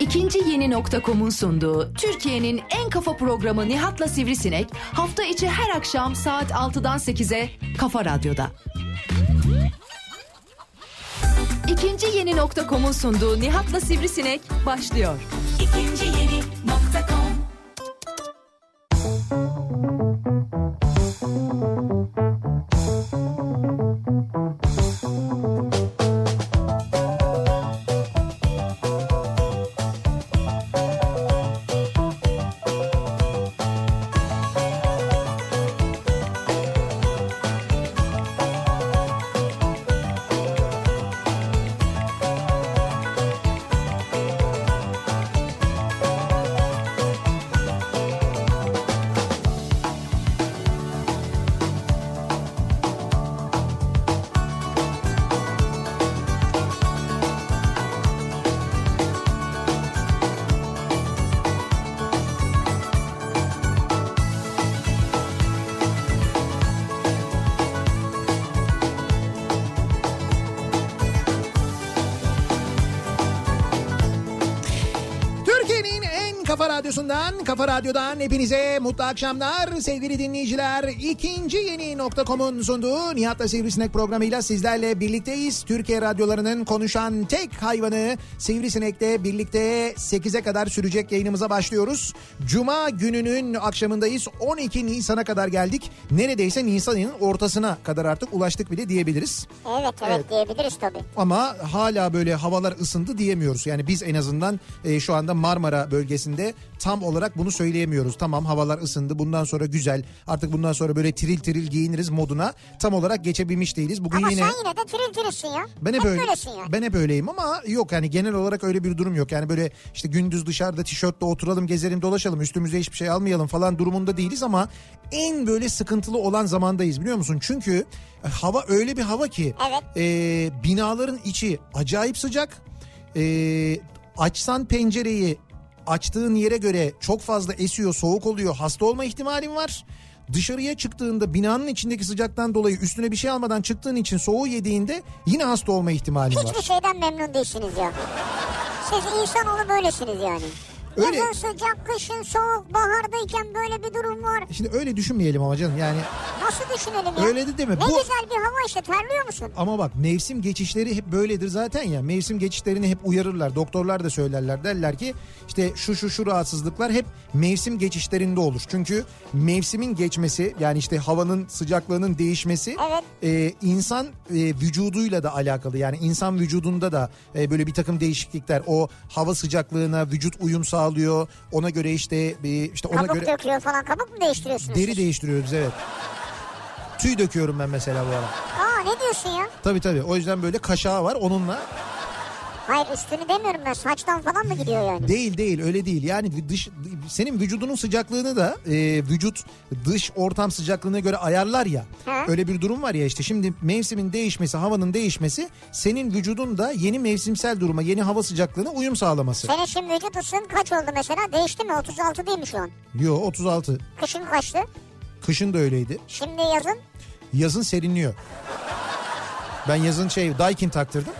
İkinci Yeni Nokta.com'un sunduğu Türkiye'nin en kafa programı Nihat'la Sivrisinek hafta içi her akşam saat 6'dan 8'e Kafa Radyo'da. İkinci Yeni Nokta.com'un sunduğu Nihat'la Sivrisinek başlıyor. İkinci yeni nokta kom. Türkiye'nin en kafa radyosundan, kafa radyodan hepinize mutlu akşamlar sevgili dinleyiciler. İkinci yeni nokta.com'un sunduğu Nihat'la Sivrisinek programıyla sizlerle birlikteyiz. Türkiye radyolarının konuşan tek hayvanı Sivrisinek'le birlikte 8'e kadar sürecek yayınımıza başlıyoruz. Cuma gününün akşamındayız. 12 Nisan'a kadar geldik. Neredeyse Nisan ayının ortasına kadar artık ulaştık bile diyebiliriz. Evet evet, Evet. diyebiliriz tabii. Ama hala böyle havalar ısındı diyemiyoruz. Yani biz en azından e, şu anda Marmara bölgesinde tam olarak bunu söyleyemiyoruz. Tamam havalar ısındı bundan sonra güzel artık bundan sonra böyle tiril tiril giyiniriz moduna tam olarak geçebilmiş değiliz. Bugün Ama yine sen yine de tiril tirilsin ya. ben hep, öyle, böylesin ya. ben hep öyleyim ama yok yani genel olarak öyle bir durum yok. Yani böyle işte gündüz dışarıda tişörtle oturalım gezelim dolaşalım üstümüze hiçbir şey almayalım falan durumunda değiliz ama en böyle sıkıntılı olan zamandayız biliyor musun? Çünkü hava öyle bir hava ki Evet. e, binaların içi acayip sıcak. E, açsan pencereyi açtığın yere göre çok fazla esiyor soğuk oluyor hasta olma ihtimalin var. Dışarıya çıktığında binanın içindeki sıcaktan dolayı üstüne bir şey almadan çıktığın için soğuğu yediğinde yine hasta olma ihtimalin var. Hiçbir şeyden memnun değilsiniz ya. Siz insanoğlu böylesiniz yani. Öyle. Yazın sıcak, kışın soğuk, bahardayken böyle bir durum var. Şimdi öyle düşünmeyelim ama canım yani Nasıl düşünelim ya? Öyle de deme. Ne Bu- güzel bir hava işte terliyor musun? ama bak mevsim geçişleri hep böyledir zaten ya mevsim geçişlerini hep uyarırlar doktorlar da söylerler derler ki işte şu şu şu rahatsızlıklar hep mevsim geçişlerinde olur çünkü mevsimin geçmesi yani işte havanın sıcaklığının değişmesi Evet. e, insan e, vücuduyla da alakalı yani insan vücudunda da e, böyle bir takım değişiklikler o hava sıcaklığına vücut uyum sağlıyor ona göre işte bir işte ona Kabuk göre dökülüyor falan. Kabuk mu değiştiriyorsunuz? deri siz? değiştiriyoruz evet tüy döküyorum ben mesela bu ara. Aa ne diyorsun ya? Tabii tabii. O yüzden böyle kaşağı var onunla. Hayır üstünü demiyorum ben. Saçtan falan mı gidiyor yani? Değil değil öyle değil. Yani dış senin vücudunun sıcaklığını da e, vücut dış ortam sıcaklığına göre ayarlar ya. He. Öyle bir durum var ya işte şimdi mevsimin değişmesi, havanın değişmesi senin vücudun da yeni mevsimsel duruma, yeni hava sıcaklığına uyum sağlaması. Senin şimdi vücut ısın kaç oldu mesela? Değişti mi? 36 değil mi şu an? Yo 36. Kışın kaçtı? Kışın da öyleydi. Şimdi yazın Yazın serinliyor. Ben yazın şey Daikin taktırdım.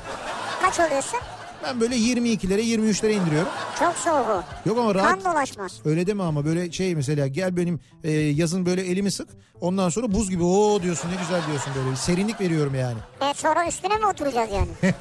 kaç oluyorsun? Ben böyle 22'lere 23'lere indiriyorum. Çok soğuk. o. Yok ama rahat. Kan dolaşmaz. Öyle deme ama böyle şey mesela gel benim e, yazın böyle elimi sık. Ondan sonra buz gibi o diyorsun ne güzel diyorsun böyle. Bir Serinlik veriyorum yani. E sonra üstüne mi oturacağız yani?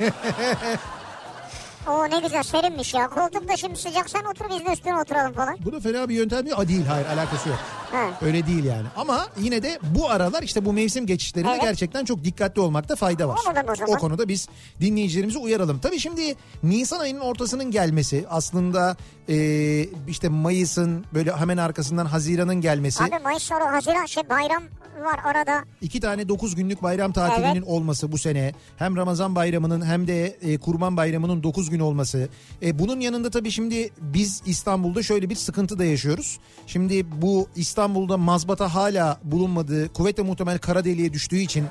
Oo ne güzel serinmiş ya. Koltukta şimdi sıcak sen otur biz de üstüne oturalım falan. Bu da fena bir yöntem değil. Aa, değil hayır alakası yok. Ha. Öyle değil yani. Ama yine de bu aralar işte bu mevsim geçişlerinde Evet. gerçekten çok dikkatli olmakta fayda var. Olmadan o zaman. O konuda biz dinleyicilerimizi uyaralım. Tabii şimdi Nisan ayının ortasının gelmesi aslında e, işte Mayıs'ın böyle hemen arkasından Haziran'ın gelmesi. Abi Mayıs sonra Haziran şey bayram var arada. İki tane 9 günlük bayram tatilinin Evet. olması bu sene hem Ramazan bayramının hem de e, Kurban bayramının 9 gün olması. E, bunun yanında tabii şimdi biz İstanbul'da şöyle bir sıkıntı da yaşıyoruz. Şimdi bu İstanbul'da mazbata hala bulunmadığı kuvvetle muhtemel kara deliğe düştüğü için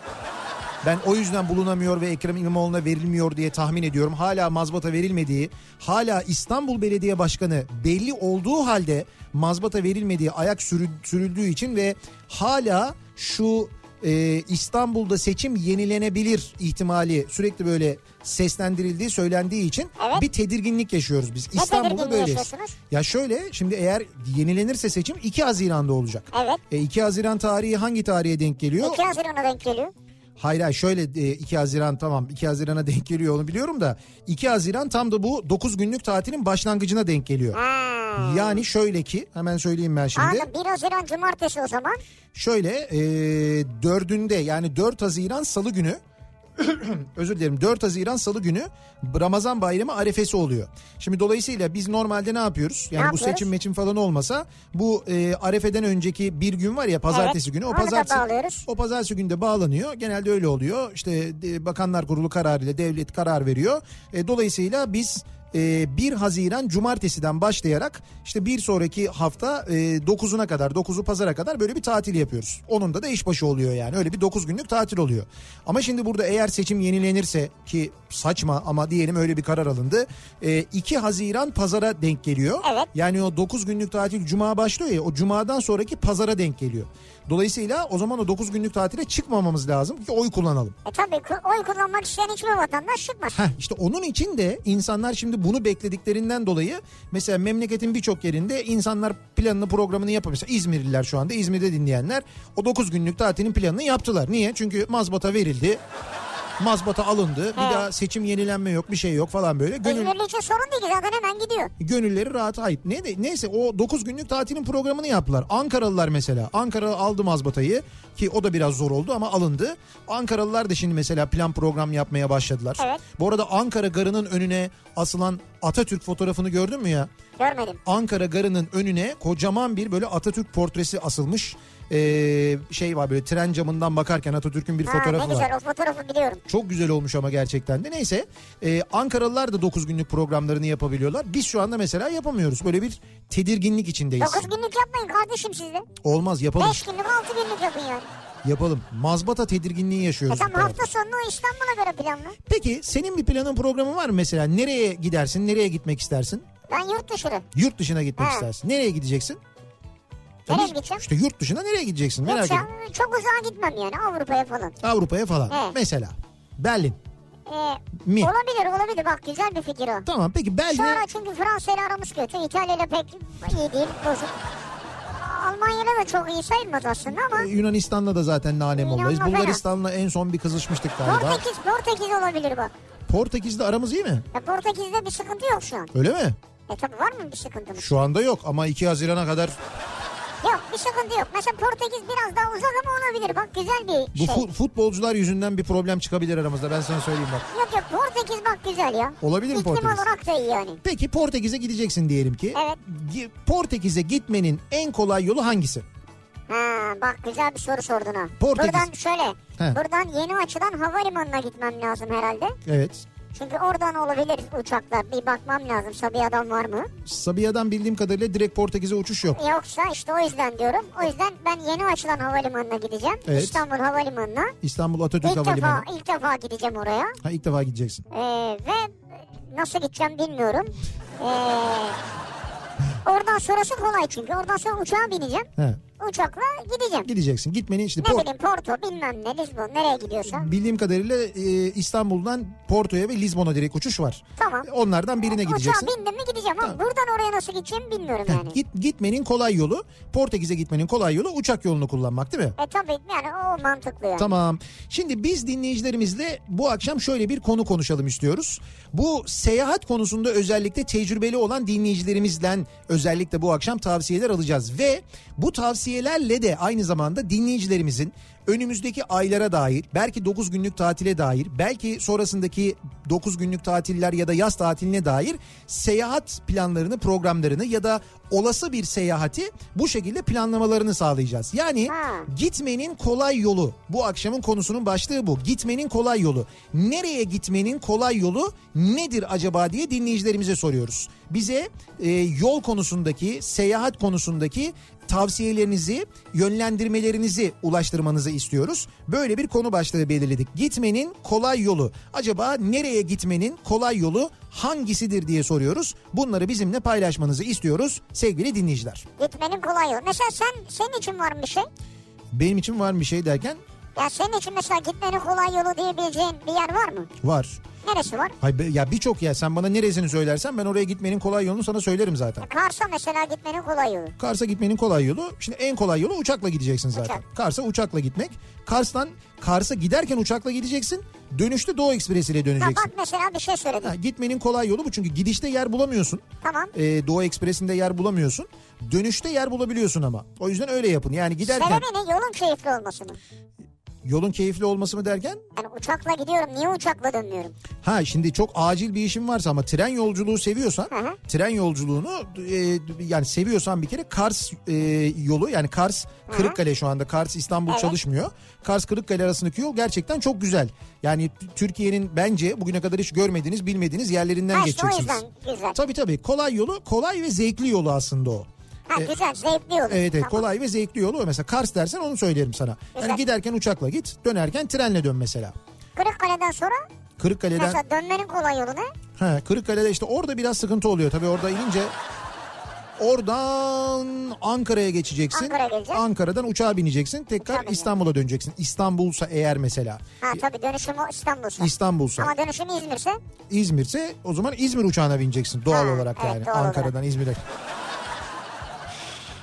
ben o yüzden bulunamıyor ve Ekrem İmamoğlu'na verilmiyor diye tahmin ediyorum. Hala mazbata verilmediği, hala İstanbul Belediye Başkanı belli olduğu halde mazbata verilmediği ayak sürü- sürüldüğü için ve hala şu e, İstanbul'da seçim yenilenebilir ihtimali sürekli böyle seslendirildiği söylendiği için Evet. bir tedirginlik yaşıyoruz biz. Ne İstanbul'da tedirginliği böyleyiz. yaşıyorsunuz? Ya şöyle şimdi eğer yenilenirse seçim 2 Haziran'da olacak. Evet. E, 2 Haziran tarihi hangi tarihe denk geliyor? 2 Haziran'a denk geliyor. Hayır hayır şöyle e, 2 Haziran tamam 2 Haziran'a denk geliyor onu biliyorum da 2 Haziran tam da bu 9 günlük tatilin başlangıcına denk geliyor. Ha. Yani şöyle ki hemen söyleyeyim ben şimdi. Anladım 1 Haziran cumartesi o zaman. Şöyle e, 4'ünde yani 4 Haziran salı günü özür dilerim 4 Haziran salı günü Ramazan bayramı arefesi oluyor. Şimdi dolayısıyla biz normalde ne yapıyoruz? Yani bu yapıyoruz? seçim meçim falan olmasa bu e, arefeden önceki bir gün var ya pazartesi Evet, günü o onu da pazartesi bağlıyoruz. o pazartesi günü de bağlanıyor. Genelde öyle oluyor. İşte e, bakanlar kurulu kararıyla devlet karar veriyor. E, dolayısıyla biz e, 1 Haziran cumartesiden başlayarak işte bir sonraki hafta e, 9'una kadar 9'u pazara kadar böyle bir tatil yapıyoruz. Onun da da işbaşı oluyor yani öyle bir 9 günlük tatil oluyor. Ama şimdi burada eğer seçim yenilenirse ki saçma ama diyelim öyle bir karar alındı. E, 2 Haziran pazara denk geliyor. Evet. Yani o 9 günlük tatil cuma başlıyor ya o cumadan sonraki pazara denk geliyor. Dolayısıyla o zaman o 9 günlük tatile çıkmamamız lazım ki oy kullanalım. E tabii ku- oy kullanmak isteyen hiçbir vatandaş çıkmaz. Heh, işte onun için de insanlar şimdi bunu beklediklerinden dolayı mesela memleketin birçok yerinde insanlar planını programını yapıyor. Mesela İzmirliler şu anda İzmir'de dinleyenler o 9 günlük tatilin planını yaptılar. Niye? Çünkü mazbata verildi. Mazbata alındı. Bir daha seçim yenilenme yok, bir şey yok falan böyle. Gönül, İzmirli için sorun değil zaten hemen gidiyor. gönülleri rahat ait. Ne de, neyse o 9 günlük tatilin programını yaptılar. Ankaralılar mesela. Ankara aldı mazbatayı ki o da biraz zor oldu ama alındı. Ankaralılar da şimdi mesela plan program yapmaya başladılar. Evet. Bu arada Ankara garının önüne asılan Atatürk fotoğrafını gördün mü ya? Görmedim. Ankara garının önüne kocaman bir böyle Atatürk portresi asılmış. Ee, şey var böyle tren camından bakarken Atatürk'ün bir Ha, ne fotoğrafı var. güzel o fotoğrafı biliyorum. Çok güzel olmuş ama gerçekten de. Neyse e, Ankaralılar da 9 günlük programlarını yapabiliyorlar. Biz şu anda mesela yapamıyoruz. Böyle bir tedirginlik içindeyiz. 9 günlük yapmayın kardeşim siz de. Olmaz yapalım. 5 günlük 6 günlük yapın yani. Yapalım. Mazbata tedirginliği E yaşıyoruz. bu tamam tarafta. hafta sonu İstanbul'a göre planlı. Peki senin bir planın programın var mı mesela? Nereye gidersin? Nereye gitmek istersin? Ben yurt dışını. Yurt dışına gitmek Ha. istersin. Nereye gideceksin? Nereye Tabii, gideceğim? İşte yurt dışına nereye gideceksin? Merak Yoksa ediyorum. çok uzağa gitmem yani Avrupa'ya falan. Avrupa'ya falan. He. Mesela Berlin. Ee, Mi? olabilir olabilir bak güzel bir fikir o. Tamam peki Berlin. Şu ara çünkü Fransa ile aramız kötü. İtalya ile pek iyi değil. Bozuk. Almanya ile de çok iyi sayılmaz aslında ama. E, Yunanistan'la da zaten nane mollayız. İnanılmaz, fena. Bulgaristan'la en son bir kızışmıştık galiba. Portekiz, Portekiz olabilir bak. Portekiz'de aramız iyi mi? Ya Portekiz'de bir sıkıntı yok şu an. Öyle mi? E tabi var mı bir sıkıntımız? Şu anda yok ama 2 Haziran'a kadar Yok bir sıkıntı yok. Mesela Portekiz biraz daha uzak ama olabilir. Bak güzel bir bu şey. fu- futbolcular yüzünden bir problem çıkabilir aramızda. Ben sana söyleyeyim bak. Yok yok Portekiz bak güzel ya. Olabilir mi İklim Portekiz? olarak da iyi yani. Peki Portekiz'e gideceksin diyelim ki. Evet. Gi- Portekiz'e gitmenin en kolay yolu hangisi? Ha bak güzel bir soru sordun ha. Portekiz. Buradan şöyle. He. Buradan yeni açılan havalimanına gitmem lazım herhalde. Evet. Çünkü oradan olabilir uçakla. Bir bakmam lazım Sabiha'dan var mı? Sabiha'dan bildiğim kadarıyla direkt Portekiz'e uçuş yok. Yoksa işte o yüzden diyorum. O yüzden ben yeni açılan havalimanına gideceğim. Evet. İstanbul Havalimanı'na. İstanbul Atatürk İlk Havalimanı. defa, ilk defa gideceğim oraya. Ha, ilk defa gideceksin. Ee, ve nasıl gideceğim bilmiyorum. Ee, oradan sonrası kolay çünkü. Oradan sonra uçağa bineceğim. He. Uçakla gideceğim. Gideceksin. Gitmenin işte Ne Por- bileyim Porto bilmem ne Lisbon nereye gidiyorsa. bildiğim kadarıyla e, İstanbul'dan Porto'ya ve Lizbon'a direkt uçuş var. Tamam. Onlardan birine Uçağa gideceksin. bindim mi gideceğim ama buradan oraya nasıl gideceğimi bilmiyorum Ha, yani. Git, gitmenin kolay yolu Portekiz'e gitmenin kolay yolu uçak yolunu kullanmak değil mi? E tabii yani o mantıklı yani. Tamam. Şimdi biz dinleyicilerimizle bu akşam şöyle bir konu konuşalım istiyoruz. Bu seyahat konusunda özellikle tecrübeli olan dinleyicilerimizden özellikle bu akşam tavsiyeler alacağız ve bu tavsiye tavsiyelerle de aynı zamanda dinleyicilerimizin önümüzdeki aylara dair belki 9 günlük tatile dair belki sonrasındaki 9 günlük tatiller ya da yaz tatiline dair seyahat planlarını programlarını ya da olası bir seyahati bu şekilde planlamalarını sağlayacağız. Yani Ha. gitmenin kolay yolu bu akşamın konusunun başlığı bu gitmenin kolay yolu nereye gitmenin kolay yolu nedir acaba diye dinleyicilerimize soruyoruz. Bize e, yol konusundaki seyahat konusundaki tavsiyelerinizi yönlendirmelerinizi ulaştırmanızı istiyoruz. Böyle bir konu başlığı belirledik. Gitmenin kolay yolu. Acaba nereye gitmenin kolay yolu hangisidir diye soruyoruz. Bunları bizimle paylaşmanızı istiyoruz sevgili dinleyiciler. Gitmenin kolay yolu. Mesela sen senin için var mı bir şey? Benim için var mı bir şey derken Ya senin için mesela gitmenin kolay yolu diyebileceğin bir yer var mı? var. Neresi var? Hayır, be- ya birçok yer sen bana neresini söylersen ben oraya gitmenin kolay yolunu sana söylerim zaten. Kars'a mesela gitmenin kolay yolu. Kars'a gitmenin kolay yolu şimdi en kolay yolu uçakla gideceksin zaten. Uçak. Kars'a uçakla gitmek. Kars'tan Kars'a giderken uçakla gideceksin. Dönüşte Doğu Ekspresi ile Ya döneceksin. bak mesela bir şey söyledin. Ha, gitmenin kolay yolu bu çünkü gidişte yer bulamıyorsun. Tamam. Ee, Doğu Ekspresi'nde yer bulamıyorsun. Dönüşte yer bulabiliyorsun ama. O yüzden öyle yapın. Yani giderken Sebebi ne? Yolun keyifli olmasını. yolun keyifli olması mı derken? Yani Hani uçakla gidiyorum. Niye uçakla dönmüyorum? Ha şimdi çok acil bir işin varsa ama tren yolculuğu seviyorsan Hı hı. tren yolculuğunu e, yani seviyorsan bir kere Kars e, yolu yani Kars Kırıkkale şu anda Kars İstanbul Evet. çalışmıyor. Kars Kırıkkale arasındaki yol gerçekten çok güzel. Yani t- Türkiye'nin bence bugüne kadar hiç görmediğiniz bilmediğiniz yerlerinden Ha işte o geçeceksiniz. yüzden güzel. Tabii tabii kolay yolu kolay ve zevkli yolu aslında o. Ha E, güzel zevkli olur. Evet, evet Tamam. kolay ve zevkli yolu o. mesela Kars dersen onu söylerim sana. Yani Güzel. giderken uçakla git dönerken trenle dön mesela. Kırıkkale'den sonra Kırıkkale'den mesela dönmenin kolay yolu ne? He, Kırıkkale'de işte orada biraz sıkıntı oluyor. Tabii orada inince oradan Ankara'ya geçeceksin. Ankara'ya geleceğim. Ankara'dan uçağa bineceksin. Tekrar Uçağa bineceğim. İstanbul'a döneceksin. İstanbul'sa eğer mesela. Ha tabii dönüşüm o İstanbul'sa. İstanbul'sa. Ama dönüşüm İzmir'se İzmir'se o zaman İzmir uçağına bineceksin doğal Ha, olarak evet, yani doğal Ankara'dan İzmir'e.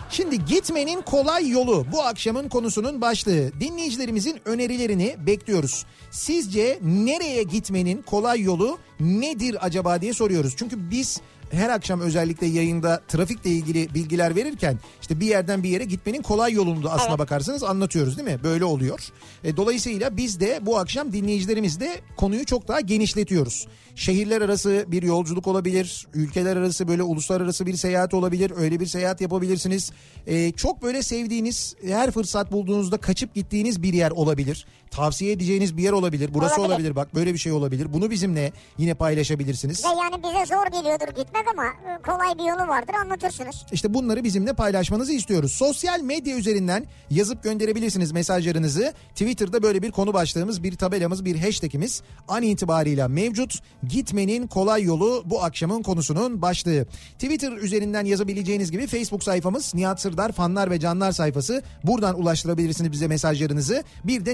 Şimdi gitmenin kolay yolu bu akşamın konusunun başlığı. Dinleyicilerimizin önerilerini bekliyoruz. Sizce nereye gitmenin kolay yolu nedir acaba diye soruyoruz. Çünkü biz her akşam özellikle yayında trafikle ilgili bilgiler verirken işte bir yerden bir yere gitmenin kolay yolunu da aslına Evet. bakarsanız anlatıyoruz değil mi? Böyle oluyor. E, dolayısıyla biz de bu akşam dinleyicilerimizle konuyu çok daha genişletiyoruz. Şehirler arası bir yolculuk olabilir, ülkeler arası böyle uluslararası bir seyahat olabilir, öyle bir seyahat yapabilirsiniz. E, çok böyle sevdiğiniz, her fırsat bulduğunuzda kaçıp gittiğiniz bir yer olabilir. Tavsiye edeceğiniz bir yer olabilir, burası olabilir, Olabilir. bak böyle bir şey olabilir. Bunu bizimle yine paylaşabilirsiniz. ve yani bize zor geliyordur gitmek ama e, kolay bir yolu vardır anlatırsınız. İşte bunları bizimle paylaşmanızı istiyoruz. Sosyal medya üzerinden yazıp gönderebilirsiniz mesajlarınızı. Twitter'da böyle bir konu başlığımız, bir tabelamız, bir hashtagimiz an itibariyle mevcut. Gitmenin kolay yolu bu akşamın konusunun başlığı. Twitter üzerinden yazabileceğiniz gibi Facebook sayfamız Nihat Sırdar fanlar ve canlar sayfası. Buradan ulaştırabilirsiniz bize mesajlarınızı. Bir de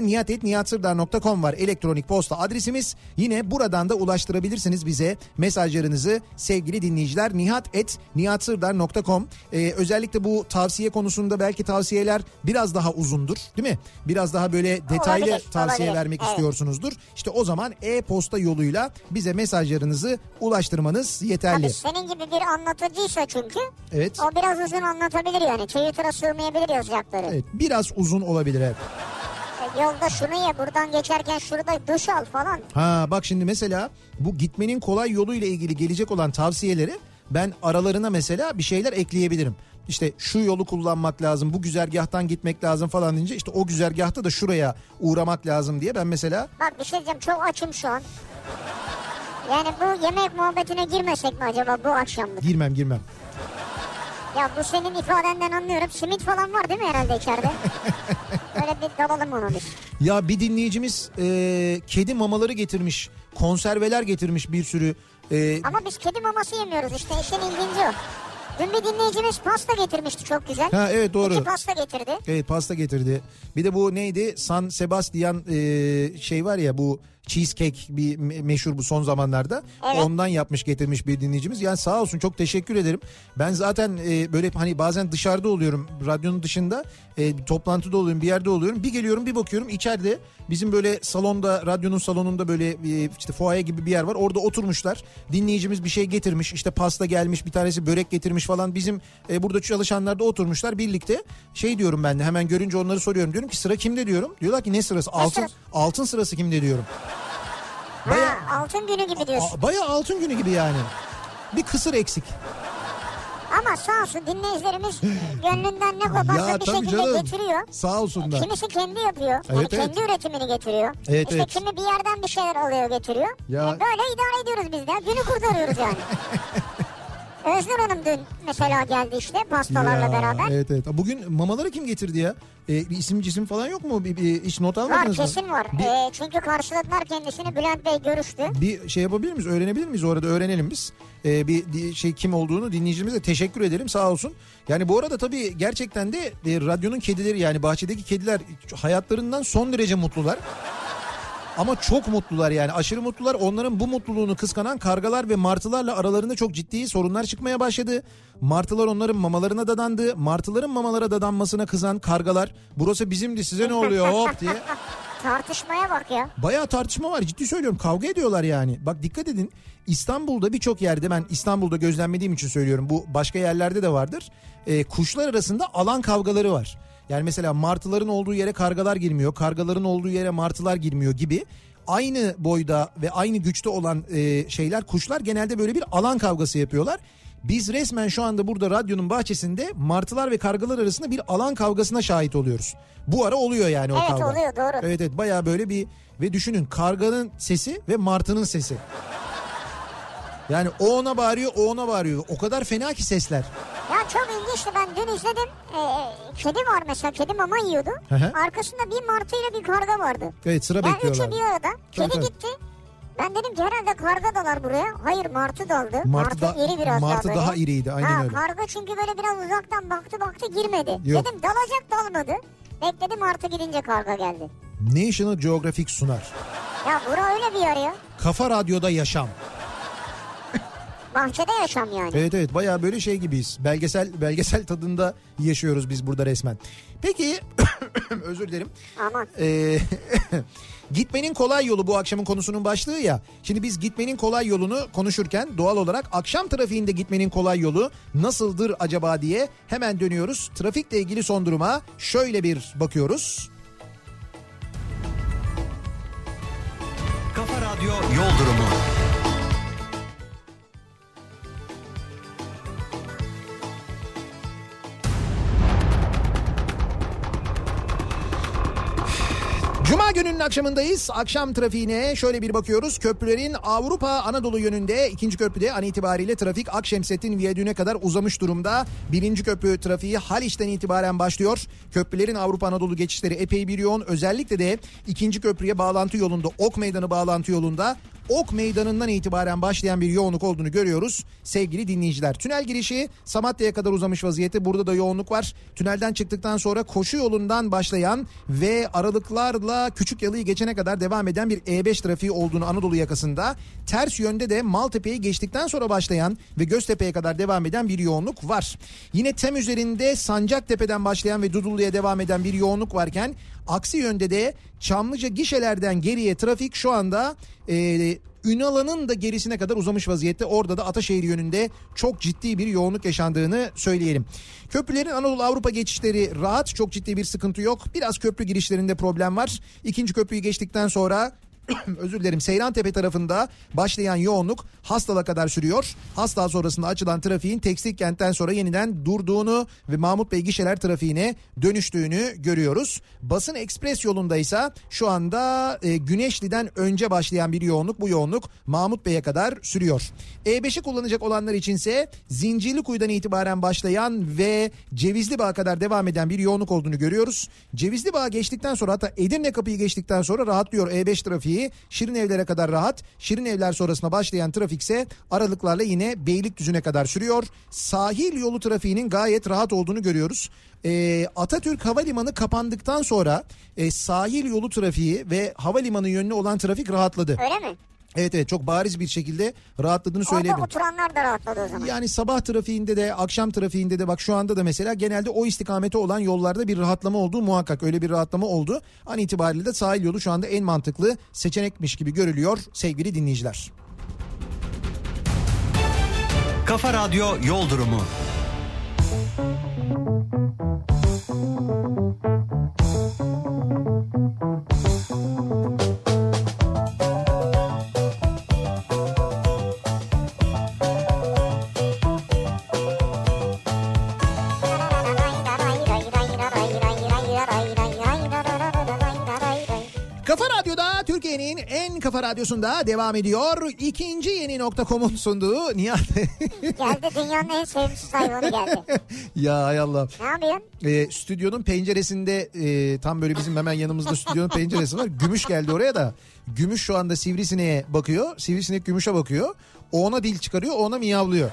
niyatetniyatsırdar.com var elektronik posta adresimiz. Yine buradan da ulaştırabilirsiniz bize mesajlarınızı sevgili dinleyiciler. Nihat et niyatsırdar.com Ee, özellikle bu tavsiye konusunda belki tavsiyeler biraz daha uzundur değil mi? Biraz daha böyle detaylı Olabilir, tavsiye olabilir. vermek Evet. istiyorsunuzdur. İşte o zaman e-posta yoluyla bize mesajlarınızı ulaştırmanız yeterli. Tabii senin gibi bir anlatıcıysa çünkü Evet. o biraz uzun anlatabilir yani. Twitter'a sığmayabilir yazacakları. Evet, biraz uzun olabilir evet. E, Yolda şunu ye buradan geçerken şurada duş al falan. Ha bak şimdi mesela bu gitmenin kolay yoluyla ilgili gelecek olan tavsiyeleri ben aralarına mesela bir şeyler ekleyebilirim. İşte şu yolu kullanmak lazım, bu güzergahtan gitmek lazım falan deyince işte o güzergahta da şuraya uğramak lazım diye ben mesela Bak bir şey diyeceğim çok açım şu an. Yani bu yemek muhabbetine girmesek mi acaba bu akşamlık? girmem girmem. Ya bu senin ifadenden anlıyorum. Simit falan var değil mi herhalde içeride? Böyle bir dalalım ona biz. Ya bir dinleyicimiz e, kedi mamaları getirmiş, konserveler getirmiş bir sürü. E, Ama biz kedi maması yemiyoruz işte işin ilginci o. Dün bir dinleyicimiz pasta getirmişti çok güzel. ha evet doğru. İki pasta getirdi. Evet pasta getirdi. Bir de bu neydi? San Sebastian e, şey var ya bu cheesecake bir me- meşhur bu son zamanlarda. Evet. Ondan yapmış getirmiş bir dinleyicimiz. Yani sağ olsun çok teşekkür ederim. Ben zaten e, böyle hani bazen dışarıda oluyorum radyonun dışında e, bir toplantıda oluyorum bir yerde oluyorum. Bir geliyorum bir bakıyorum içeride bizim böyle salonda radyonun salonunda böyle e, işte fuaya gibi bir yer var. Orada oturmuşlar dinleyicimiz bir şey getirmiş işte pasta gelmiş bir tanesi börek getirmiş falan. Bizim e, burada çalışanlar da oturmuşlar birlikte şey diyorum ben de hemen görünce onları soruyorum diyorum ki sıra kimde diyorum. Diyorlar ki ne sırası altın, sırası? altın sırası kimde diyorum. Baya Ha, altın günü gibi diyorsun. baya altın günü gibi yani. Bir kısır eksik. Ama sağ olsun dinleyicilerimiz gönlünden ne koparsa bir şekilde getiriyor. Sağ olsunlar. Kimisi kendi yapıyor. yani Evet, evet. kendi üretimini getiriyor. Evet, işte evet. kimi bir yerden bir şeyler alıyor getiriyor. Ya- E, böyle idare ediyoruz biz de. Günü kurtarıyoruz yani. Özgür Hanım dün mesela geldi işte pastalarla Ya, beraber. Evet evet. Bugün mamaları kim getirdi ya? Ee, bir isim cisim falan yok mu? Bir, bir hiç not Var almadınız mı? kesin var. Bir- E, çünkü karşıladılar kendisini. Bülent Bey görüştü. Bir şey yapabilir miyiz? Öğrenebilir miyiz? Orada öğrenelim biz. Ee, bir di- şey kim olduğunu dinleyicimize teşekkür edelim sağ olsun. Yani bu arada tabii gerçekten de e, radyonun kedileri yani bahçedeki kediler hayatlarından son derece mutlular. Ama çok mutlular yani aşırı mutlular. Onların bu mutluluğunu kıskanan kargalar ve martılarla aralarında çok ciddi sorunlar çıkmaya başladı. Martılar onların mamalarına dadandı. Martıların mamalara dadanmasına kızan kargalar. Burası bizimdi size ne oluyor hop diye. Tartışmaya bak ya. Bayağı tartışma var ciddi söylüyorum kavga ediyorlar yani. Bak dikkat edin İstanbul'da birçok yerde ben İstanbul'da gözlemlediğim için söylüyorum bu başka yerlerde de vardır. Ee, kuşlar arasında alan kavgaları var. Yani mesela martıların olduğu yere kargalar girmiyor kargaların olduğu yere martılar girmiyor gibi. Aynı boyda ve aynı güçte olan e, şeyler kuşlar genelde böyle bir alan kavgası yapıyorlar. Biz resmen şu anda burada radyonun bahçesinde martılar ve kargalar arasında bir alan kavgasına şahit oluyoruz. Bu ara oluyor yani o Evet, kavga. oluyor, doğru. Evet evet bayağı böyle bir ve düşünün karganın sesi ve martının sesi. Yani o ona bağırıyor o ona bağırıyor. O kadar fena ki sesler. Ya çok ilginçti ben dün izledim. Ee, kedi var mesela kedi mama yiyordu. Hı hı. Arkasında bir martıyla bir karga vardı. Evet sıra Ya üçü bekliyorlar. bir arada. Kedi evet. gitti. Ben dedim ki herhalde karga dalar buraya. Hayır martı daldı. Martı Martı, da- iri biraz martı daha daha böyle. iriydi, aynen ha, öyle. Karga çünkü böyle biraz uzaktan baktı baktı girmedi. Yok. Dedim dalacak dalmadı. Bekledim martı gidince karga geldi. National Geographic sunar. Ya bura öyle bir yer ya. Kafa Radyo'da yaşam. Bahçede yaşam yani. Evet evet bayağı böyle şey gibiyiz. Belgesel belgesel tadında yaşıyoruz biz burada resmen. Peki özür dilerim. Aman. Ee, gitmenin kolay yolu bu akşamın konusunun başlığı ya. Şimdi biz gitmenin kolay yolunu konuşurken doğal olarak akşam trafiğinde gitmenin kolay yolu nasıldır acaba diye hemen dönüyoruz. Trafikle ilgili son duruma şöyle bir bakıyoruz. Kafa Radyo Yol Durumu Cuma gününün akşamındayız. Akşam trafiğine şöyle bir bakıyoruz. Köprülerin Avrupa Anadolu yönünde ikinci köprüde an itibariyle trafik Akşemsettin Viyadüğü'ne kadar uzamış durumda. Birinci köprü trafiği Haliç'ten itibaren başlıyor. Köprülerin Avrupa Anadolu geçişleri epey bir yoğun. Özellikle de ikinci köprüye bağlantı yolunda Ok Meydanı bağlantı yolunda Ok Meydanı'ndan itibaren başlayan bir yoğunluk olduğunu görüyoruz sevgili dinleyiciler. Tünel girişi Samatya'ya kadar uzamış vaziyette. Burada da yoğunluk var. Tünelden çıktıktan sonra koşu yolundan başlayan ve aralıklarla küçük yalıyı geçene kadar devam eden bir E5 trafiği olduğunu Anadolu yakasında. Ters yönde de Maltepe'yi geçtikten sonra başlayan ve Göztepe'ye kadar devam eden bir yoğunluk var. Yine tem üzerinde Sancaktepe'den başlayan ve Dudullu'ya devam eden bir yoğunluk varken aksi yönde de Çamlıca gişelerden geriye trafik şu anda e, Ünalan'ın da gerisine kadar uzamış vaziyette. Orada da Ataşehir yönünde çok ciddi bir yoğunluk yaşandığını söyleyelim. Köprülerin Anadolu Avrupa geçişleri rahat. Çok ciddi bir sıkıntı yok. Biraz köprü girişlerinde problem var. İkinci köprüyü geçtikten sonra özür dilerim Seyrantepe tarafında başlayan yoğunluk Hastal'a kadar sürüyor. Hastal sonrasında açılan trafiğin tekstil kentten sonra yeniden durduğunu ve Mahmut Bey gişeler trafiğine dönüştüğünü görüyoruz. Basın ekspres yolunda ise şu anda e, Güneşli'den önce başlayan bir yoğunluk bu yoğunluk Mahmut Bey'e kadar sürüyor. E5'i kullanacak olanlar içinse Zincirlikuyu'dan itibaren başlayan ve Cevizli Bağ'a kadar devam eden bir yoğunluk olduğunu görüyoruz. Cevizli Bağ geçtikten sonra hatta Edirne kapıyı geçtikten sonra rahatlıyor E5 trafiği. trafiği Şirin Evler'e kadar rahat. Şirin Evler sonrasında başlayan trafikse aralıklarla yine Beylikdüzü'ne kadar sürüyor. Sahil yolu trafiğinin gayet rahat olduğunu görüyoruz. Ee, Atatürk Havalimanı kapandıktan sonra e, sahil yolu trafiği ve havalimanı yönlü olan trafik rahatladı. Öyle mi? Evet evet çok bariz bir şekilde rahatladığını Orada söyleyebilirim. oturanlar da rahatladı o zaman. Yani sabah trafiğinde de akşam trafiğinde de bak şu anda da mesela genelde o istikamete olan yollarda bir rahatlama olduğu muhakkak öyle bir rahatlama oldu. An itibariyle de sahil yolu şu anda en mantıklı seçenekmiş gibi görülüyor sevgili dinleyiciler. Kafa Radyo Yol Durumu. Kafa Radyo'da Türkiye'nin en kafa radyosunda devam ediyor. İkinci yeni nokta.com'un sunduğu Nihat. Geldi dünyanın en sevimsiz hayvanı geldi. ya hay Allah. Ne yapıyorsun? Ee, stüdyonun penceresinde e, tam böyle bizim hemen yanımızda stüdyonun penceresi var. Gümüş geldi oraya da. Gümüş şu anda sivrisineğe bakıyor. Sivrisinek gümüşe bakıyor. O ona dil çıkarıyor o ona miyavlıyor.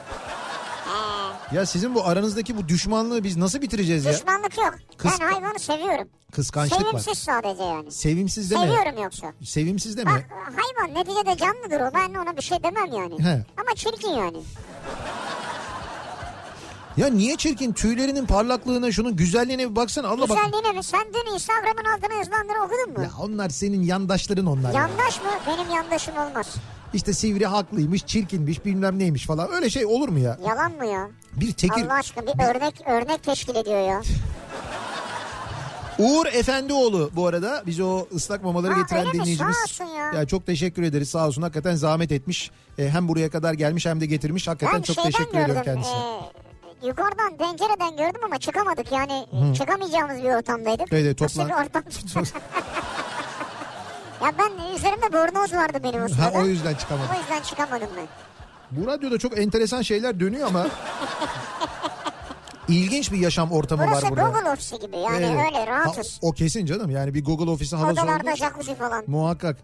Ya sizin bu aranızdaki bu düşmanlığı biz nasıl bitireceğiz ya? Düşmanlık yok. Kıskan- Ben hayvanı seviyorum. Kıskançlık var. Sevimsiz sadece yani. Sevimsiz deme. Seviyorum yoksa. Sevimsiz deme. Bak hayvan neticede canlıdır o. Ben ona bir şey demem yani. He. Ama çirkin yani. Ya niye çirkin? Tüylerinin parlaklığına, şunun güzelliğine bir baksana. Allah bak. Güzelliğine mi? Sen dün Instagram'ın altına yazılanları okudun mu? Ya onlar senin yandaşların onlar. ya. Yandaş mı? Benim yandaşım olmaz. İşte sivri haklıymış, çirkinmiş, bilmem neymiş falan. Öyle şey olur mu ya? Yalan mı ya? Bir tekir Allah aşkına bir örnek örnek teşkil ediyor ya. Uğur Efendioğlu bu arada bize o ıslak mamaları Ha, getiren öyle mi? dinleyicimiz. Sağ olsun ya. çok teşekkür ederiz sağ olsun hakikaten zahmet etmiş. E, hem buraya kadar gelmiş hem de getirmiş. Hakikaten Ben çok şeyden teşekkür gördüm. ediyorum kendisine. e, yukarıdan pencereden gördüm ama çıkamadık yani. Çıkamayacağımız bir ortamdaydık. Evet, evet, Nasıl toplan- bir ortam? ya ben üzerimde bornoz vardı benim o Ha, sırada. o yüzden çıkamadım. O yüzden çıkamadım ben. Bu radyoda çok enteresan şeyler dönüyor ama ilginç bir yaşam ortamı Burası var burada. Google ofisi gibi yani Evet. öyle rahatız. Ha, o kesin canım yani bir Google ofisi havası Odalarda olmuş. jacuzzi falan. Muhakkak.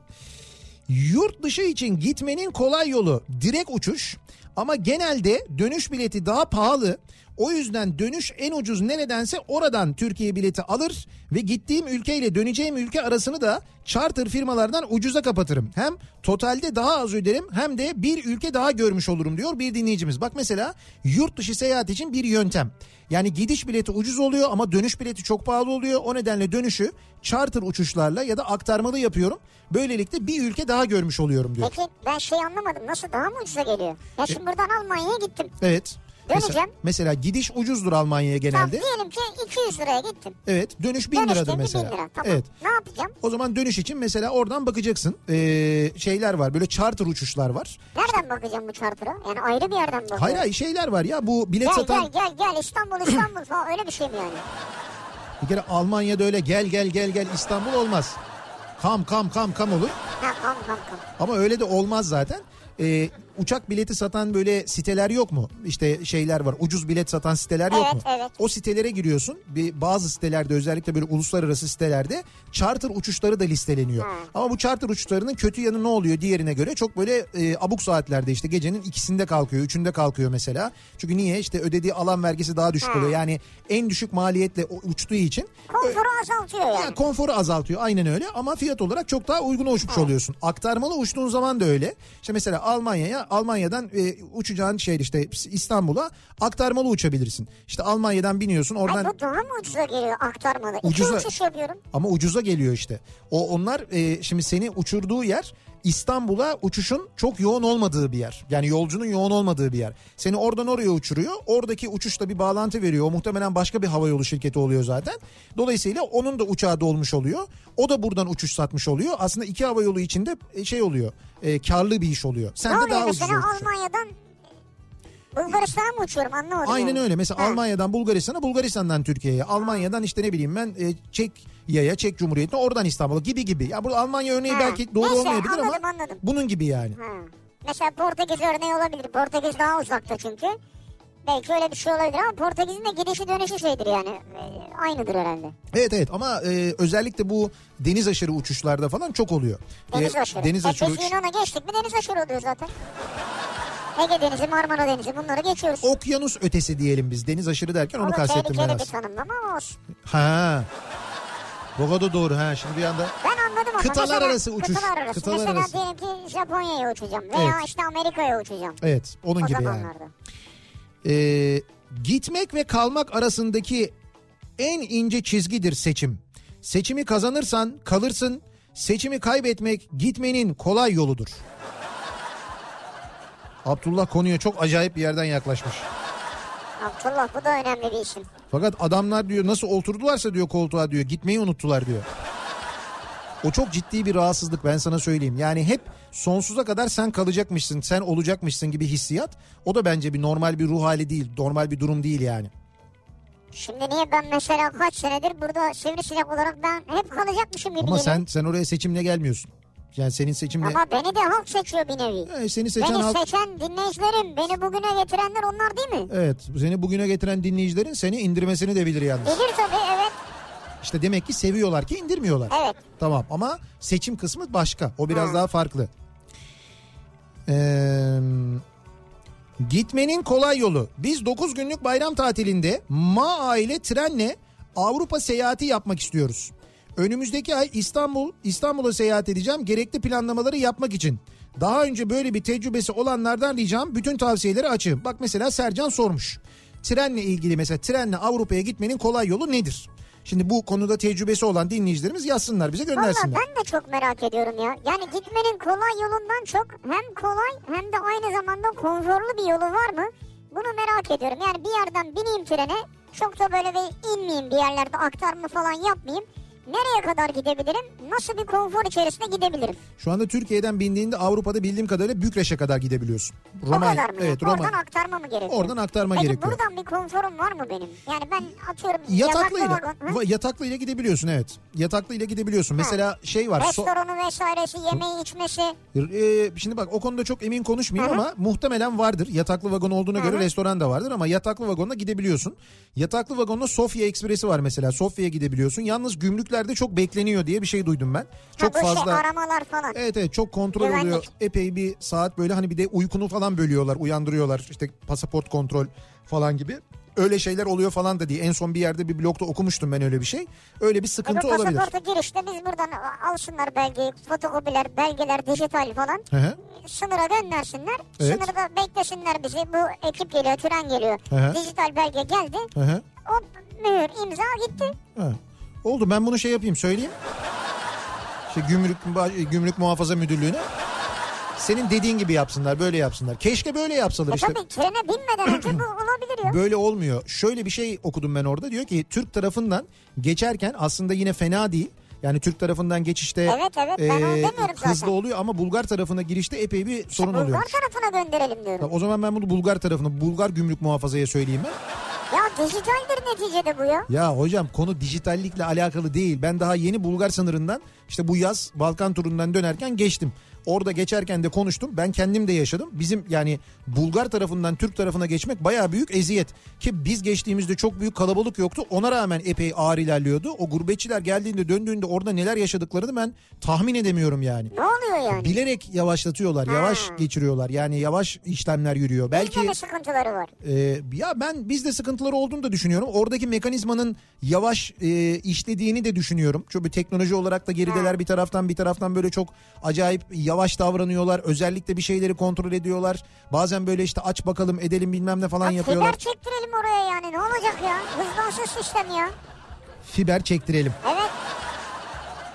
Yurt dışı için gitmenin kolay yolu direkt uçuş ama genelde dönüş bileti daha pahalı. O yüzden dönüş en ucuz neredense oradan Türkiye bileti alır ve gittiğim ülke ile döneceğim ülke arasını da charter firmalardan ucuza kapatırım. Hem totalde daha az öderim hem de bir ülke daha görmüş olurum diyor bir dinleyicimiz. Bak mesela yurt dışı seyahat için bir yöntem. Yani gidiş bileti ucuz oluyor ama dönüş bileti çok pahalı oluyor. O nedenle dönüşü charter uçuşlarla ya da aktarmalı yapıyorum. Böylelikle bir ülke daha görmüş oluyorum diyor. Peki ben şey anlamadım nasıl daha mı ucuza geliyor? E- Ya şimdi buradan Almanya'ya gittim. Evet. Mesela, Döneceğim. mesela gidiş ucuzdur Almanya'ya Tamam genelde. diyelim ki 200 liraya gittim. Evet dönüş 1000 Dönüştüm liradır 1000 mesela. lira. Tamam. Evet. Ne yapacağım? O zaman dönüş için mesela oradan bakacaksın. Ee, şeyler var böyle charter uçuşlar var. Nereden bakacağım bu charter'a? Yani ayrı bir yerden bakıyorum. Hayır hayır şeyler var ya bu bilet Gel satan. gel gel gel İstanbul İstanbul falan öyle bir şey mi yani? Bir kere Almanya'da öyle gel gel gel gel İstanbul olmaz. Kam kam kam kam olur. Ha kam kam kam. Ama öyle de olmaz zaten. Ee, uçak bileti satan böyle siteler yok mu? İşte şeyler var. Ucuz bilet satan siteler yok Evet, mu? evet. O sitelere giriyorsun. Bir bazı sitelerde özellikle böyle uluslararası sitelerde charter uçuşları da listeleniyor. Hmm. Ama bu charter uçuşlarının kötü yanı ne oluyor diğerine göre? Çok böyle e, abuk saatlerde işte gecenin ikisinde kalkıyor, üçünde kalkıyor mesela. Çünkü niye? İşte ödediği alan vergisi daha Hmm. düşük oluyor. Yani en düşük maliyetle o- uçtuğu için Konforu azaltıyor yani. ya konforu azaltıyor aynen öyle ama fiyat olarak çok daha uyguna uçmuş oluyorsun. Aktarmalı uçtuğun zaman da öyle. İşte mesela Almanya'ya Almanya'dan e, uçacağın şehir işte İstanbul'a aktarmalı uçabilirsin. İşte Almanya'dan biniyorsun Ay oradan bu daha mı ucuza geliyor aktarmalı? Ucuza- İki uçuş yapıyorum. ama ucuza geliyor işte. O onlar e, şimdi seni uçurduğu yer İstanbul'a uçuşun çok yoğun olmadığı bir yer. Yani yolcunun yoğun olmadığı bir yer. Seni oradan oraya uçuruyor. Oradaki uçuşla bir bağlantı veriyor. O muhtemelen başka bir havayolu şirketi oluyor zaten. Dolayısıyla onun da uçağı dolmuş oluyor. O da buradan uçuş satmış oluyor. Aslında iki havayolu içinde e, şey oluyor. E, karlı bir iş oluyor. Ne Sen de oluyor daha ucuz mesela uçuyorsun. Almanya'dan e, Bulgaristan'a mı uçuyorum anlamadım. Aynen yani. öyle. Mesela Ha. Almanya'dan Bulgaristan'a, Bulgaristan'dan Türkiye'ye, Almanya'dan işte ne bileyim ben e, Çekya'ya, Çek Cumhuriyeti'ne, oradan İstanbul'a gibi gibi. Ya burada Almanya örneği Ha. belki doğru Neyse, olmayabilir anladım, ama anladım. bunun gibi yani. Ha. Mesela Portekiz örneği olabilir. Portekiz daha uzakta çünkü. Belki öyle bir şey olabilir ama Portekiz'in de gidişi dönüşü şeydir yani. Ee, Aynıdır herhalde. Evet evet ama e, özellikle bu deniz aşırı uçuşlarda falan çok oluyor. Deniz E, aşırı. Deniz E, aşırı biz uç- Yunan'a geçtik mi deniz aşırı oluyor zaten. Ege Denizi, Marmara Denizi bunları geçiyoruz. Okyanus ötesi diyelim biz. Deniz aşırı derken onu Ama kastettim ben tehlikeli bir şey. aslında. tanımlama ama olsun. Ha. Bu kadar doğru ha. Şimdi bir anda Ben anladım ama. Kıtalar mesela- arası uçuş. Kıtalar arası. Kıtalar mesela arası. diyelim ki Japonya'ya uçacağım veya Evet. işte Amerika'ya uçacağım. evet onun o gibi yani. zamanlarda. Ee, gitmek ve kalmak arasındaki en ince çizgidir seçim. Seçimi kazanırsan kalırsın. Seçimi kaybetmek gitmenin kolay yoludur. Abdullah konuya çok acayip bir yerden yaklaşmış. Abdullah bu da önemli bir isim. Fakat adamlar diyor nasıl oturdularsa diyor koltuğa diyor gitmeyi unuttular diyor. O çok ciddi bir rahatsızlık ben sana söyleyeyim. Yani hep sonsuza kadar sen kalacakmışsın, sen olacakmışsın gibi hissiyat. O da bence bir normal bir ruh hali değil, normal bir durum değil yani. Şimdi niye ben mesela kaç senedir burada sivrisinek olarak ben hep kalacakmışım gibi Ama geliyor. sen sen oraya seçimle gelmiyorsun. Yani senin seçimle... Ama beni de halk seçiyor bir nevi. Ee, seni seçen Beni halk... seçen dinleyicilerim, beni bugüne getirenler onlar değil mi? Evet seni bugüne getiren dinleyicilerin seni indirmesini de bilir yalnız. Bilir tabii evet. İşte demek ki seviyorlar ki indirmiyorlar. Evet. Tamam ama seçim kısmı başka. O biraz Ha. daha farklı. Ee, gitmenin kolay yolu. Biz 9 günlük bayram tatilinde Ma aile trenle Avrupa seyahati yapmak istiyoruz. Önümüzdeki ay İstanbul İstanbul'a seyahat edeceğim gerekli planlamaları yapmak için. Daha önce böyle bir tecrübesi olanlardan ricam bütün tavsiyeleri açığım. Bak mesela Sercan sormuş. Trenle ilgili mesela trenle Avrupa'ya gitmenin kolay yolu nedir? Şimdi bu konuda tecrübesi olan dinleyicilerimiz yazsınlar bize Valla göndersinler. ben de çok merak ediyorum ya. Yani gitmenin kolay yolundan çok hem kolay hem de aynı zamanda konforlu bir yolu var mı? Bunu merak ediyorum. Yani bir yerden bineyim trene çok da böyle bir inmeyeyim bir yerlerde aktarma falan yapmayayım. Nereye kadar gidebilirim? Nasıl bir konfor içerisinde gidebilirim? Şu anda Türkiye'den bindiğinde Avrupa'da bildiğim kadarıyla Bükreş'e kadar gidebiliyorsun. o kadar mı? Evet, Oradan Roma. aktarma mı gerekiyor? Oradan aktarma Peki gerekiyor. buradan bir konforum var mı benim? Yani ben atıyorum Yataklıyla vagon- Hı? va- yataklıyla gidebiliyorsun evet. Yataklıyla gidebiliyorsun. Mesela şey var. so- Restoranı vesairesi, yemeği içmesi. e, şimdi bak o konuda çok emin konuşmayayım ama muhtemelen vardır. Yataklı vagon olduğuna göre restoran da vardır ama yataklı vagonla gidebiliyorsun. Yataklı vagonla Sofya Ekspresi var mesela. Sofya'ya gidebiliyorsun. Yalnız gümrüklerde çok bekleniyor diye bir şey duydum ben. Çok ha, bu fazla Şey, aramalar falan. Evet evet çok kontrol Güvenlik. oluyor. Epey bir saat böyle hani bir de uykunu falan bölüyorlar, uyandırıyorlar. İşte pasaport kontrol falan gibi. Öyle şeyler oluyor falan da diye. En son bir yerde bir blogda okumuştum ben öyle bir şey. Öyle bir E bu sıkıntı olabilir. pasaporta girişte biz buradan alsınlar belgeyi, fotokopiler, belgeler, dijital falan. Hı hı. Sınıra göndersinler. Evet. Sınırda beklesinler bizi. Bu ekip geliyor, tren geliyor. Hı hı. Dijital belge geldi. Hı hı. Hop mühür, imza gitti. Ha. Oldu ben bunu şey yapayım söyleyeyim. İşte gümrük, gümrük muhafaza müdürlüğüne. Senin dediğin gibi yapsınlar böyle yapsınlar. Keşke böyle yapsalar E işte. tabii trene binmeden önce bu olabilir ya. Böyle olmuyor. Şöyle bir şey okudum ben orada. Diyor ki Türk tarafından geçerken aslında yine fena değil. Yani Türk tarafından geçişte Evet, evet, ben onu demiyorum hızlı zaten. oluyor ama Bulgar tarafına girişte epey bir sorun Bulgar oluyor. tarafına gönderelim diyorum. O zaman ben bunu Bulgar tarafına, Bulgar gümrük muhafazaya söyleyeyim ben. Ya dijitaldir neticede bu ya. Ya hocam konu dijitallikle alakalı değil. Ben daha yeni Bulgar sınırından işte bu yaz Balkan turundan dönerken geçtim. Orada geçerken de konuştum. Ben kendim de yaşadım. Bizim yani Bulgar tarafından Türk tarafına geçmek baya büyük eziyet. Ki biz geçtiğimizde çok büyük kalabalık yoktu. Ona rağmen epey ağır ilerliyordu. O gurbetçiler geldiğinde döndüğünde orada neler yaşadıklarını ben tahmin edemiyorum yani. Ne oluyor yani? Bilerek yavaşlatıyorlar, yavaş Ha. geçiriyorlar. Yani yavaş işlemler yürüyor. Belki Bizde de sıkıntıları var. ee, ya ben bizde sıkıntıları olduğunu da düşünüyorum. Oradaki mekanizmanın yavaş e, işlediğini de düşünüyorum. Çünkü teknoloji olarak da gerideler bir taraftan bir taraftan böyle çok acayip yavaş davranıyorlar. Özellikle bir şeyleri kontrol ediyorlar. Bazen böyle işte aç bakalım edelim bilmem ne falan Ya yapıyorlar. fiber çektirelim oraya yani ne olacak ya? Hızlansın sistem ya. Fiber çektirelim. Evet.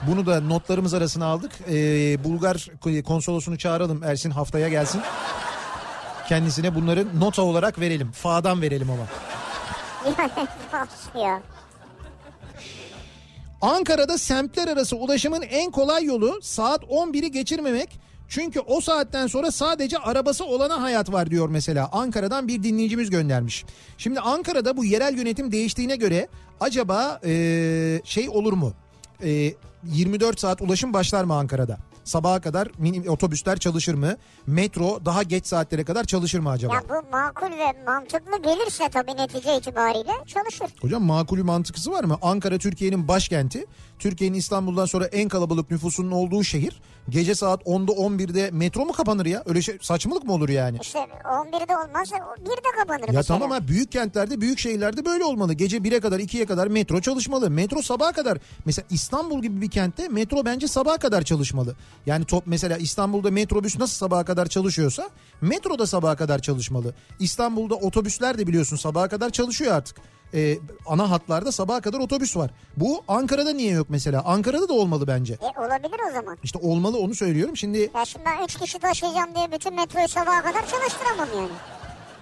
Bunu da notlarımız arasına aldık. Ee, Bulgar konsolosunu çağıralım. Ersin haftaya gelsin. Kendisine bunları nota olarak verelim. Fa'dan verelim ama. Yani nasıl ya? Ankara'da semtler arası ulaşımın en kolay yolu saat 11'i geçirmemek. Çünkü o saatten sonra sadece arabası olana hayat var diyor mesela. Ankara'dan bir dinleyicimiz göndermiş. Şimdi Ankara'da bu yerel yönetim değiştiğine göre e, acaba eee, şey olur mu? Eee, 24 saat ulaşım başlar mı Ankara'da? Sabaha kadar mini otobüsler çalışır mı? Metro daha geç saatlere kadar çalışır mı acaba? Ya bu makul ve mantıklı gelirse tabii netice itibariyle çalışır. Hocam makulü mantıkısı var mı? Ankara Türkiye'nin başkenti. Türkiye'nin İstanbul'dan sonra en kalabalık nüfusunun olduğu şehir. Gece saat 10'da 11'de metro mu kapanır ya? Öyle şey saçmalık mı olur yani? İşte 11'de olmaz, 1'de kapanır Ya mesela. tamam ha büyük kentlerde büyük şehirlerde böyle olmalı. Gece 1'e kadar 2'ye kadar metro çalışmalı. Metro sabaha kadar. Mesela İstanbul gibi bir kentte metro bence sabaha kadar çalışmalı. Yani top mesela İstanbul'da metrobüs nasıl sabaha kadar çalışıyorsa metro da sabaha kadar çalışmalı. İstanbul'da otobüsler de biliyorsun sabaha kadar çalışıyor artık. Ee, ana hatlarda sabaha kadar otobüs var. Bu Ankara'da niye yok mesela? Ankara'da da olmalı bence. E, olabilir o zaman. İşte olmalı onu söylüyorum. Şimdi Ya şimdi ben 3 kişi taşıyacağım diye bütün metroyu sabaha kadar çalıştıramam yani.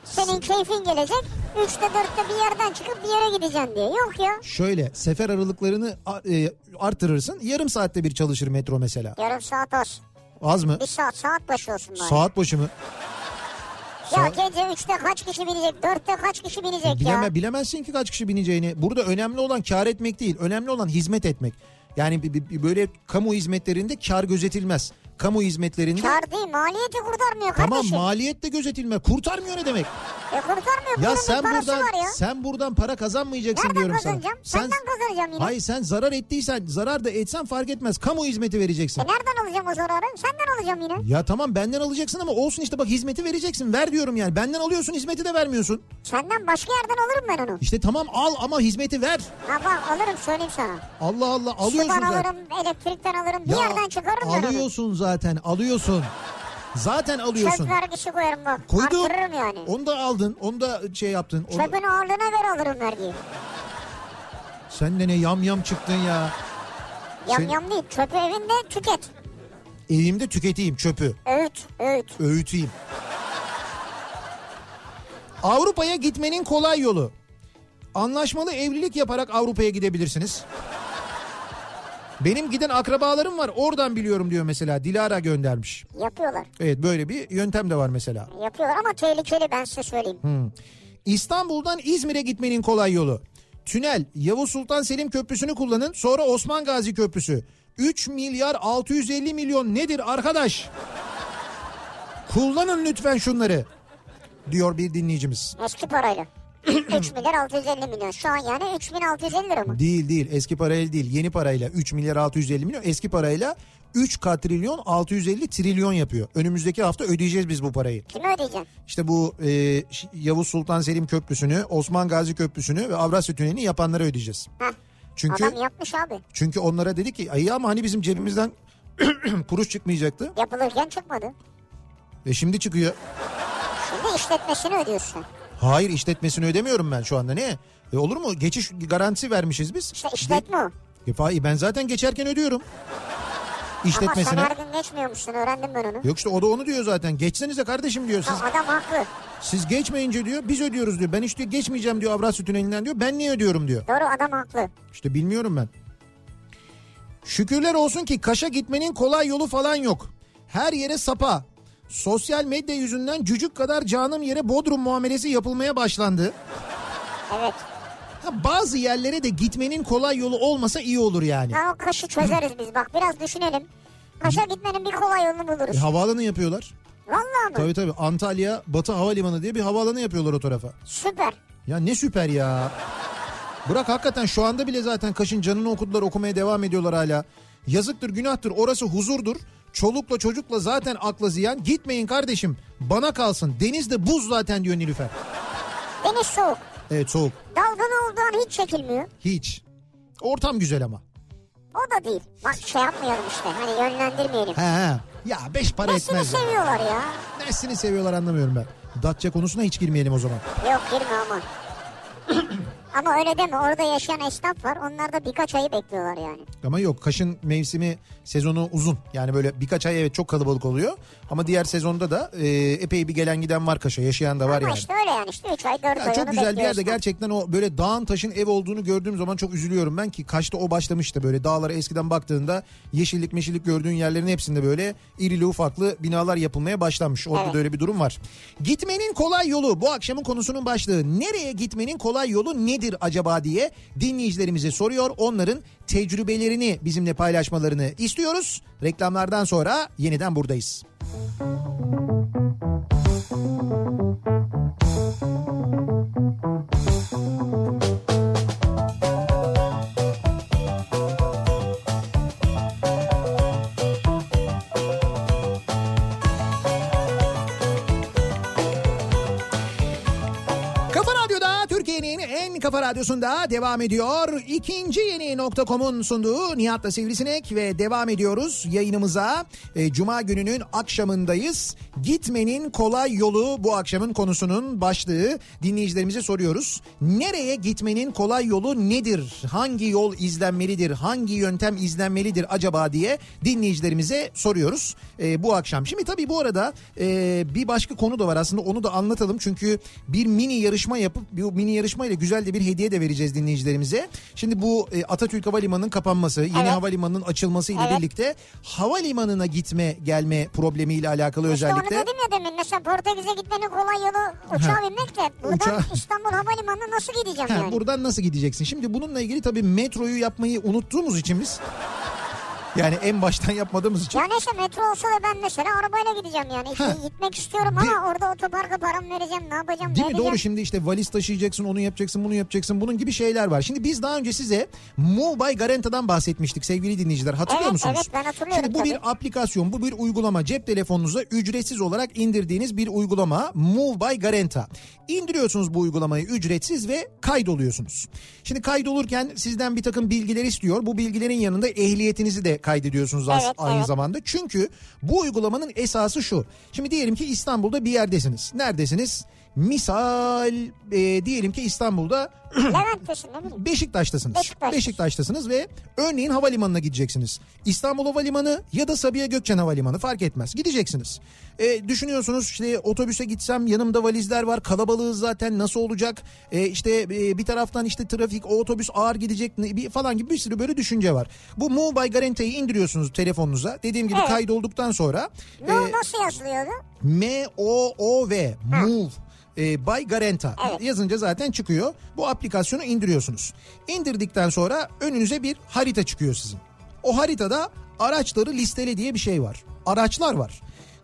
Senin keyfin gelecek, 3'te 4'te bir yerden çıkıp bir yere gideceksin diye. Yok ya. şöyle sefer aralıklarını a- e, artırırsın. Yarım saatte bir çalışır metro mesela. Yarım saat az. Az mı? Bir saat, saat başı olsun bari. Saat başı mı? Ya Saat- gece 3'te kaç kişi binecek, 4'te kaç kişi binecek ya. Bileme, bilemezsin ki kaç kişi bineceğini. Burada önemli olan kar etmek değil. Önemli olan hizmet etmek. Yani bi- bi- bi- böyle kamu hizmetlerinde kar gözetilmez. Kamu hizmetlerinde Kar değil, maliyeti kurtarmıyor tamam kardeşim. maliyet de gözetilme. Kurtarmıyor ne demek? e kurtarmıyor, bunun Ya bir sen parası buradan var ya. sen buradan para kazanmayacaksın Nereden diyorum kazanacağım? sana. Senden kazanacağım yine. Hayır sen zarar ettiysen zarar da etsen fark etmez. Kamu hizmeti vereceksin. E nereden alacağım o zararı? Senden alacağım yine. Ya tamam benden alacaksın ama olsun işte bak hizmeti vereceksin. Ver diyorum yani. Benden alıyorsun hizmeti de vermiyorsun. Senden başka yerden alırım ben onu. İşte tamam al ama hizmeti ver. Ha bak alırım söyleyeyim sana. Allah Allah alıyorsun Sudan zaten. alırım, elektrikten alırım, bir Ya, yerden çıkarırım ben onu. Alıyorsun zaten alıyorsun. Zaten alıyorsun. Çöp vergisi koyarım bak. Koydun. Arttırırım yani. Onu da aldın. Onu da şey yaptın. Onu... Çöpün ağırlığına göre alırım vergiyi. Sen de ne yam yam çıktın ya. Yam Sen- yam değil. Çöpü evinde tüket. Evimde tüketeyim çöpü. Öğüt, öğüt. Öğüteyim. Avrupa'ya gitmenin kolay yolu. Anlaşmalı evlilik yaparak Avrupa'ya gidebilirsiniz. Benim giden akrabalarım var. Oradan biliyorum diyor mesela. Dilara göndermiş. Yapıyorlar. Evet böyle bir yöntem de var mesela. Yapıyorlar ama tehlikeli ben size söyleyeyim. İstanbul'dan İzmir'e gitmenin kolay yolu. Tünel Yavuz Sultan Selim Köprüsü'nü kullanın sonra Osman Gazi Köprüsü. 3 milyar 650 milyon nedir arkadaş? Kullanın lütfen şunları diyor bir dinleyicimiz. Eski parayla. 3 milyar 650 milyon. Şu an yani 3650 lira mı? Değil değil eski parayla değil yeni parayla 3 milyar 650 milyon eski parayla 3 katrilyon 650 trilyon yapıyor. Önümüzdeki hafta ödeyeceğiz biz bu parayı. Kime ödeyeceksin? İşte bu e, Ş- Yavuz Sultan Selim Köprüsü'nü, Osman Gazi Köprüsü'nü ve Avrasya Tüneli'ni yapanlara ödeyeceğiz. Heh. Çünkü Adam yapmış abi. Çünkü onlara dedi ki ayı ama hani bizim cebimizden kuruş çıkmayacaktı. Yapılırken çıkmadı. E şimdi çıkıyor. Şimdi işletmesini ödüyorsun. Hayır işletmesini ödemiyorum ben şu anda ne? E olur mu? Geçiş garantisi vermişiz biz. İşte işletme o. De- E fa- ben zaten geçerken ödüyorum. Ama sen İşletmesine. her gün geçmiyormuşsun öğrendim ben onu. Yok işte o da onu diyor zaten. Geçsenize kardeşim diyor. Siz Ha, Adam haklı. siz geçmeyince diyor biz ödüyoruz diyor. Ben hiç diyor geçmeyeceğim diyor Avrasya Tüneli'nden diyor. Ben niye ödüyorum diyor. Doğru adam haklı. İşte bilmiyorum ben. Şükürler olsun ki Kaş'a gitmenin kolay yolu falan yok. Her yere sapa. Sosyal medya yüzünden cücük kadar canım yere Bodrum muamelesi yapılmaya başlandı. Evet. Ha, bazı yerlere de gitmenin kolay yolu olmasa iyi olur yani. Ha, o kaşı çözeriz biz bak biraz düşünelim. Kaşa gitmenin bir kolay yolunu E, buluruz. havaalanı yapıyorlar. Vallahi mı? Tabii tabii Antalya Batı Havalimanı diye bir havaalanı yapıyorlar o tarafa. Süper. Ya ne süper ya. Bırak hakikaten şu anda bile zaten Kaş'ın canını okudular okumaya devam ediyorlar hala. Yazıktır günahtır orası huzurdur. Çolukla çocukla zaten akla ziyan. Gitmeyin kardeşim bana kalsın. Deniz de buz zaten diyor Nilüfer. Deniz soğuk. Evet soğuk Dalgalı olduğun hiç çekilmiyor. hiç. Ortam güzel ama. O da değil. Bak şey yapmayalım işte. Hani yönlendirmeyelim. He he. Ya beş para Nesini etmez. ya. seviyorlar ya? Nesini seviyorlar anlamıyorum ben. Datça konusuna hiç girmeyelim o zaman. Yok girme ama. ama öyle deme. Orada yaşayan esnaf var. Onlar da birkaç ayı bekliyorlar yani. Ama yok kaşın mevsimi sezonu uzun. Yani böyle birkaç ay evet çok kalabalık oluyor. Ama diğer sezonda da e, epey bir gelen giden var kaşa. Yaşayan da var ama yani. işte öyle yani. İşte 3 ay 4 ay Ya çok onu güzel bir bekliyor yerde esnaf. gerçekten o böyle dağın taşın ev olduğunu gördüğüm zaman çok üzülüyorum ben ki kaçta o başlamıştı böyle dağlara eskiden baktığında yeşillik meşillik gördüğün yerlerin hepsinde böyle irili ufaklı binalar yapılmaya başlanmış. Orada Evet. da öyle bir durum var. Gitmenin kolay yolu bu akşamın konusunun başlığı. Nereye gitmenin kolay yolu nedir? nedir acaba diye dinleyicilerimize soruyor. Onların tecrübelerini bizimle paylaşmalarını istiyoruz. Reklamlardan sonra yeniden buradayız. Kafa Radyo'da Türkiye'nin en kafa radyosunda devam ediyor. İkinci yeni nokta.com'un sunduğu Nihat'la Sivrisinek ve devam ediyoruz yayınımıza. E, Cuma gününün akşamındayız. Gitmenin kolay yolu bu akşamın konusunun başlığı. Dinleyicilerimize soruyoruz. Nereye gitmenin kolay yolu nedir? Hangi yol izlenmelidir? Hangi yöntem izlenmelidir acaba diye dinleyicilerimize soruyoruz e, bu akşam. Şimdi tabii bu arada e, bir başka konu da var aslında onu da anlatalım. Çünkü bir mini yarışma yapıp bu mini yarışmayla güzel de bir hediye de vereceğiz dinleyicilerimize. Şimdi bu e, Atatürk Havalimanı'nın kapanması, yeni Evet. havalimanının açılması ile Evet. birlikte havalimanına gitme gelme problemiyle alakalı özellikle. İşte onu dedim ya demin mesela Portekiz'e gitmenin kolay yolu uçağa Ha. binmek de buradan Uçağa- İstanbul Havalimanı'na nasıl gideceğim Ha, yani? buradan nasıl gideceksin? Şimdi bununla ilgili tabii metroyu yapmayı unuttuğumuz için biz yani en baştan yapmadığımız için Ya neyse metro olsa da ben mesela arabayla gideceğim yani. İşte Ha. gitmek istiyorum Di- ama orada otoparka param vereceğim ne yapacağım Değil ne mi? edeceğim. Doğru şimdi işte valiz taşıyacaksın, onu yapacaksın, bunu yapacaksın. Bunun gibi şeyler var. Şimdi biz daha önce size Mobile Garanta'dan bahsetmiştik sevgili dinleyiciler. Hatırlıyor Evet, musunuz? evet, ben hatırlıyorum Şimdi bu tabii. bir aplikasyon, bu bir uygulama. Cep telefonunuza ücretsiz olarak indirdiğiniz bir uygulama Mobile Garanta. İndiriyorsunuz bu uygulamayı ücretsiz ve kaydoluyorsunuz. Şimdi kaydolurken sizden bir takım bilgiler istiyor. Bu bilgilerin yanında ehliyetinizi de kaydediyorsunuz az- Evet, aynı evet. zamanda. Çünkü bu uygulamanın esası şu. Şimdi diyelim ki İstanbul'da bir yerdesiniz. Neredesiniz? Misal e, diyelim ki İstanbul'da Levent taşı ne bileyim. Beşiktaş'tasınız. Beşiktaş. Beşiktaş'tasınız ve örneğin havalimanına gideceksiniz. İstanbul Havalimanı ya da Sabiha Gökçen Havalimanı fark etmez. Gideceksiniz. E, düşünüyorsunuz işte otobüse gitsem yanımda valizler var kalabalığız zaten nasıl olacak? E, işte e, bir taraftan işte trafik o otobüs ağır gidecek ne- bir- falan gibi bir sürü böyle düşünce var. Bu Mobile Garanti'yi indiriyorsunuz telefonunuza. Dediğim gibi Evet. kaydolduktan sonra... Ne e, o nasıl yazılıyordu? M-O-O-V Move. E, Bay Garanta Evet. yazınca zaten çıkıyor. Bu aplikasyonu indiriyorsunuz. İndirdikten sonra önünüze bir harita çıkıyor sizin. O haritada araçları listele diye bir şey var. Araçlar var.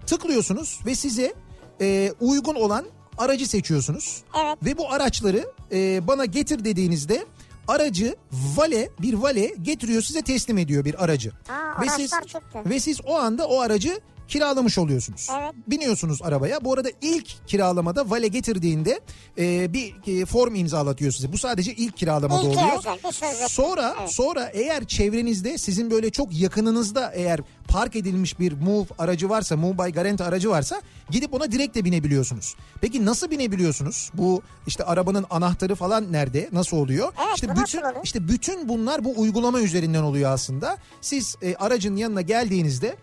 Tıklıyorsunuz ve size e, uygun olan aracı seçiyorsunuz. Evet. Ve bu araçları e, bana getir dediğinizde aracı vale bir vale getiriyor size teslim ediyor bir aracı. Aa, ve araçlar siz çıktı. ve siz o anda o aracı kiralamış oluyorsunuz. Evet. Biniyorsunuz arabaya. Bu arada ilk kiralamada vale getirdiğinde e, bir e, form imzalatıyor size. Bu sadece ilk kiralamada İlk oluyor. özel, bir sözleşme. Sonra Evet. sonra eğer çevrenizde sizin böyle çok yakınınızda eğer park edilmiş bir Move aracı varsa, Move by Garanti aracı varsa gidip ona direkt de binebiliyorsunuz. Peki nasıl binebiliyorsunuz? Bu işte arabanın anahtarı falan nerede? Nasıl oluyor? Evet, işte bu bütün nasıl oluyor? işte bütün bunlar bu uygulama üzerinden oluyor aslında. Siz e, aracın yanına geldiğinizde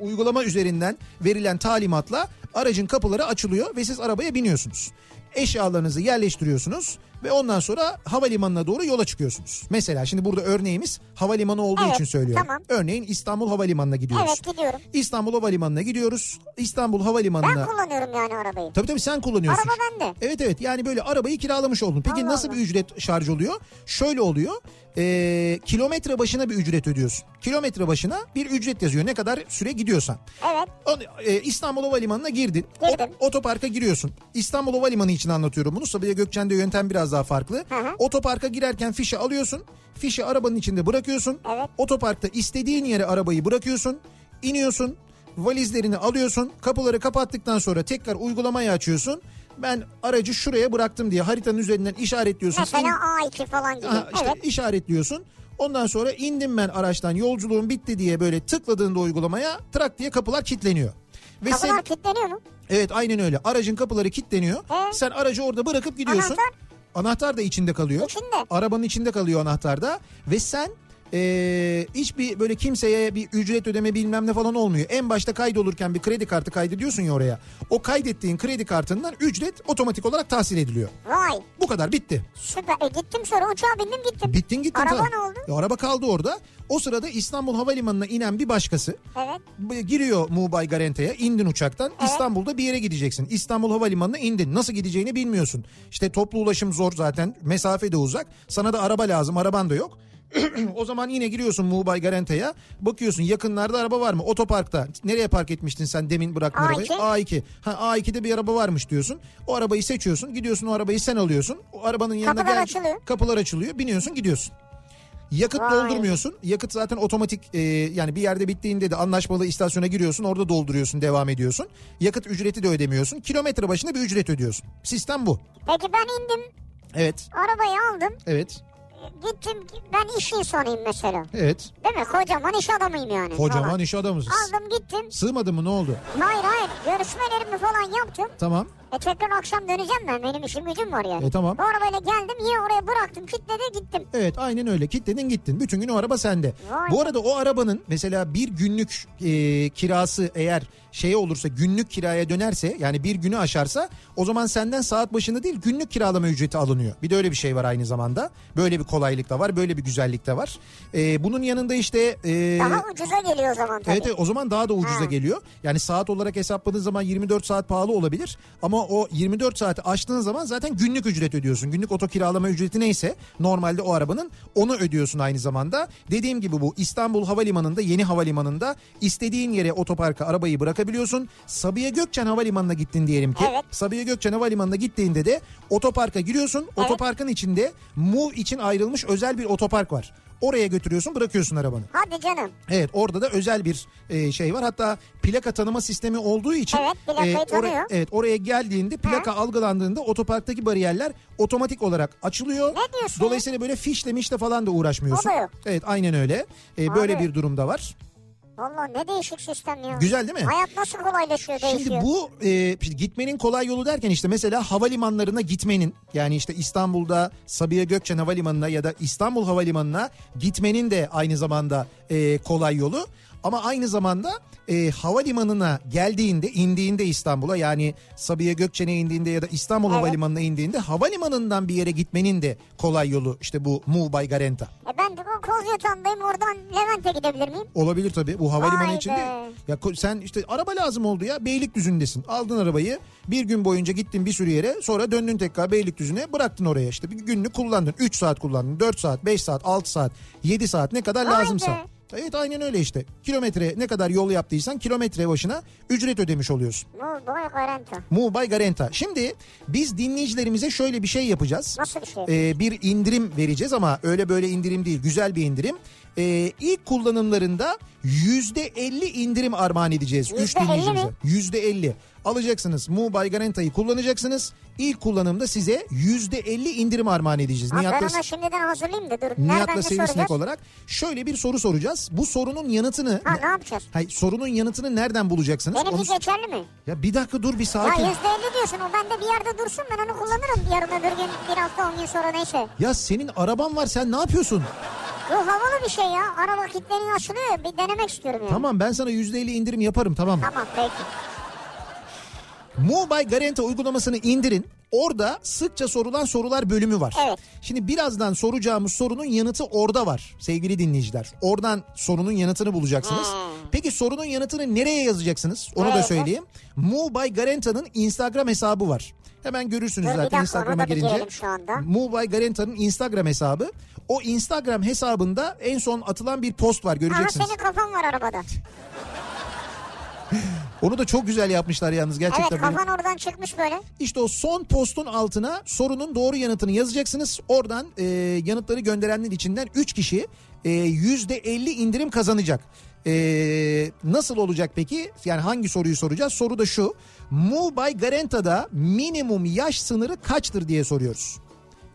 uygulama üzerinden verilen talimatla aracın kapıları açılıyor ve siz arabaya biniyorsunuz. Eşyalarınızı yerleştiriyorsunuz ve ondan sonra havalimanına doğru yola çıkıyorsunuz. Mesela şimdi burada örneğimiz havalimanı olduğu Evet, için söylüyorum. tamam. Örneğin İstanbul Havalimanı'na gidiyoruz. Evet gidiyorum. İstanbul Havalimanı'na gidiyoruz. İstanbul Ben Havalimanı'na... kullanıyorum yani arabayı. Tabii tabii sen kullanıyorsun. Araba bende. Evet evet yani böyle arabayı kiralamış oldun. Peki Allah nasıl Allah. bir ücret şarj oluyor? Şöyle oluyor. Ee, kilometre başına bir ücret ödüyorsun. Kilometre başına bir ücret yazıyor. Ne kadar süre gidiyorsan. Evet. Onu- e, İstanbul Havalimanı'na girdin. Girdim. O- otoparka giriyorsun. İstanbul Havalimanı için anlatıyorum bunu. Sabiha Gökçen'de yöntem biraz daha farklı. Hı hı. Otoparka girerken fişi alıyorsun. Fişi arabanın içinde bırakıyorsun. Evet. Otoparkta istediğin yere arabayı bırakıyorsun. İniyorsun. Valizlerini alıyorsun. Kapıları kapattıktan sonra tekrar uygulamayı açıyorsun. Ben aracı şuraya bıraktım diye haritanın üzerinden işaretliyorsun. Mesela İn- A2 falan gibi. Aha, Ee, işte evet. işaretliyorsun. Ondan sonra indim ben araçtan yolculuğum bitti diye böyle tıkladığında uygulamaya trak diye kapılar kilitleniyor. Ve Kapılar sen kilitleniyor mu? evet aynen öyle. Aracın kapıları kilitleniyor. Ee? Sen aracı orada bırakıp gidiyorsun. Anahtar? Anahtar da içinde kalıyor. İçinde. Arabanın içinde kalıyor anahtar da ve sen e, hiçbir böyle kimseye bir ücret ödeme bilmem ne falan olmuyor. En başta kaydolurken bir kredi kartı kaydediyorsun ya oraya. O kaydettiğin kredi kartından ücret otomatik olarak tahsil ediliyor. Vay Bu kadar bitti. süper. E gittim sonra uçağa bindim gittim. Bittin gittin. Araba tabii. ne oldu? Ya araba kaldı orada. O sırada İstanbul Havalimanı'na inen bir başkası Evet. b- giriyor Mubay Garanta'ya indin uçaktan İstanbul'da bir yere gideceksin. İstanbul Havalimanı'na indin nasıl gideceğini bilmiyorsun. İşte toplu ulaşım zor zaten mesafe de uzak sana da araba lazım araban da yok. o zaman yine giriyorsun Mubay Garanta'ya bakıyorsun yakınlarda araba var mı otoparkta nereye park etmiştin sen demin bıraktın A2. arabayı A2 ha, A2'de bir araba varmış diyorsun o arabayı seçiyorsun gidiyorsun o arabayı sen alıyorsun o arabanın yanına Kapılar gel- açılıyor. kapılar açılıyor biniyorsun gidiyorsun. Yakıt Vay. doldurmuyorsun. Yakıt zaten otomatik e, yani bir yerde bittiğinde de anlaşmalı istasyona giriyorsun. Orada dolduruyorsun, devam ediyorsun. Yakıt ücreti de ödemiyorsun. Kilometre başına bir ücret ödüyorsun. Sistem bu. Peki ben indim Evet. arabayı aldım Evet. gittim ben iş insanıyım mesela. Evet. Değil mi? Kocaman iş adamıyım yani. Kocaman falan. iş adamısın. Aldım gittim. Sığmadı mı ne oldu? Hayır hayır görüşmelerimi falan yaptım. Tamam. E tekrar akşam döneceğim ben. Benim işim gücüm var yani. E, tamam. Bu arabayla geldim yine oraya bıraktım. Kitlede gittim. Evet aynen öyle kitledin gittin. Bütün gün o araba sende. Vay. Bu arada o arabanın mesela bir günlük e, kirası eğer şey olursa günlük kiraya dönerse yani bir günü aşarsa o zaman senden saat başına değil günlük kiralama ücreti alınıyor. Bir de öyle bir şey var aynı zamanda. Böyle bir kolaylık da var böyle bir güzellik de var. E, bunun yanında işte... e, Daha ucuza geliyor o zaman tabii. Evet, evet, o zaman daha da ucuza Ha. geliyor. Yani saat olarak hesapladığın zaman 24 saat pahalı olabilir. Ama o 24 saati aştığın zaman zaten günlük ücret ödüyorsun. Günlük oto kiralama ücreti neyse normalde o arabanın onu ödüyorsun aynı zamanda. Dediğim gibi bu İstanbul Havalimanı'nda yeni havalimanında istediğin yere otoparka arabayı bırakabiliyorsun. Sabiha Gökçen Havalimanı'na gittin diyelim ki. Evet. Sabiha Gökçen Havalimanı'na gittiğinde de otoparka giriyorsun. Otoparkın içinde mu için ayrılmış özel bir otopark var. Oraya götürüyorsun bırakıyorsun arabanı. Hadi canım. Evet orada da özel bir e, şey var. Hatta plaka tanıma sistemi olduğu için Evet, plakayı tanıyor. evet oraya geldiğinde plaka algılandığında otoparktaki bariyerler otomatik olarak açılıyor. Ne diyorsun? Dolayısıyla böyle fişle mişle falan da uğraşmıyorsun. O da yok. Evet aynen öyle. E, böyle Abi. bir durumda var. Valla ne değişik sistem ya. Güzel değil mi? Hayat nasıl kolaylaşıyor Şimdi değişiyor. bu e, şimdi gitmenin kolay yolu derken işte mesela havalimanlarına gitmenin yani işte İstanbul'da Sabiha Gökçen Havalimanı'na ya da İstanbul Havalimanı'na gitmenin de aynı zamanda e, kolay yolu. Ama aynı zamanda e, havalimanına geldiğinde indiğinde İstanbul'a yani Sabiha Gökçen'e indiğinde ya da İstanbul Evet. Havalimanı'na indiğinde havalimanından bir yere gitmenin de kolay yolu işte bu Mubay Garanta. E ben de bu Kozyatağı'ndayım oradan Levent'e gidebilir miyim? Olabilir tabii. Bu havalimanı Vay içinde. be. Ya ko- sen işte araba lazım oldu ya. Beylikdüzü'ndesin. Aldın arabayı. Bir gün boyunca gittin bir sürü yere. Sonra döndün tekrar Beylikdüzü'ne. Bıraktın oraya işte. Bir günlük kullandın. 3 saat kullandın. 4 saat, 5 saat, 6 saat, 7 saat ne kadar Vay lazımsa. be. Evet aynen öyle işte. Kilometre ne kadar yol yaptıysan kilometre başına ücret ödemiş oluyorsun. Bu boy garanti. Mubay Garanta. Şimdi biz dinleyicilerimize şöyle bir şey yapacağız. Nasıl bir şey? Ee, bir indirim vereceğiz ama öyle böyle indirim değil. Güzel bir indirim. Ee, ilk kullanımlarında yüzde elli indirim armağan edeceğiz. %50 Üç dinleyicimize. mi? Yüzde elli. Alacaksınız. Mubay Garanta'yı kullanacaksınız. İlk kullanımda size yüzde elli indirim armağan edeceğiz. Abi ben Nihat'la- ona şimdiden hazırlayayım da dur. Nereden Nihat'la ne soracağız? Sivrisinek olarak şöyle bir soru soracağız. Bu sorunun yanıtını... Ha ne yapacağız? Hayır, sorunun yanıtını nereden bulacaksınız? Benimki Onu- geçerli mi? Ya bir dakika dur bir Ya sakin. yüzde elli diyorsun o bende bir yerde dursun ben onu kullanırım yarın öbür gün bir hafta on gün sonra neyse. Ya senin araban var sen ne yapıyorsun? Bu havalı bir şey ya ara vakitlerin açılıyor ya, bir denemek istiyorum yani. Tamam ben sana %50 indirim yaparım tamam mı? Tamam peki. Mobile Garanta uygulamasını indirin. Orada sıkça sorulan sorular bölümü var. Evet. Şimdi birazdan soracağımız sorunun yanıtı orada var sevgili dinleyiciler. Oradan sorunun yanıtını bulacaksınız. Peki sorunun yanıtını nereye yazacaksınız? Onu da Hmm. Nereye? söyleyeyim. Mobile Garanta'nın Instagram hesabı var. Hemen görürsünüz Dur bir zaten dakika, Instagram'a ona da bir girince. girelim şu anda. Mobile Garanta'nın Instagram hesabı. O Instagram hesabında en son atılan bir post var Aha göreceksiniz. senin kafan var arabada. Onu da çok güzel yapmışlar yalnız gerçekten. Evet benim- kafan oradan çıkmış böyle. İşte o son postun altına sorunun doğru yanıtını yazacaksınız. Oradan e, yanıtları gönderenler içinden 3 kişi e, %50 indirim kazanacak. E, nasıl olacak peki? Yani hangi soruyu soracağız? Soru da şu. Mubay Garanta'da minimum yaş sınırı kaçtır diye soruyoruz.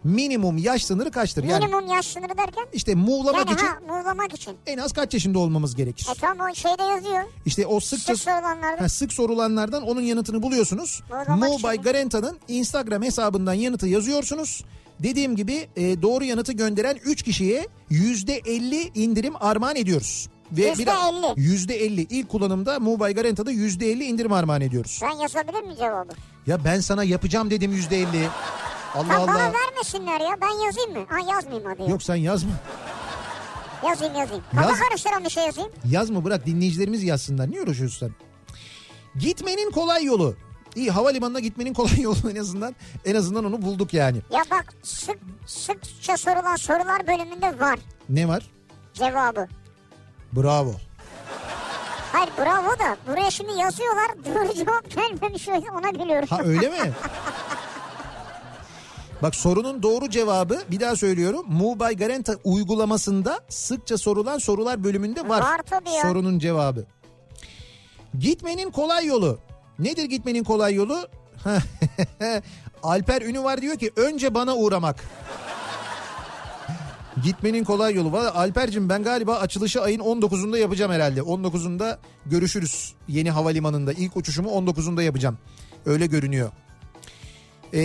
Minimum yaş sınırı kaçtır? Yani Minimum yaş sınırı derken. işte muğlamak Yani için ha muğlamak için. en az kaç yaşında olmamız gerekir? E tamam o şeyde yazıyor. İşte o sıkça Sık sorulanlarda. Ha, sık sorulanlardan onun yanıtını buluyorsunuz. Doğru, bak Mobile şimdi. Garanta'nın Instagram hesabından yanıtı yazıyorsunuz. Dediğim gibi e, doğru yanıtı gönderen 3 kişiye %50 indirim armağan ediyoruz. Ve Yüzde biraz- elli. Yüzde elli. İlk kullanımda Mobile Garanta'da yüzde elli indirim armağan ediyoruz. Ben yazabilir miyim cevabı? Ya ben sana yapacağım dedim yüzde elli. Allah Ha, bana Allah. vermesinler ya ben yazayım mı? Ha yazmayayım hadi. ya. Yok sen yazma. Yazayım yazayım. Kafa Yaz. karıştıran bir şey yazayım. Yazma bırak dinleyicilerimiz yazsınlar. Niye uğraşıyorsun sen? Gitmenin kolay yolu. İyi havalimanına gitmenin kolay yolu en azından. En azından onu bulduk yani. Ya bak sık sıkça sorulan sorular bölümünde var Ne var? cevabı. Bravo. Hayır bravo da buraya şimdi yazıyorlar doğru cevap gelmemiş o yüzden ona gülüyorum. Ha öyle mi? Bak sorunun doğru cevabı bir daha söylüyorum. Mobile Garanta uygulamasında sıkça sorulan sorular bölümünde var. Var tabii ya. Sorunun cevabı. Gitmenin kolay yolu. Nedir gitmenin kolay yolu? Alper Ünü var diyor ki önce bana uğramak. Gitmenin kolay yolu. Valla Alper'cim ben galiba açılışı ayın 19'unda yapacağım herhalde. 19'unda görüşürüz yeni havalimanında. İlk uçuşumu 19'unda yapacağım. Öyle görünüyor. Ee,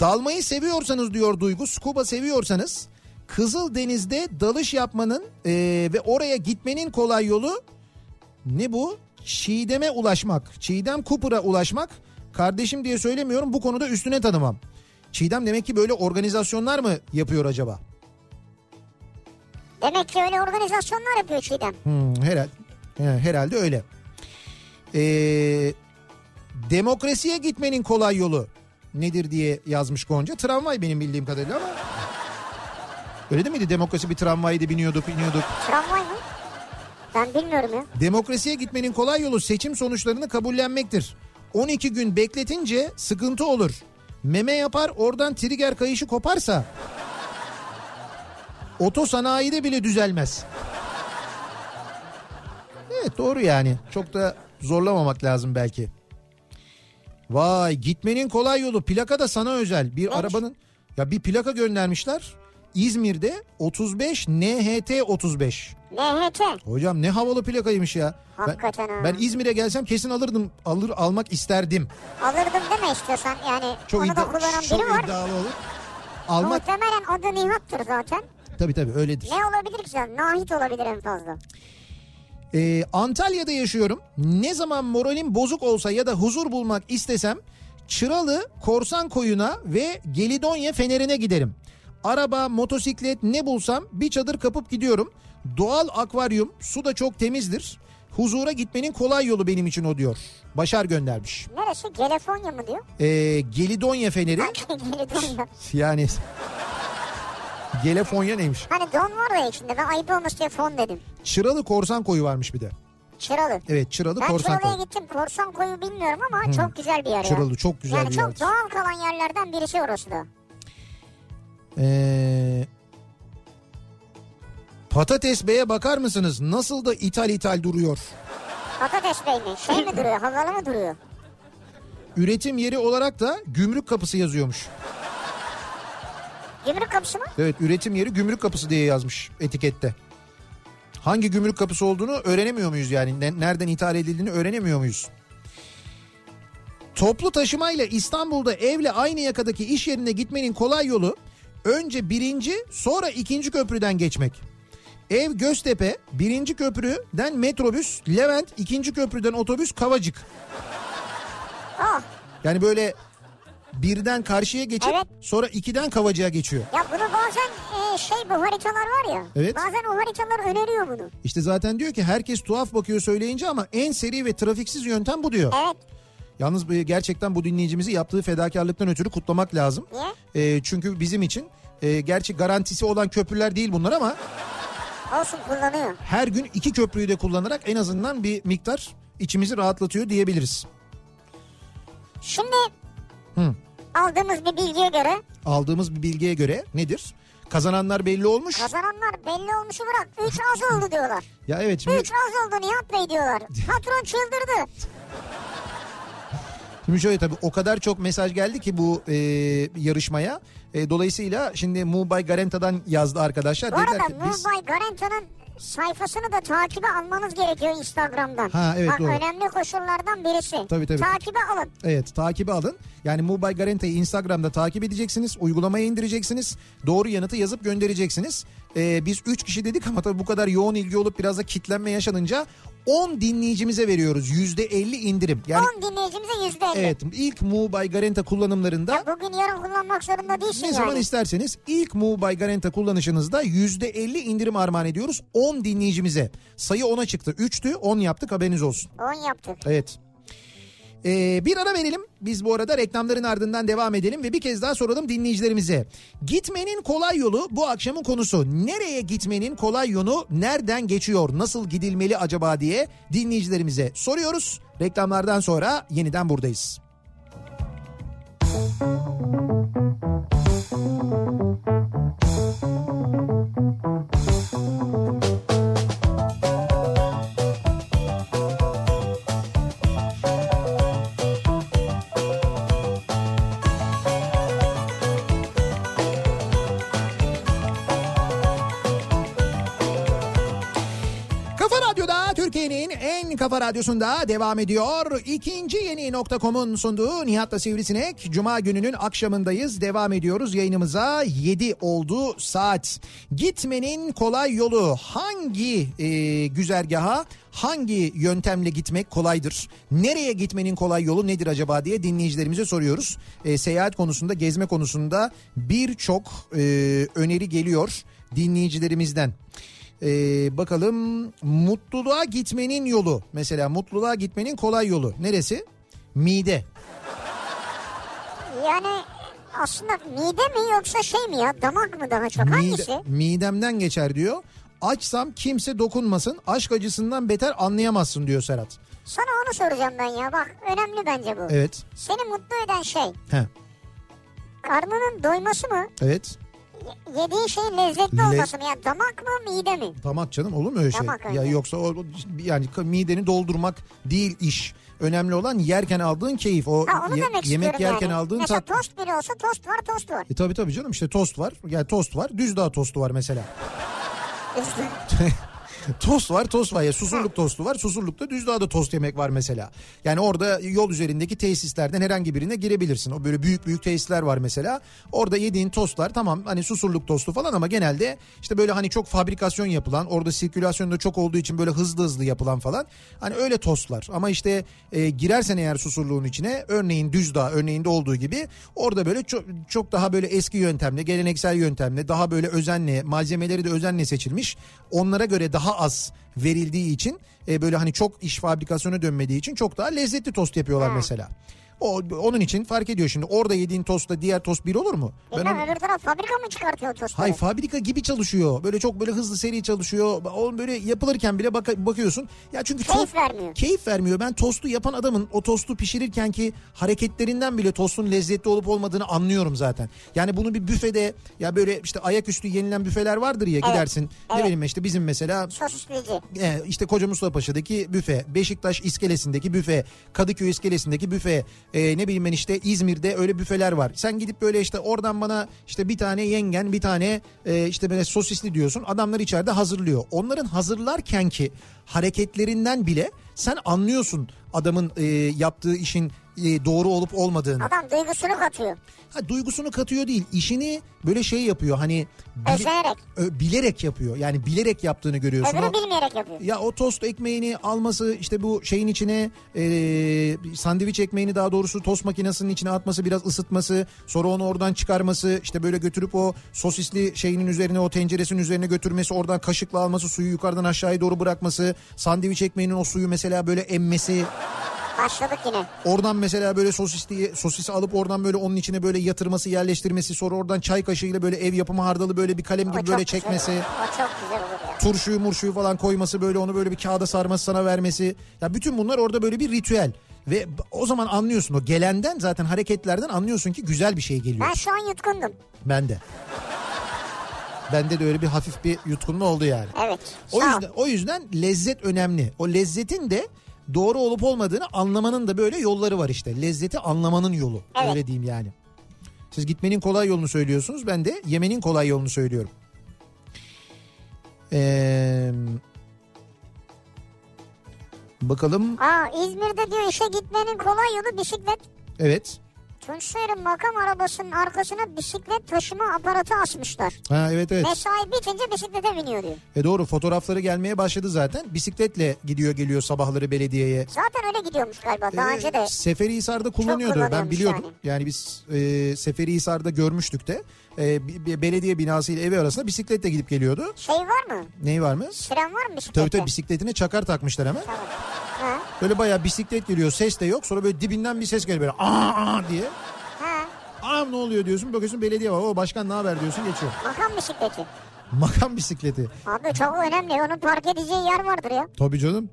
dalmayı seviyorsanız diyor Duygu, scuba seviyorsanız Kızıldeniz'de dalış yapmanın ee, ve oraya gitmenin kolay yolu ne bu? Çiğdem'e ulaşmak. Çiğdem Cooper'a ulaşmak. Kardeşim diye söylemiyorum bu konuda üstüne tanımam. Çiğdem demek ki böyle organizasyonlar mı yapıyor acaba? Demek ki öyle organizasyonlar yapıyor Çiğdem. Hmm, herhalde, herhalde öyle. Ee, demokrasiye gitmenin kolay yolu nedir diye yazmış Gonca. Tramvay benim bildiğim kadarıyla ama... Öyle değil miydi? Demokrasi bir tramvaydı biniyorduk iniyorduk. Tramvay mı? Ben bilmiyorum ya. Demokrasiye gitmenin kolay yolu seçim sonuçlarını kabullenmektir. 12 gün bekletince sıkıntı olur. Meme yapar oradan trigger kayışı koparsa... Oto sanayide bile düzelmez. Evet doğru yani. Çok da zorlamamak lazım belki. Vay gitmenin kolay yolu plaka da sana özel. Bir arabanın ya bir plaka göndermişler. İzmir'de 35 NHT 35. NHT. Hocam ne havalı plakaymış ya. Hakikaten ha. ben, ben İzmir'e gelsem kesin alırdım. Alır almak isterdim. Alırdım deme istiyorsan yani Çok, onu da iddia- kullanan çok biri var. iddialı olur. Almak Muhtemelen adı Nihat'tır zaten. tabii tabii öyledir. Ne olabilir ki canım? Nahit olabilir en fazla. Ee, Antalya'da yaşıyorum. Ne zaman moralim bozuk olsa ya da huzur bulmak istesem Çıralı Korsan Koyuna ve Gelidonya Fener'ine giderim. Araba, motosiklet ne bulsam bir çadır kapıp gidiyorum. Doğal akvaryum, su da çok temizdir. Huzura gitmenin kolay yolu benim için o diyor. Başar göndermiş. Neresi? Gelefonya mı diyor? Ee, Gelidonya Feneri Gelefonya. yani Gelefonya neymiş? Hani don var ya içinde ben ayıp olmuş diye fon dedim. Çıralı Korsan Koyu varmış bir de. Çıralı. Evet Çıralı Ben Korsan Çıralı'ya Koyu. gittim. Korsan koyu bilmiyorum ama çok güzel bir yer ya. Çıralı çok güzel yani bir çok yer. doğal kalan yerlerden birisi orası da. Ee, patates Bey'e bakar mısınız? Nasıl da ithal ithal duruyor. Patates Bey mi? Şey mi duruyor? Havalı mı duruyor? Üretim yeri olarak da gümrük kapısı yazıyormuş. Gümrük kapısı mı? Evet üretim yeri gümrük kapısı diye yazmış etikette. Hangi gümrük kapısı olduğunu öğrenemiyor muyuz yani? Ne- Nereden ithal edildiğini öğrenemiyor muyuz? Toplu taşımayla İstanbul'da evle aynı yakadaki iş yerine gitmenin kolay yolu önce birinci sonra ikinci köprüden geçmek. Ev Göztepe, birinci köprüden metrobüs, Levent, ikinci köprüden otobüs, Kavacık. Oh. Yani böyle birden karşıya geçip Evet. sonra ikiden Kavacık'a geçiyor. Ya bunu bazen e, şey bu haritalar var ya. Evet. Bazen o haritalar öneriyor bunu. İşte zaten diyor ki herkes tuhaf bakıyor söyleyince ama en seri ve trafiksiz yöntem bu diyor. Evet. Yalnız bu- gerçekten bu dinleyicimizi yaptığı fedakarlıktan ötürü kutlamak lazım. Niye? Ee, çünkü bizim için e, gerçi garantisi olan köprüler değil bunlar ama Olsun kullanıyor. her gün iki köprüyü de kullanarak en azından bir miktar içimizi rahatlatıyor diyebiliriz. Şimdi Hı. aldığımız bir bilgiye göre Aldığımız bir bilgiye göre nedir? Kazananlar belli olmuş. kazananlar belli olmuşu bırak. 3 az oldu diyorlar. Ya evet şimdi, 3 az oldu Nihat Bey diyorlar. Patron çıldırdı. şimdi şöyle tabii o kadar çok mesaj geldi ki bu e, yarışmaya. E, dolayısıyla şimdi Mubay Garanta'dan yazdı arkadaşlar. Bu Dediler arada ki biz- Mumbai Garanto'nun sayfasını da takibe almanız gerekiyor Instagram'dan. Ha, evet, Bak, doğru. önemli koşullardan birisi. Tabii, E- tabii. Takibe alın. Evet takibi alın. Yani Mobile Garanti'yi Instagram'da takip edeceksiniz. Uygulamaya indireceksiniz. Doğru yanıtı yazıp göndereceksiniz. Ee, biz 3 kişi dedik ama tabii bu kadar yoğun ilgi olup biraz da kitlenme yaşanınca 10 dinleyicimize veriyoruz. %50 indirim. Yani 10 dinleyicimize %50. evet ilk Mobile Garanti kullanımlarında Bugün yarın kullanmak zorunda değilsin ne şey yani. zaman isterseniz ilk Mobile Garanta kullanışınızda %50 indirim armağan ediyoruz 10 dinleyicimize. Sayı 10'a çıktı. 3'tü 10 yaptık haberiniz olsun. 10 yaptık. Evet. Ee, bir ara verelim. Biz bu arada reklamların ardından devam edelim ve bir kez daha soralım dinleyicilerimize. Gitmenin kolay yolu bu akşamın konusu. Nereye gitmenin kolay yolu nereden geçiyor? Nasıl gidilmeli acaba diye dinleyicilerimize soruyoruz. Reklamlardan sonra yeniden buradayız. Kafa Radyo'da Türkiye'nin en kafa radyosunda devam ediyor. İkinci yeni nokta.com'un sunduğu Nihat'la Sivrisinek. Cuma gününün akşamındayız. Devam ediyoruz yayınımıza. 7 oldu saat. Gitmenin kolay yolu hangi e, güzergaha hangi yöntemle gitmek kolaydır? Nereye gitmenin kolay yolu nedir acaba diye dinleyicilerimize soruyoruz. E, seyahat konusunda gezme konusunda birçok e, öneri geliyor dinleyicilerimizden. Ee, bakalım mutluluğa gitmenin yolu. Mesela mutluluğa gitmenin kolay yolu. Neresi? Mide. Yani aslında mide mi yoksa şey mi ya damak mı daha çok hangisi? Mide- midemden geçer diyor. Açsam kimse dokunmasın. Aşk acısından beter anlayamazsın diyor Serhat. Sana onu soracağım ben ya bak önemli bence bu. Evet. Seni mutlu eden şey He. karnının doyması mı? Evet. Y- Yediğin şeyin lezzetli Lez- olması mı? Ya damak mı mide mi? Damak canım olur mu öyle şey? Damak öyle. ya yoksa o, yani mideni doldurmak değil iş. Önemli olan yerken aldığın keyif. O Ha onu ye- demek yemek istiyorum yerken yani. aldığın Mesela tat. tost bile olsa tost var tost var. E tabii tabii canım işte tost var. Yani tost var. Düzdağ tostu var mesela. tost var tost var ya susurluk tostu var susurlukta Düzdağ'da tost yemek var mesela. Yani orada yol üzerindeki tesislerden herhangi birine girebilirsin. O böyle büyük büyük tesisler var mesela. Orada yediğin tostlar tamam hani susurluk tostu falan ama genelde işte böyle hani çok fabrikasyon yapılan orada sirkülasyon da çok olduğu için böyle hızlı hızlı yapılan falan. Hani öyle tostlar ama işte e, girersen eğer susurluğun içine örneğin Düzdağ örneğinde olduğu gibi orada böyle çok, çok daha böyle eski yöntemle geleneksel yöntemle daha böyle özenle malzemeleri de özenle seçilmiş. Onlara göre daha az verildiği için e, böyle hani çok iş fabrikasyona dönmediği için çok daha lezzetli tost yapıyorlar mesela. O, onun için fark ediyor şimdi orada yediğin tostla diğer tost bir olur mu? Ben Bilmem onu- öbür taraf fabrika mı çıkartıyor tostları? Hay fabrika gibi çalışıyor. Böyle çok böyle hızlı seri çalışıyor. O böyle yapılırken bile baka- bakıyorsun. Ya çünkü Keyif tost- vermiyor. Keyif vermiyor. Ben tostu yapan adamın o tostu pişirirken ki hareketlerinden bile tostun lezzetli olup olmadığını anlıyorum zaten. Yani bunu bir büfede ya böyle işte ayaküstü yenilen büfeler vardır ya gidersin. Ne evet. bileyim işte bizim mesela Sosisleyici. e, işte Koca Mustafa Paşa'daki büfe, Beşiktaş iskelesindeki büfe, Kadıköy iskelesindeki büfe, e, ne bileyim ben işte İzmir'de öyle büfeler var. Sen gidip böyle işte oradan bana işte bir tane yengen, bir tane e, işte böyle sosisli diyorsun. Adamlar içeride hazırlıyor. Onların hazırlarken ki hareketlerinden bile sen anlıyorsun adamın e, yaptığı işin e, doğru olup olmadığını. Adam duygusunu katıyor. Ha, duygusunu katıyor değil, işini böyle şey yapıyor hani bili- Özenerek. Ö, bilerek yapıyor. Yani bilerek yaptığını görüyorsun. O- Öbürü bilmeyerek yapıyor. ya o tost ekmeğini alması işte bu şeyin içine e, sandviç ekmeğini daha doğrusu tost makinesinin içine atması biraz ısıtması sonra onu oradan çıkarması işte böyle götürüp o sosisli şeyinin üzerine o tenceresinin üzerine götürmesi oradan kaşıkla alması suyu yukarıdan aşağıya doğru bırakması sandviç ekmeğinin o suyu mesela böyle emmesi Başladık yine. Oradan mesela böyle sosisli sosisi alıp oradan böyle onun içine böyle yatırması, yerleştirmesi, sonra oradan çay kaşığıyla böyle ev yapımı hardalı böyle bir kalem O gibi çok böyle güzel. çekmesi O çok güzel olur ya. turşuyu murşuyu falan koyması böyle onu böyle bir kağıda sarması sana vermesi. Ya bütün bunlar orada böyle bir ritüel. Ve b- o zaman anlıyorsun o gelenden zaten hareketlerden anlıyorsun ki güzel bir şey geliyor. Ben şu an yutkundum. Bende. Bende de öyle bir hafif bir yutkunma oldu yani. Evet. O Sağ ol. yüzden, o yüzden lezzet önemli. O lezzetin de doğru olup olmadığını anlamanın da böyle yolları var işte. Lezzeti anlamanın yolu. Evet. Öyle diyeyim yani. Siz gitmenin kolay yolunu söylüyorsunuz. Ben de yemenin kolay yolunu söylüyorum. Ee, bakalım. Aa İzmir'de diyor işe gitmenin kolay yolu bisiklet. Evet. Tunçer'in makam arabasının arkasına bisiklet taşıma aparatı asmışlar. Ha evet evet. Mesai bitince bisiklete biniyor diyor. E doğru fotoğrafları gelmeye başladı zaten. Bisikletle gidiyor geliyor sabahları belediyeye. Zaten öyle gidiyormuş galiba daha önce de. Ee, Seferihisar'da kullanıyordu. Ben kullanıyormuş biliyordum. Yani, biz e, Seferihisar'da görmüştük de. E, bi- bi- belediye binası ile evi arasında bisikletle gidip geliyordu. Şey var mı? Neyi var mı? Tren var mı bisiklette? Tabii tabii bisikletine çakar takmışlar hemen. Tamam. Ha, Böyle bayağı bisiklet geliyor ses de yok. Sonra böyle dibinden bir ses geliyor böyle aa, aa diye. ha. Anam ne oluyor diyorsun bakıyorsun belediye var. O başkan ne haber diyorsun geçiyor. Makam bisikleti. Makam bisikleti. Abi çok önemli. Onun park edeceği yer vardır ya. Tabii canım.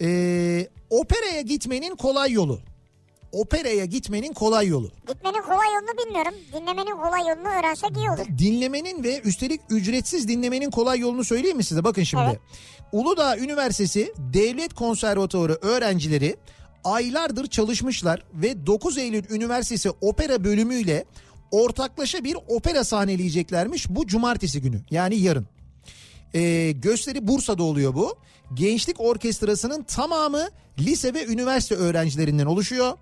Ee, operaya gitmenin kolay yolu. Operaya gitmenin kolay yolu. Gitmenin kolay yolunu bilmiyorum. Dinlemenin kolay yolunu öğrensek iyi olur. Dinlemenin ve üstelik ücretsiz dinlemenin kolay yolunu söyleyeyim mi size? Bakın şimdi. Evet. Uludağ Üniversitesi Devlet Konservatuarı öğrencileri aylardır çalışmışlar ve 9 Eylül Üniversitesi Opera bölümüyle ortaklaşa bir opera sahneleyeceklermiş bu cumartesi günü yani yarın. Ee, gösteri Bursa'da oluyor bu. Gençlik Orkestrası'nın tamamı lise ve üniversite öğrencilerinden oluşuyor.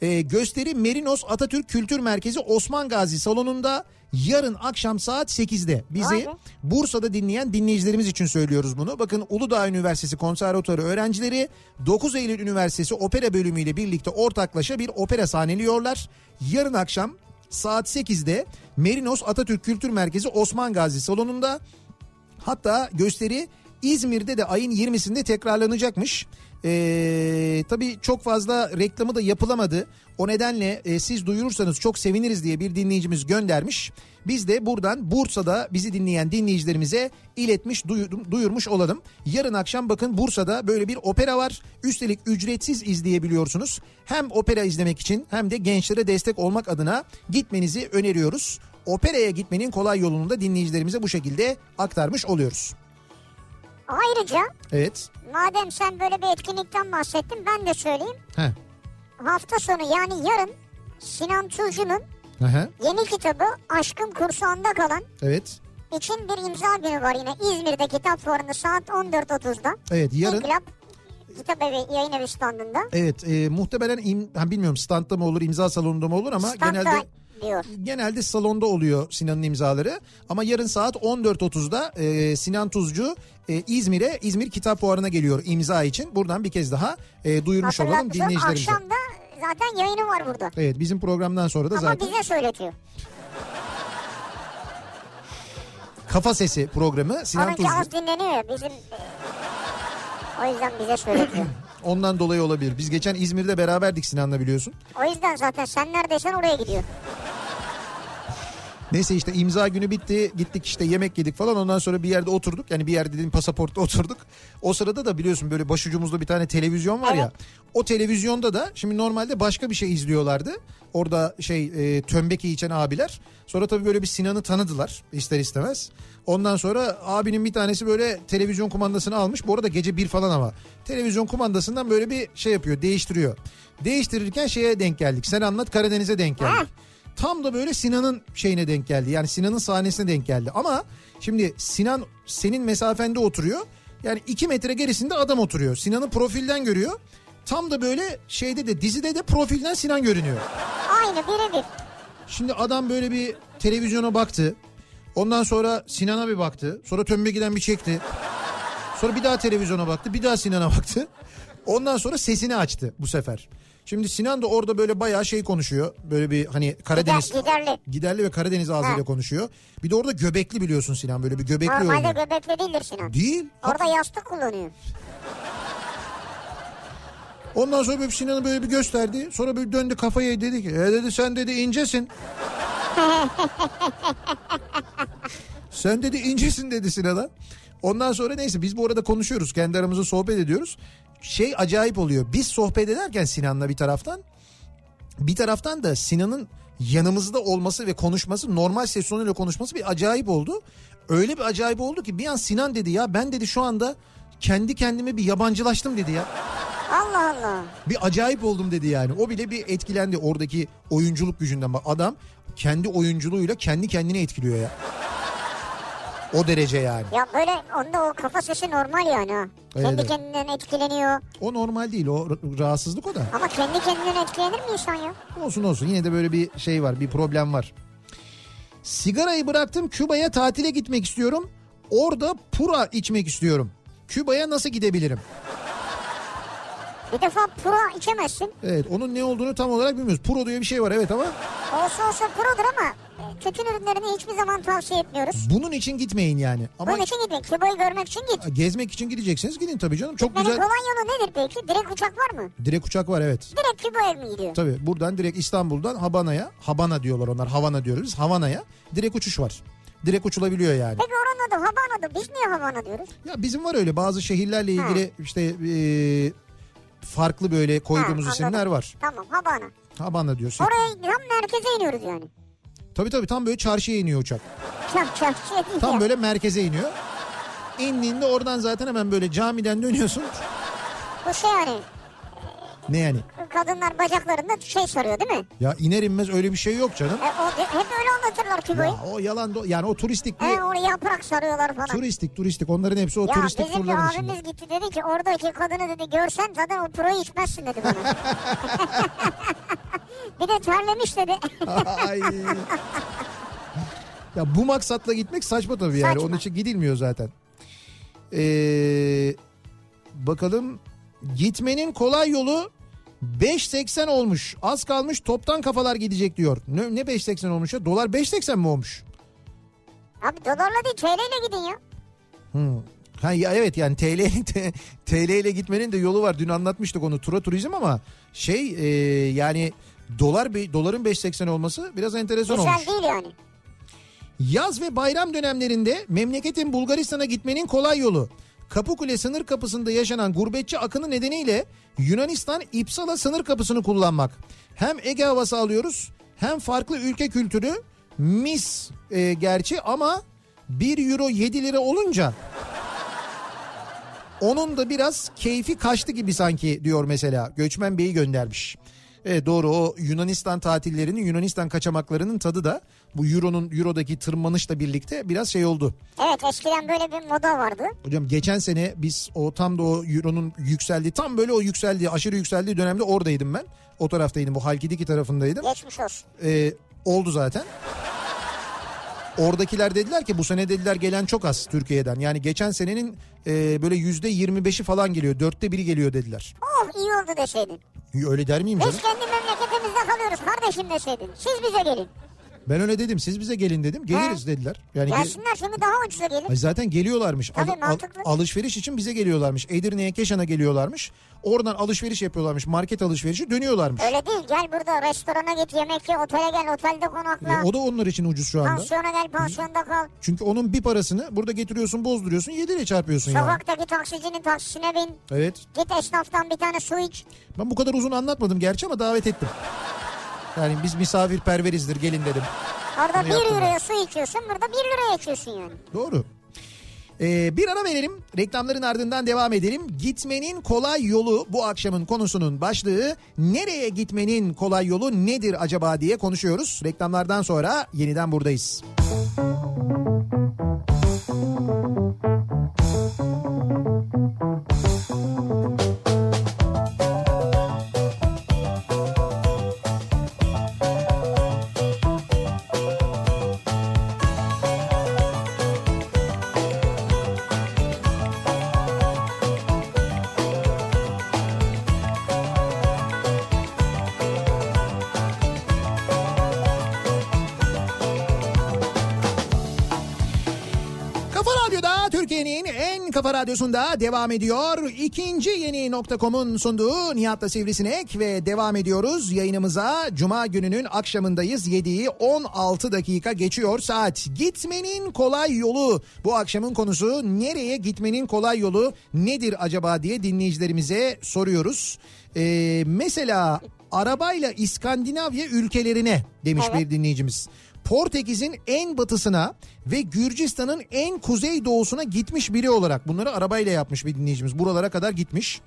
Ee, gösteri Merinos Atatürk Kültür Merkezi Osman Gazi Salonu'nda yarın akşam saat 8'de. Bizi Vay be. Bursa'da dinleyen dinleyicilerimiz için söylüyoruz bunu. Bakın Uludağ Üniversitesi Konservatuarı öğrencileri 9 Eylül Üniversitesi Opera Bölümü ile birlikte ortaklaşa bir opera sahneliyorlar. Yarın akşam saat 8'de Merinos Atatürk Kültür Merkezi Osman Gazi Salonu'nda Hatta gösteri İzmir'de de ayın 20'sinde tekrarlanacakmış. Ee, tabii çok fazla reklamı da yapılamadı. O nedenle e, siz duyurursanız çok seviniriz diye bir dinleyicimiz göndermiş. Biz de buradan Bursa'da bizi dinleyen dinleyicilerimize iletmiş, duyurdum- duyurmuş olalım. Yarın akşam bakın Bursa'da böyle bir opera var. Üstelik ücretsiz izleyebiliyorsunuz. Hem opera izlemek için hem de gençlere destek olmak adına gitmenizi öneriyoruz operaya gitmenin kolay yolunu da dinleyicilerimize bu şekilde aktarmış oluyoruz. Ayrıca Evet. madem sen böyle bir etkinlikten bahsettin ben de söyleyeyim. Heh. Hafta sonu yani yarın Sinan Tuzcu'nun Aha. yeni kitabı Aşkın Kursağında Kalan Evet. için bir imza günü var yine İzmir'de kitap fuarında saat 14.30'da. Evet yarın. İnkılap Kitap Evi yayın evi standında. Evet e, muhtemelen im, ha, bilmiyorum standta mı olur imza salonunda mı olur ama Standta genelde diyor. genelde salonda oluyor Sinan'ın imzaları. Ama yarın saat 14.30'da e, Sinan Tuzcu e, İzmir'e İzmir Kitap Fuarı'na geliyor imza için. Buradan bir kez daha e, duyurmuş olalım Hatırlatmış dinleyicilerimize. akşam da zaten yayını var burada. Evet bizim programdan sonra da Ama zaten bize söyletiyor. Kafa Sesi programı Sinan Onunki Tuzcu. az dinleniyor ya bizim... e, O yüzden bize söyletiyor. Ondan dolayı olabilir. Biz geçen İzmir'de beraberdik Sinan'la biliyorsun. O yüzden zaten sen neredeysen oraya gidiyor. Neyse işte imza günü bitti. Gittik işte yemek yedik falan. Ondan sonra bir yerde oturduk. Yani bir yerde dediğim pasaportta oturduk. O sırada da biliyorsun böyle başucumuzda bir tane televizyon var ya. O televizyonda da şimdi normalde başka bir şey izliyorlardı. Orada şey e, tömbeki içen abiler. Sonra tabii böyle bir Sinan'ı tanıdılar ister istemez. Ondan sonra abinin bir tanesi böyle televizyon kumandasını almış. Bu arada gece bir falan ama. Televizyon kumandasından böyle bir şey yapıyor değiştiriyor. Değiştirirken şeye denk geldik. Sen anlat Karadeniz'e denk geldik. Tam da böyle Sinan'ın şeyine denk geldi. Yani Sinan'ın sahnesine denk geldi. Ama şimdi Sinan senin mesafende oturuyor. Yani iki metre gerisinde adam oturuyor. Sinan'ı profilden görüyor. Tam da böyle şeyde de dizide de profilden Sinan görünüyor. Aynı birebir. Şimdi adam böyle bir televizyona baktı. Ondan sonra Sinan'a bir baktı. Sonra tömbe giden bir çekti. Sonra bir daha televizyona baktı. Bir daha Sinan'a baktı. Ondan sonra sesini açtı bu sefer. Şimdi Sinan da orada böyle bayağı şey konuşuyor. Böyle bir hani Gider, Karadeniz giderli. giderli ve Karadeniz ağzıyla Ha. konuşuyor. Bir de orada göbekli biliyorsun Sinan böyle bir göbekli Normalde oynuyor. göbekli değildir Sinan. Değil. Orada yastık kullanıyor. Ondan sonra böyle Sinan'ı böyle bir gösterdi. Sonra böyle döndü kafayı dedi ki e dedi sen dedi incesin. sen dedi incesin dedi Sinan'a. Ondan sonra neyse biz bu arada konuşuyoruz. Kendi aramızda sohbet ediyoruz. Şey acayip oluyor. Biz sohbet ederken Sinan'la bir taraftan bir taraftan da Sinan'ın yanımızda olması ve konuşması normal ses tonuyla konuşması bir acayip oldu. Öyle bir acayip oldu ki bir an Sinan dedi ya ben dedi şu anda kendi kendime bir yabancılaştım dedi ya. Allah Allah. Bir acayip oldum dedi yani. O bile bir etkilendi oradaki oyunculuk gücünden. Bak adam kendi oyunculuğuyla kendi kendini etkiliyor ya. O derece yani. Ya böyle onda o kafa sesi normal yani ha. Evet, Kendi evet. kendinden etkileniyor. O normal değil o r- rahatsızlık o da. Ama kendi kendinden etkilenir mi insan ya? Olsun olsun yine de böyle bir şey var bir problem var. Sigarayı bıraktım Küba'ya tatile gitmek istiyorum. Orada pura içmek istiyorum. Küba'ya nasıl gidebilirim? Bir defa puro içemezsin. Evet onun ne olduğunu tam olarak bilmiyoruz. Puro diye bir şey var evet ama Olsa olsa purodur ama e, tütün ürünlerini hiçbir zaman tavsiye etmiyoruz. bunun için gitmeyin yani. Ama Bunun için gitme. Küba'yı görmek için git. gezmek için gidecekseniz gidin tabii canım. Çok Benim güzel. kolay yolu nedir peki? Direkt uçak var mı? Direkt uçak var evet. Direkt Küba'ya mı gidiyor? Tabii buradan direkt İstanbul'dan Habana'ya. Habana diyorlar onlar. Havana diyoruz. biz, Havana'ya direkt uçuş var. Direkt uçulabiliyor yani. Peki oranın adı Habana da biz niye Habana diyoruz? Ya bizim var öyle bazı şehirlerle ilgili işte e, farklı böyle koyduğumuz Ha, anladım. isimler var. Tamam Habana. Habana diyorsun. Oraya tam merkeze iniyoruz yani. Tabii tabii tam böyle çarşıya iniyor uçak. Çak çak şey değil Tam ya. böyle merkeze iniyor. İndiğinde oradan zaten hemen böyle camiden dönüyorsun. Bu şey yani Ne yani? kadınlar bacaklarında şey sarıyor değil mi? Ya iner inmez öyle bir şey yok canım. E, o, hep öyle anlatırlar Küba'yı. Ya o yalan do- yani o turistik bir He oraya yaprak sarıyorlar falan. turistik turistik onların hepsi o ya turistik bizim bir turların içinde. abimiz gitti dedi ki oradaki kadını dedi görsen zaten o puroyu içmezsin dedi bana. bir de terlemiş dedi. Ay. Ya bu maksatla gitmek saçma tabii yani. Saçma. Onun için gidilmiyor zaten. Ee, bakalım gitmenin kolay yolu 5.80 olmuş. Az kalmış toptan kafalar gidecek diyor. Ne, ne 5.80 olmuş ya? Dolar 5.80 mi olmuş? Abi dolarla değil TL'yle gidin ya. Hmm. Ha, ya evet yani TL, te- TL ile gitmenin de yolu var. Dün anlatmıştık onu tura turizm ama şey e, yani dolar bir doların 5.80 olması biraz enteresan Güzel olmuş. değil yani. Yaz ve bayram dönemlerinde memleketin Bulgaristan'a gitmenin kolay yolu. Kapıkule sınır kapısında yaşanan gurbetçi akını nedeniyle Yunanistan İpsala sınır kapısını kullanmak. Hem Ege havası alıyoruz hem farklı ülke kültürü mis e, gerçi ama 1 euro 7 lira olunca onun da biraz keyfi kaçtı gibi sanki diyor mesela. Göçmen Bey'i göndermiş. Evet doğru o Yunanistan tatillerinin Yunanistan kaçamaklarının tadı da bu Euro'nun Euro'daki tırmanışla birlikte biraz şey oldu. Evet eskiden böyle bir moda vardı. Hocam geçen sene biz o tam da o Euro'nun yükseldiği tam böyle o yükseldiği aşırı yükseldiği dönemde oradaydım ben. O taraftaydım bu Halkidiki tarafındaydım. Geçmiş olsun. Ee, oldu zaten. Oradakiler dediler ki bu sene dediler gelen çok az Türkiye'den. Yani geçen senenin e, böyle yüzde 25'i falan geliyor. Dörtte biri geliyor dediler. Oh iyi oldu deseydin. Öyle der miyim canım? Biz kendi memleketimizde kalıyoruz kardeşim deseydin. Siz bize gelin. Ben öyle dedim. Siz bize gelin dedim. Geliriz dediler. Yani ge- Gelsinler şimdi daha ucuza Ay gelin. zaten geliyorlarmış. Al- Tabii, al- mantıklı. alışveriş için bize geliyorlarmış. Edirne'ye, Keşan'a geliyorlarmış. Oradan alışveriş yapıyorlarmış. Market alışverişi dönüyorlarmış. Öyle değil gel burada restorana git yemek ye otele gel otelde konakla. E, o da onlar için ucuz şu anda. Pansiyona gel pansiyonda kal. Çünkü onun bir parasını burada getiriyorsun, bozduruyorsun, 7 liraya çarpıyorsun yani. Sokaktaki taksicinin taksisine bin. Evet. Git esnaftan bir tane su iç. Ben bu kadar uzun anlatmadım gerçi ama davet ettim. Yani biz misafirperverizdir gelin dedim. Orada Bunu 1 yaptım ben. liraya su içiyorsun burada 1 liraya içiyorsun yani. Doğru. Ee, bir ara verelim. Reklamların ardından devam edelim. Gitmenin kolay yolu bu akşamın konusunun başlığı. Nereye gitmenin kolay yolu nedir acaba diye konuşuyoruz. Reklamlardan sonra yeniden buradayız. Kafa Radyo'da Türkiye'nin en kafa radyosunda devam ediyor. İkinci yeni nokta.com'un sunduğu Nihat'la Sivrisinek ve devam ediyoruz yayınımıza. Cuma gününün akşamındayız. 7'yi 16 dakika geçiyor saat. Gitmenin kolay yolu bu akşamın konusu. Nereye gitmenin kolay yolu nedir acaba diye dinleyicilerimize soruyoruz. Ee, mesela arabayla İskandinavya ülkelerine demiş bir dinleyicimiz. Portekiz'in en batısına ve Gürcistan'ın en kuzey doğusuna gitmiş biri olarak bunları arabayla yapmış bir dinleyicimiz. Buralara kadar gitmiş.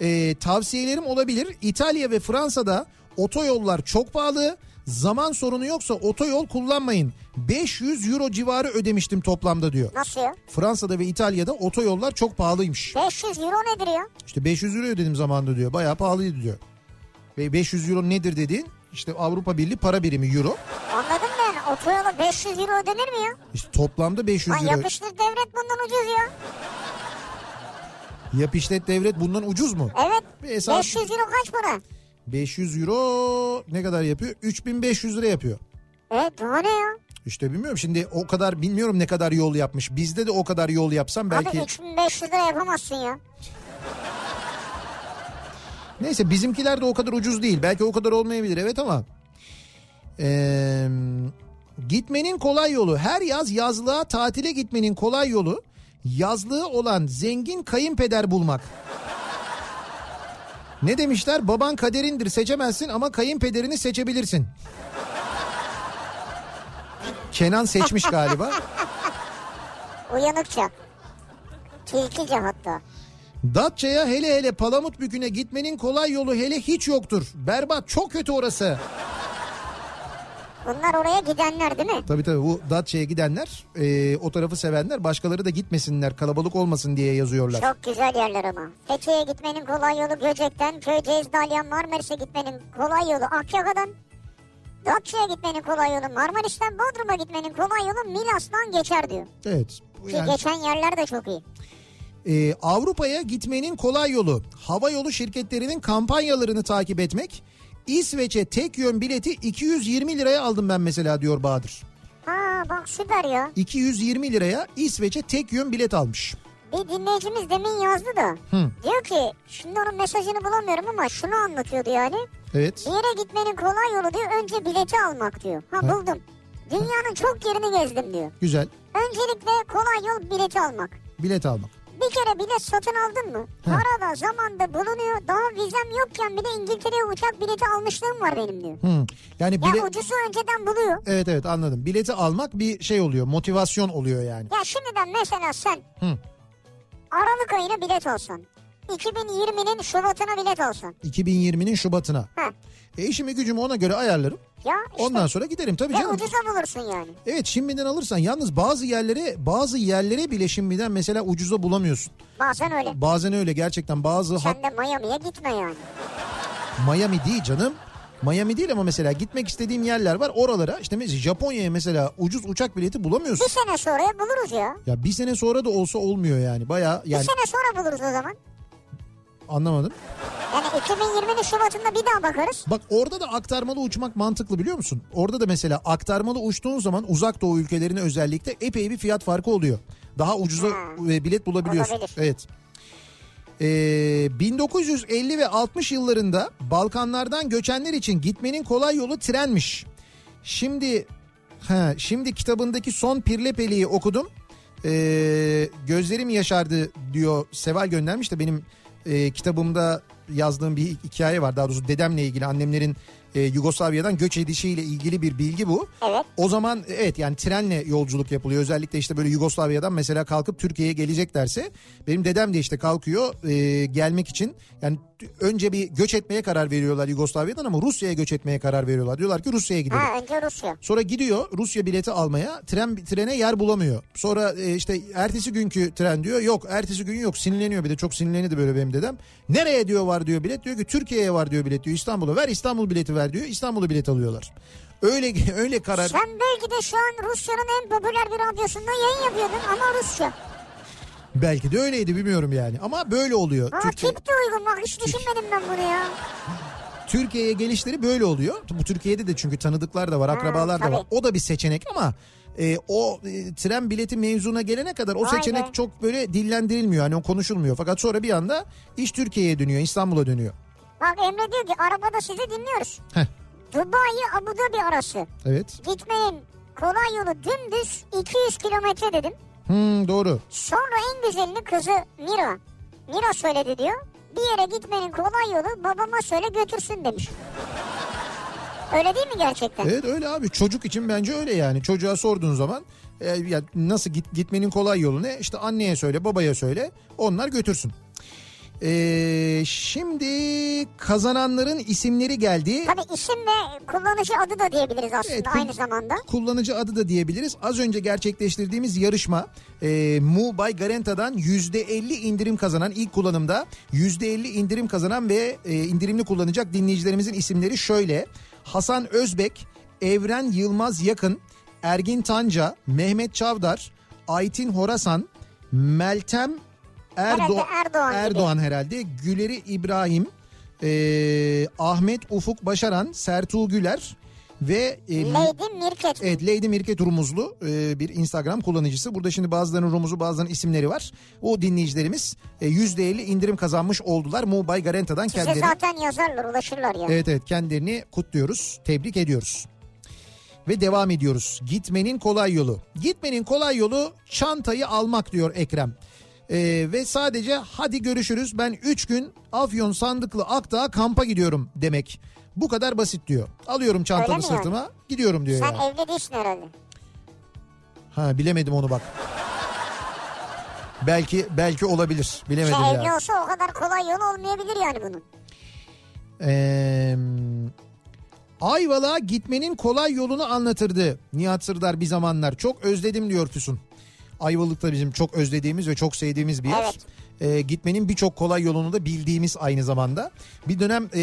Ee, tavsiyelerim olabilir. İtalya ve Fransa'da otoyollar çok pahalı. Zaman sorunu yoksa otoyol kullanmayın. 500 euro civarı ödemiştim toplamda diyor. Nasıl ya? Fransa'da ve İtalya'da otoyollar çok pahalıymış. 500 euro nedir ya? İşte 500 euro ödedim zamanında diyor. Bayağı pahalıydı diyor. Ve 500 euro nedir dediğin işte Avrupa Birliği para birimi euro. Anladın mı yani? Otoyola 500 euro ödenir mi ya? İşte toplamda 500 Lan euro. yapıştır devlet bundan ucuz ya. Yap işlet devlet bundan ucuz mu? Evet. Bir hesap- 500 euro kaç para? 500 euro ne kadar yapıyor? 3500 lira yapıyor. Evet E, daha ne ya? İşte bilmiyorum şimdi o kadar bilmiyorum ne kadar yol yapmış. Bizde de o kadar yol yapsam belki. Abi 3500 lira yapamazsın ya. Neyse bizimkiler de o kadar ucuz değil. Belki o kadar olmayabilir evet ama. Ee, gitmenin kolay yolu. Her yaz yazlığa tatile gitmenin kolay yolu yazlığı olan zengin kayınpeder bulmak. Ne demişler? Baban kaderindir seçemezsin ama kayınpederini seçebilirsin. Kenan seçmiş galiba. Uyanıkça. Tilkice hatta. Datça'ya hele hele Palamutbükü'ne gitmenin kolay yolu hele hiç yoktur. Berbat çok kötü orası. Bunlar oraya gidenler değil mi? Tabii tabii bu Datça'ya gidenler e, o tarafı sevenler başkaları da gitmesinler kalabalık olmasın diye yazıyorlar. Çok güzel yerler ama. Fethiye'ye gitmenin kolay yolu Göcek'ten, Köyceğiz, Dalyan, Marmaris'e gitmenin kolay yolu Akyaka'dan, Datça'ya gitmenin kolay yolu Marmaris'ten, Bodrum'a gitmenin kolay yolu Milas'tan geçer diyor. Evet. bu Ki yani- geçen yerler de çok iyi. Ee, Avrupa'ya gitmenin kolay yolu hava yolu şirketlerinin kampanyalarını takip etmek. İsveç'e tek yön bileti 220 liraya aldım ben mesela diyor Bahadır. Ha bak süper ya. 220 liraya İsveç'e tek yön bilet almış. Bir dinleyicimiz demin yazdı da. Hı. Diyor ki şimdi onun mesajını bulamıyorum ama şunu anlatıyordu yani. Evet. Bir yere gitmenin kolay yolu diyor önce bileti almak diyor. Ha buldum. Dünyanın çok yerini gezdim diyor. Güzel. Öncelikle kolay yol bileti almak. Bilet almak. Bir kere bilet satın aldın mı? Para da zamanda bulunuyor. Daha vizem yokken bile İngiltere'ye uçak bileti almışlığım var benim diyor. Hı. Yani Ya bile... ucuzu önceden buluyor. Evet evet anladım. Bileti almak bir şey oluyor. Motivasyon oluyor yani. Ya şimdiden mesela sen Hı. Aralık ayına bilet olsan. 2020'nin Şubat'ına bilet olsan. 2020'nin Şubat'ına. Ha. E işimi gücümü ona göre ayarlarım. Ya işte Ondan sonra giderim tabii ve canım. ucuza bulursun yani. Evet şimdiden alırsan yalnız bazı yerlere bazı yerlere bile şimdiden mesela ucuza bulamıyorsun. Bazen öyle. Bazen öyle gerçekten bazı hat Sen de Miami'ye gitme yani. Miami değil canım. Miami değil ama mesela gitmek istediğim yerler var. Oralara işte mesela Japonya'ya mesela ucuz uçak bileti Bir bulamıyorsun. sene sonraya buluruz ya. Ya bir sene sonra da olsa olmuyor yani. Baya Bir yani sene sonra buluruz o zaman. anlamadım. Yani 2020'nin Şubat'ında bir daha bakarız. Bak orada da aktarmalı uçmak mantıklı biliyor musun? Orada da mesela aktarmalı uçtuğun zaman uzak doğu ülkelerine özellikle epey bir fiyat farkı oluyor. Daha ucuza Hmm. e, bilet bulabiliyorsun. Olabilir. Evet. Ee, 1950 ve 60 yıllarında Balkanlardan göçenler için gitmenin kolay yolu trenmiş. Şimdi he, şimdi kitabındaki son Pirlepeli'yi okudum. Ee, gözlerim yaşardı diyor Seval göndermiş de benim e, kitabımda yazdığım bir hikaye var. Daha doğrusu dedemle ilgili annemlerin e, Yugoslavya'dan göç edişiyle ilgili bir bilgi bu. Evet. O zaman evet yani trenle yolculuk yapılıyor. Özellikle işte böyle Yugoslavya'dan mesela kalkıp Türkiye'ye geleceklerse benim dedem de işte kalkıyor e, gelmek için. Yani t- önce bir göç etmeye karar veriyorlar Yugoslavya'dan ama Rusya'ya göç etmeye karar veriyorlar. Diyorlar ki Rusya'ya gidelim. Ha önce Rusya. Sonra gidiyor Rusya bileti almaya. Tren trene yer bulamıyor. Sonra e, işte ertesi günkü tren diyor. Yok ertesi gün yok. Sinirleniyor bir de çok sinirlenirdi böyle benim dedem. Nereye diyor var diyor bilet. Diyor ki Türkiye'ye var diyor bilet diyor. İstanbul'a ver İstanbul bileti ver diyor. İstanbul'a bilet alıyorlar. Öyle öyle karar. Sen belki de şu an Rusya'nın en popüler bir radyosunda yayın yapıyordun ama Rusça. Belki de öyleydi bilmiyorum yani. Ama böyle oluyor. Aa Türkiye, tip de uygun bak hiç düşünmedim ben bunu ya. Türkiye'ye gelişleri böyle oluyor. Bu Türkiye'de de çünkü tanıdıklar da var, akrabalar da var. tabii. O da bir seçenek ama e, o e, tren bileti mevzuna gelene kadar o Vay seçenek be. çok böyle dillendirilmiyor. Hani o konuşulmuyor. Fakat sonra bir anda iş Türkiye'ye dönüyor, İstanbul'a dönüyor. Bak Emre diyor ki arabada sizi dinliyoruz. Heh, Dubai Abu Dhabi arası. evet. Gitmenin kolay yolu dümdüz 200 kilometre dedim. Hmm, doğru. Sonra en güzelini kızı Mira. Mira söyledi diyor. Bir yere gitmenin kolay yolu babama söyle götürsün demiş. Öyle değil mi gerçekten? Evet öyle abi. Çocuk için bence öyle yani. Çocuğa sorduğun zaman e, ya nasıl git, gitmenin kolay yolu ne? İşte anneye söyle, babaya söyle. Onlar götürsün. Ee, şimdi kazananların isimleri geldi. Tabii isim ve kullanıcı adı da diyebiliriz aslında Evet, kul- aynı zamanda. Kullanıcı adı da diyebiliriz. Az önce gerçekleştirdiğimiz yarışma e, Mu by Garanta'dan %50 indirim kazanan ilk kullanımda %50 indirim kazanan ve e, indirimli kullanacak dinleyicilerimizin isimleri şöyle. Hasan Özbek, Evren Yılmaz Yakın, Ergin Tanca, Mehmet Çavdar, Aytin Horasan, Meltem Erdo- Herhalde Erdoğan gibi. Erdoğan herhalde. Güleri İbrahim, e, Ahmet Ufuk Başaran, Sertuğ Güler ve e, Lady Mirket. Evet Lady Mirke Rumuzlu e, bir Instagram kullanıcısı. Burada şimdi bazılarının Rumuz'u bazılarının isimleri var. O dinleyicilerimiz e, %50 indirim kazanmış oldular. Mu by Garanta'dan Size kendileri. zaten yazarlar ulaşırlar ya. Evet evet kendilerini kutluyoruz, tebrik ediyoruz. Ve devam ediyoruz. Gitmenin kolay yolu. Gitmenin kolay yolu çantayı almak diyor Ekrem. Ee, ve sadece hadi görüşürüz ben 3 gün Afyon Sandıklı Akdağ kampa gidiyorum demek. Bu kadar basit diyor. Alıyorum Öyle çantamı mi sırtıma gidiyorum diyor. Sen yani. evli değilsin herhalde. Ha bilemedim onu bak. belki belki olabilir. Bilemedim Sen ya. Şey, evli olsa o kadar kolay yol olmayabilir yani bunun. Ee, Ayvalık'a gitmenin kolay yolunu anlatırdı Nihat Sırdar bir zamanlar. Çok özledim diyor Füsun. Ayvalık da bizim çok özlediğimiz ve çok sevdiğimiz bir yer. Evet. Ee, gitmenin birçok kolay yolunu da bildiğimiz aynı zamanda. Bir dönem ee,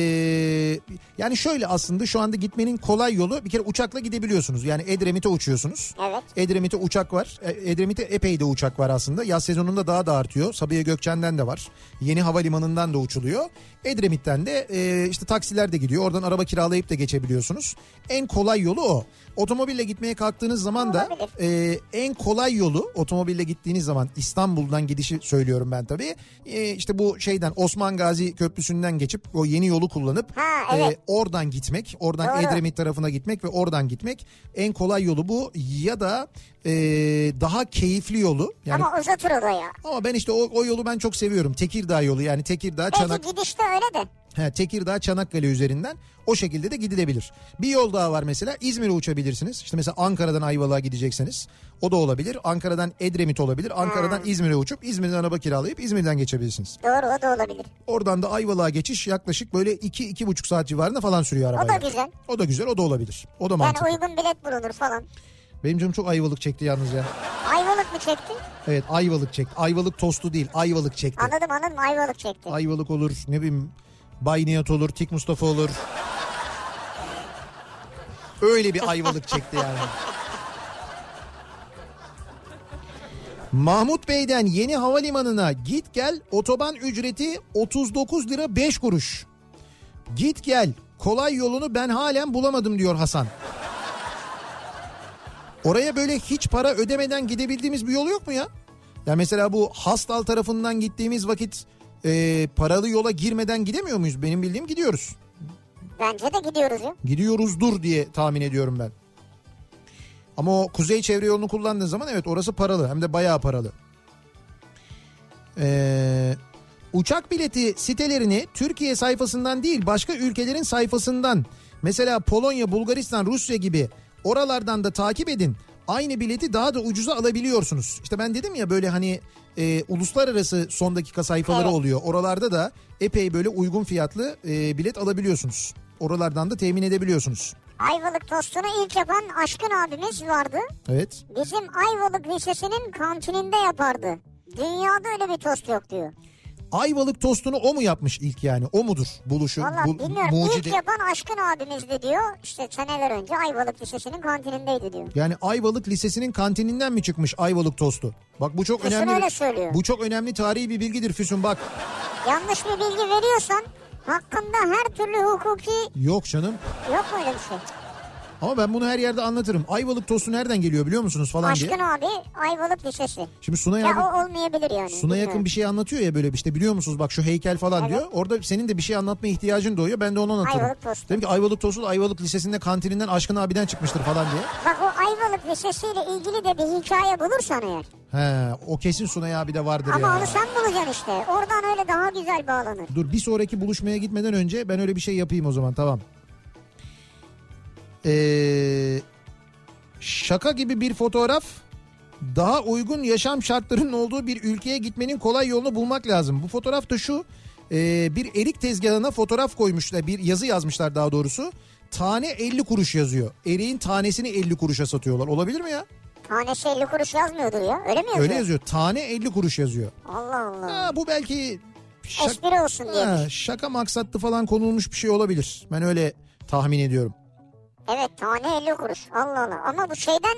yani şöyle aslında şu anda gitmenin kolay yolu bir kere uçakla gidebiliyorsunuz. Yani Edremit'e uçuyorsunuz. Evet. Edremit'e uçak var. E, Edremit'e epey de uçak var aslında. Yaz sezonunda daha da artıyor. Sabiha Gökçen'den de var. Yeni havalimanından da uçuluyor. Edremit'ten de e, işte taksiler de gidiyor. Oradan araba kiralayıp da geçebiliyorsunuz. En kolay yolu o. Otomobille gitmeye kalktığınız zaman da e, en kolay yolu otomobille gittiğiniz zaman İstanbul'dan gidişi söylüyorum ben tabii. E, işte bu şeyden Osman Gazi Köprüsü'nden geçip o yeni yolu kullanıp e, Ha, evet. oradan gitmek, oradan Doğru. Edremit tarafına gitmek ve oradan gitmek en kolay yolu bu ya da e, daha keyifli yolu. Yani ama, Ama uzatır o da ya. ben işte o, o yolu ben çok seviyorum. Tekirdağ yolu yani Tekirdağ Belki Çanak gidişte öyle de. he, Tekirdağ Çanakkale üzerinden o şekilde de gidilebilir. Bir yol daha var mesela İzmir'e uçabilirsiniz. İşte mesela Ankara'dan Ayvalık'a gidecekseniz o da olabilir. Ankara'dan Edremit olabilir. Ankara'dan Hmm. İzmir'e uçup İzmir'den araba kiralayıp İzmir'den geçebilirsiniz. Doğru o da olabilir. Oradan da Ayvalık'a geçiş yaklaşık böyle 2-2,5 saat civarında falan sürüyor O arabayla. da güzel. O da güzel o da olabilir. O da Yani mantıklı. uygun bilet bulunur falan. Benim canım çok ayvalık çekti yalnız ya. Ayvalık mı çekti? Evet ayvalık çekti. Ayvalık tostu değil ayvalık çekti. Anladım anladım ayvalık çekti. Ayvalık olur ne bileyim Bay Nihat olur Tik Mustafa olur. Öyle bir ayvalık çekti yani. Mahmut Bey'den yeni havalimanına git gel otoban ücreti 39 lira 5 kuruş. Git gel kolay yolunu ben halen bulamadım diyor Hasan. Oraya böyle hiç para ödemeden gidebildiğimiz bir yol yok mu ya? Ya mesela bu Hastal tarafından gittiğimiz vakit e, paralı yola girmeden gidemiyor muyuz? Benim bildiğim gidiyoruz. Bence de gidiyoruz ya. Gidiyoruzdur diye tahmin ediyorum ben. Ama o kuzey çevre yolunu kullandığın zaman evet orası paralı hem de bayağı paralı. Ee, uçak bileti sitelerini Türkiye sayfasından değil başka ülkelerin sayfasından mesela Polonya, Bulgaristan, Rusya gibi oralardan da takip edin. Aynı bileti daha da ucuza alabiliyorsunuz. İşte ben dedim ya böyle hani e, uluslararası son dakika sayfaları Evet. oluyor. Oralarda da epey böyle uygun fiyatlı e, bilet alabiliyorsunuz. Oralardan da temin edebiliyorsunuz. Ayvalık tostunu ilk yapan Aşkın abimiz vardı. Evet. Bizim Ayvalık Lisesi'nin kantininde yapardı. Dünyada öyle bir tost yok diyor. Ayvalık tostunu o mu yapmış ilk yani? O mudur buluşun? Valla bu- bilmiyorum. mucidi? İlk yapan Aşkın abimizdi diyor. İşte seneler önce Ayvalık Lisesi'nin kantinindeydi diyor. Yani Ayvalık Lisesi'nin kantininden mi çıkmış Ayvalık tostu? Bak bu çok Füsun önemli. öyle söylüyor. Bu çok önemli tarihi bir bilgidir Füsun bak. Yanlış bir bilgi veriyorsan hakkında her türlü hukuki Yok canım. yok mu öyle bir şey? Ama ben bunu her yerde anlatırım. Ayvalık tostu nereden geliyor biliyor musunuz falan diye. Aşkın abi Ayvalık Lisesi. Şimdi Sunay Ya abi o olmayabilir yani. Suna yakın bir şey anlatıyor ya böyle bir işte biliyor musunuz bak şu heykel falan Evet. diyor. Orada senin de bir şey anlatmaya ihtiyacın doğuyor. Ben de onu anlatırım. Ayvalık tostu. Dedim ki Ayvalık tostu da Ayvalık Lisesi'nde kantininden Aşkın abiden çıkmıştır falan diye. Bak o Ayvalık Lisesi'yle ilgili de bir hikaye bulursan eğer. He, o kesin Sunay abi de vardır Ama ya. onu sen bulacaksın işte. Oradan öyle daha güzel bağlanır. Dur bir sonraki buluşmaya gitmeden önce ben öyle bir şey yapayım o zaman tamam. Ee, şaka gibi bir fotoğraf daha uygun yaşam şartlarının olduğu bir ülkeye gitmenin kolay yolunu bulmak lazım. Bu fotoğraf da şu e, bir erik tezgahına fotoğraf koymuşlar. Bir yazı yazmışlar daha doğrusu. Tane 50 kuruş yazıyor. Eriğin tanesini 50 kuruşa satıyorlar. Olabilir mi ya? Tanesi 50 kuruş yazmıyordur ya. Öyle mi yazıyor? Öyle yazıyor. Tane 50 kuruş yazıyor. Allah Allah. Ha, bu belki şak- Espri olsun diye. Ha, şaka maksatlı falan konulmuş bir şey olabilir. Ben öyle tahmin ediyorum. Evet tane 50 kuruş. Allah Allah. Ama bu şeyden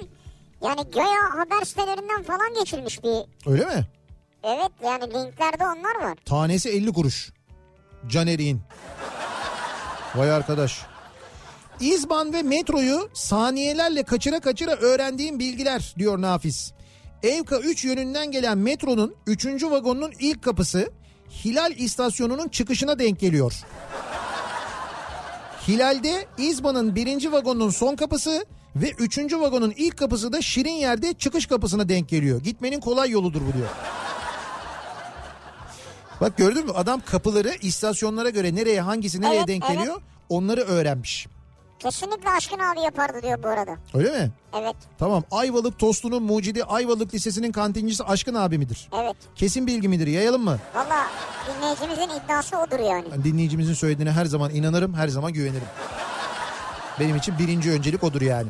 yani göya haber sitelerinden falan geçilmiş bir... Öyle mi? Evet yani linklerde onlar var. Tanesi 50 kuruş. Caner'in. Vay arkadaş. İzban ve metroyu saniyelerle kaçıra kaçıra öğrendiğim bilgiler diyor Nafiz. Evka 3 yönünden gelen metronun 3. vagonunun ilk kapısı Hilal istasyonunun çıkışına denk geliyor. Hilal'de İzban'ın 1. vagonunun son kapısı ve 3. vagonun ilk kapısı da Şirin yerde çıkış kapısına denk geliyor. Gitmenin kolay yoludur bu diyor. Bak gördün mü adam kapıları istasyonlara göre nereye hangisi nereye Evet, denk evet. geliyor onları öğrenmiş. Kesinlikle Aşkın abi yapardı diyor bu arada. Öyle mi? Evet Tamam Ayvalık tostunun mucidi Ayvalık Lisesi'nin kantincisi Aşkın abi midir? evet. Kesin bilgi midir yayalım mı? Valla dinleyicimizin iddiası odur yani. Ben dinleyicimizin söylediğine her zaman inanırım her zaman güvenirim. Benim için birinci öncelik odur yani.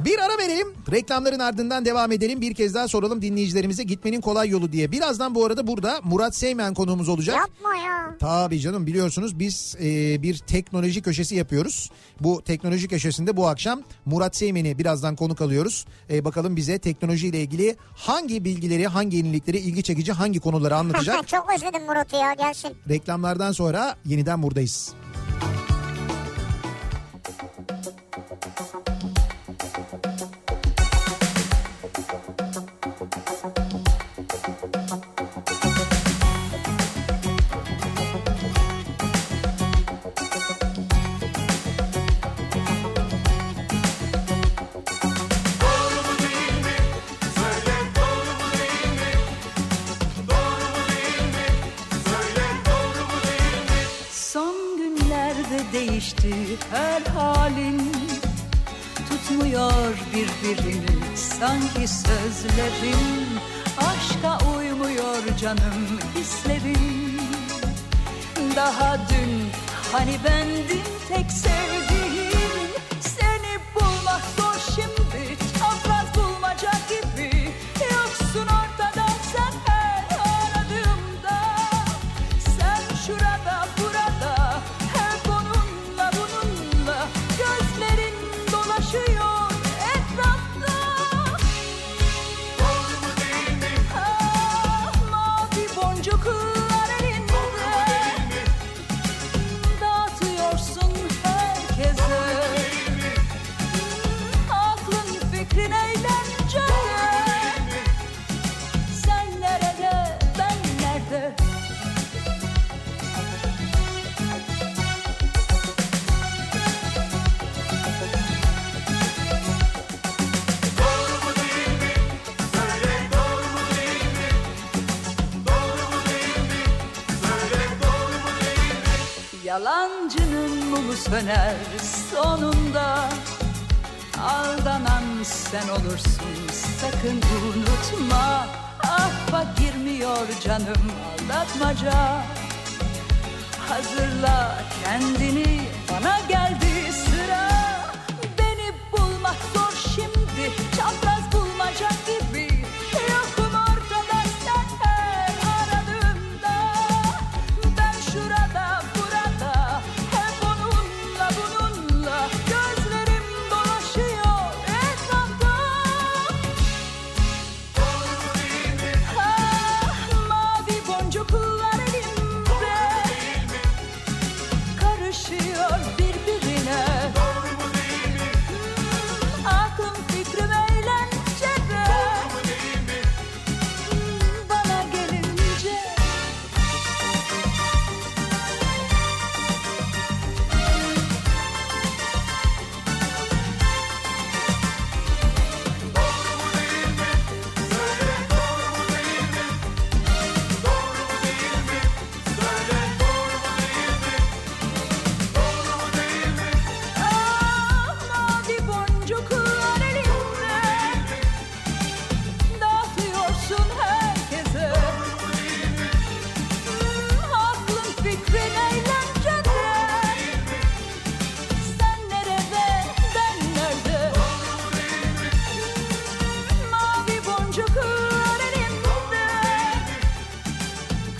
Bir ara verelim. Reklamların ardından devam edelim. Bir kez daha soralım dinleyicilerimize gitmenin kolay yolu diye. Birazdan bu arada burada Murat Seymen konuğumuz olacak. Yapma ya. Tabii canım biliyorsunuz biz e, bir teknoloji köşesi yapıyoruz. Bu teknoloji köşesinde bu akşam Murat Seymen'i birazdan konuk alıyoruz. E, bakalım bize teknolojiyle ilgili hangi bilgileri, hangi yenilikleri, ilgi çekici hangi konuları anlatacak. Çok özledim Murat'ı ya gelsin. Reklamlardan sonra yeniden buradayız. Son günlerde değişti her halin Tutmuyor birbirini sanki sözlerin Aşka uymuyor canım hislerin Daha dün hani bendim tek sevdiğin Seni bulmak zor şimdi çapraz bulmaca gibi Yoksun ortada sen her aradığımda sen şurada burada hep onunla bununla gözlerin dolaşıyor etrafta. Doğru mu değil mi? Ah mavi boncuklar elinde. Dağıtıyorsun herkese. Aklın fikrin eğlence. Sen nerede ben nerede? Yalancının mumu söner sonunda Aldanan sen olursun sakın unutma Affa girmiyor canım aldatmaca Hazırla kendini bana geldi sıra Beni bulmak zor şimdi çapraz bulmaca gibi Yokum ortada sen her aradığımda Ben şurada burada hep onunla bununla Gözlerim dolaşıyor etrafta Ah mavi boncuklar elimde Karışıyor birbirine Hmm, Ah, Hmm, boncuklar elimde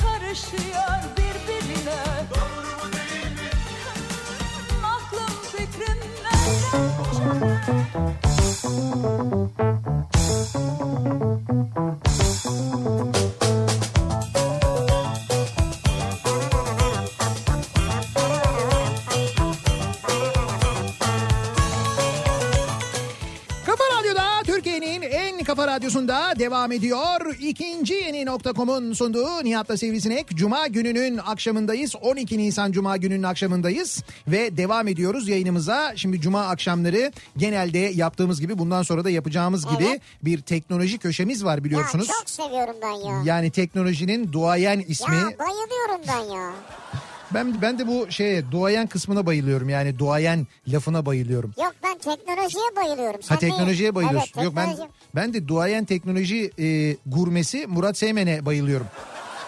Karışıyor birbirine Doğru mu değil mi? Aklım fikrim nerede? Kafa Radyo'da Türkiye'nin en kafa radyosunda devam ediyor. İkinci yeni nokta.com'un sunduğu Nihat'la Sivrisinek. Cuma gününün akşamındayız. 12 Nisan Cuma gününün akşamındayız. Ve devam ediyoruz yayınımıza. Şimdi Cuma akşamları genelde yaptığımız gibi bundan sonra da yapacağımız gibi Evet. bir teknoloji köşemiz var biliyorsunuz. Ya çok seviyorum ben ya. Ya, Yani teknolojinin duayen ismi. bayılıyorum ben ya. Ben ben de bu şeye duayen kısmına bayılıyorum. Yani duayen lafına bayılıyorum. Yok ben teknolojiye bayılıyorum. Sen Ha teknolojiye değil. bayılıyorsun. Evet, Yok ben teknoloji- ben de duayen teknoloji e, gurmesi Murat Seymen'e bayılıyorum.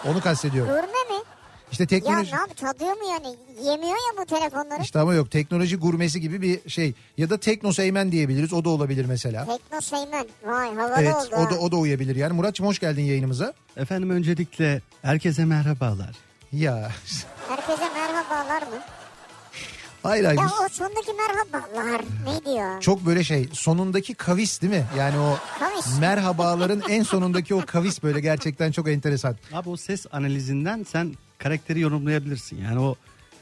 Onu kastediyorum. Gurme mi? İşte Ya teknoloji ne yap tadıyor mu yani? Yemiyor ya bu telefonları. işte ama yok teknoloji gurmesi gibi bir şey ya da Tekno Seymen diyebiliriz. O da olabilir mesela. Tekno Seymen. Vay havalı Evet, oldu. o da ha. o da uyabilir. Yani Muratçım hoş geldin yayınımıza. Efendim öncelikle herkese merhabalar. Ya Herkese merhabalar mı? hayır hayır. Ya bu- o sondaki merhabalar ne diyor? E, Çok böyle şey sonundaki kavis değil mi? Yani o Kavis. merhabaların en sonundaki o kavis böyle gerçekten çok enteresan. Abi o ses analizinden sen karakteri yorumlayabilirsin. Yani o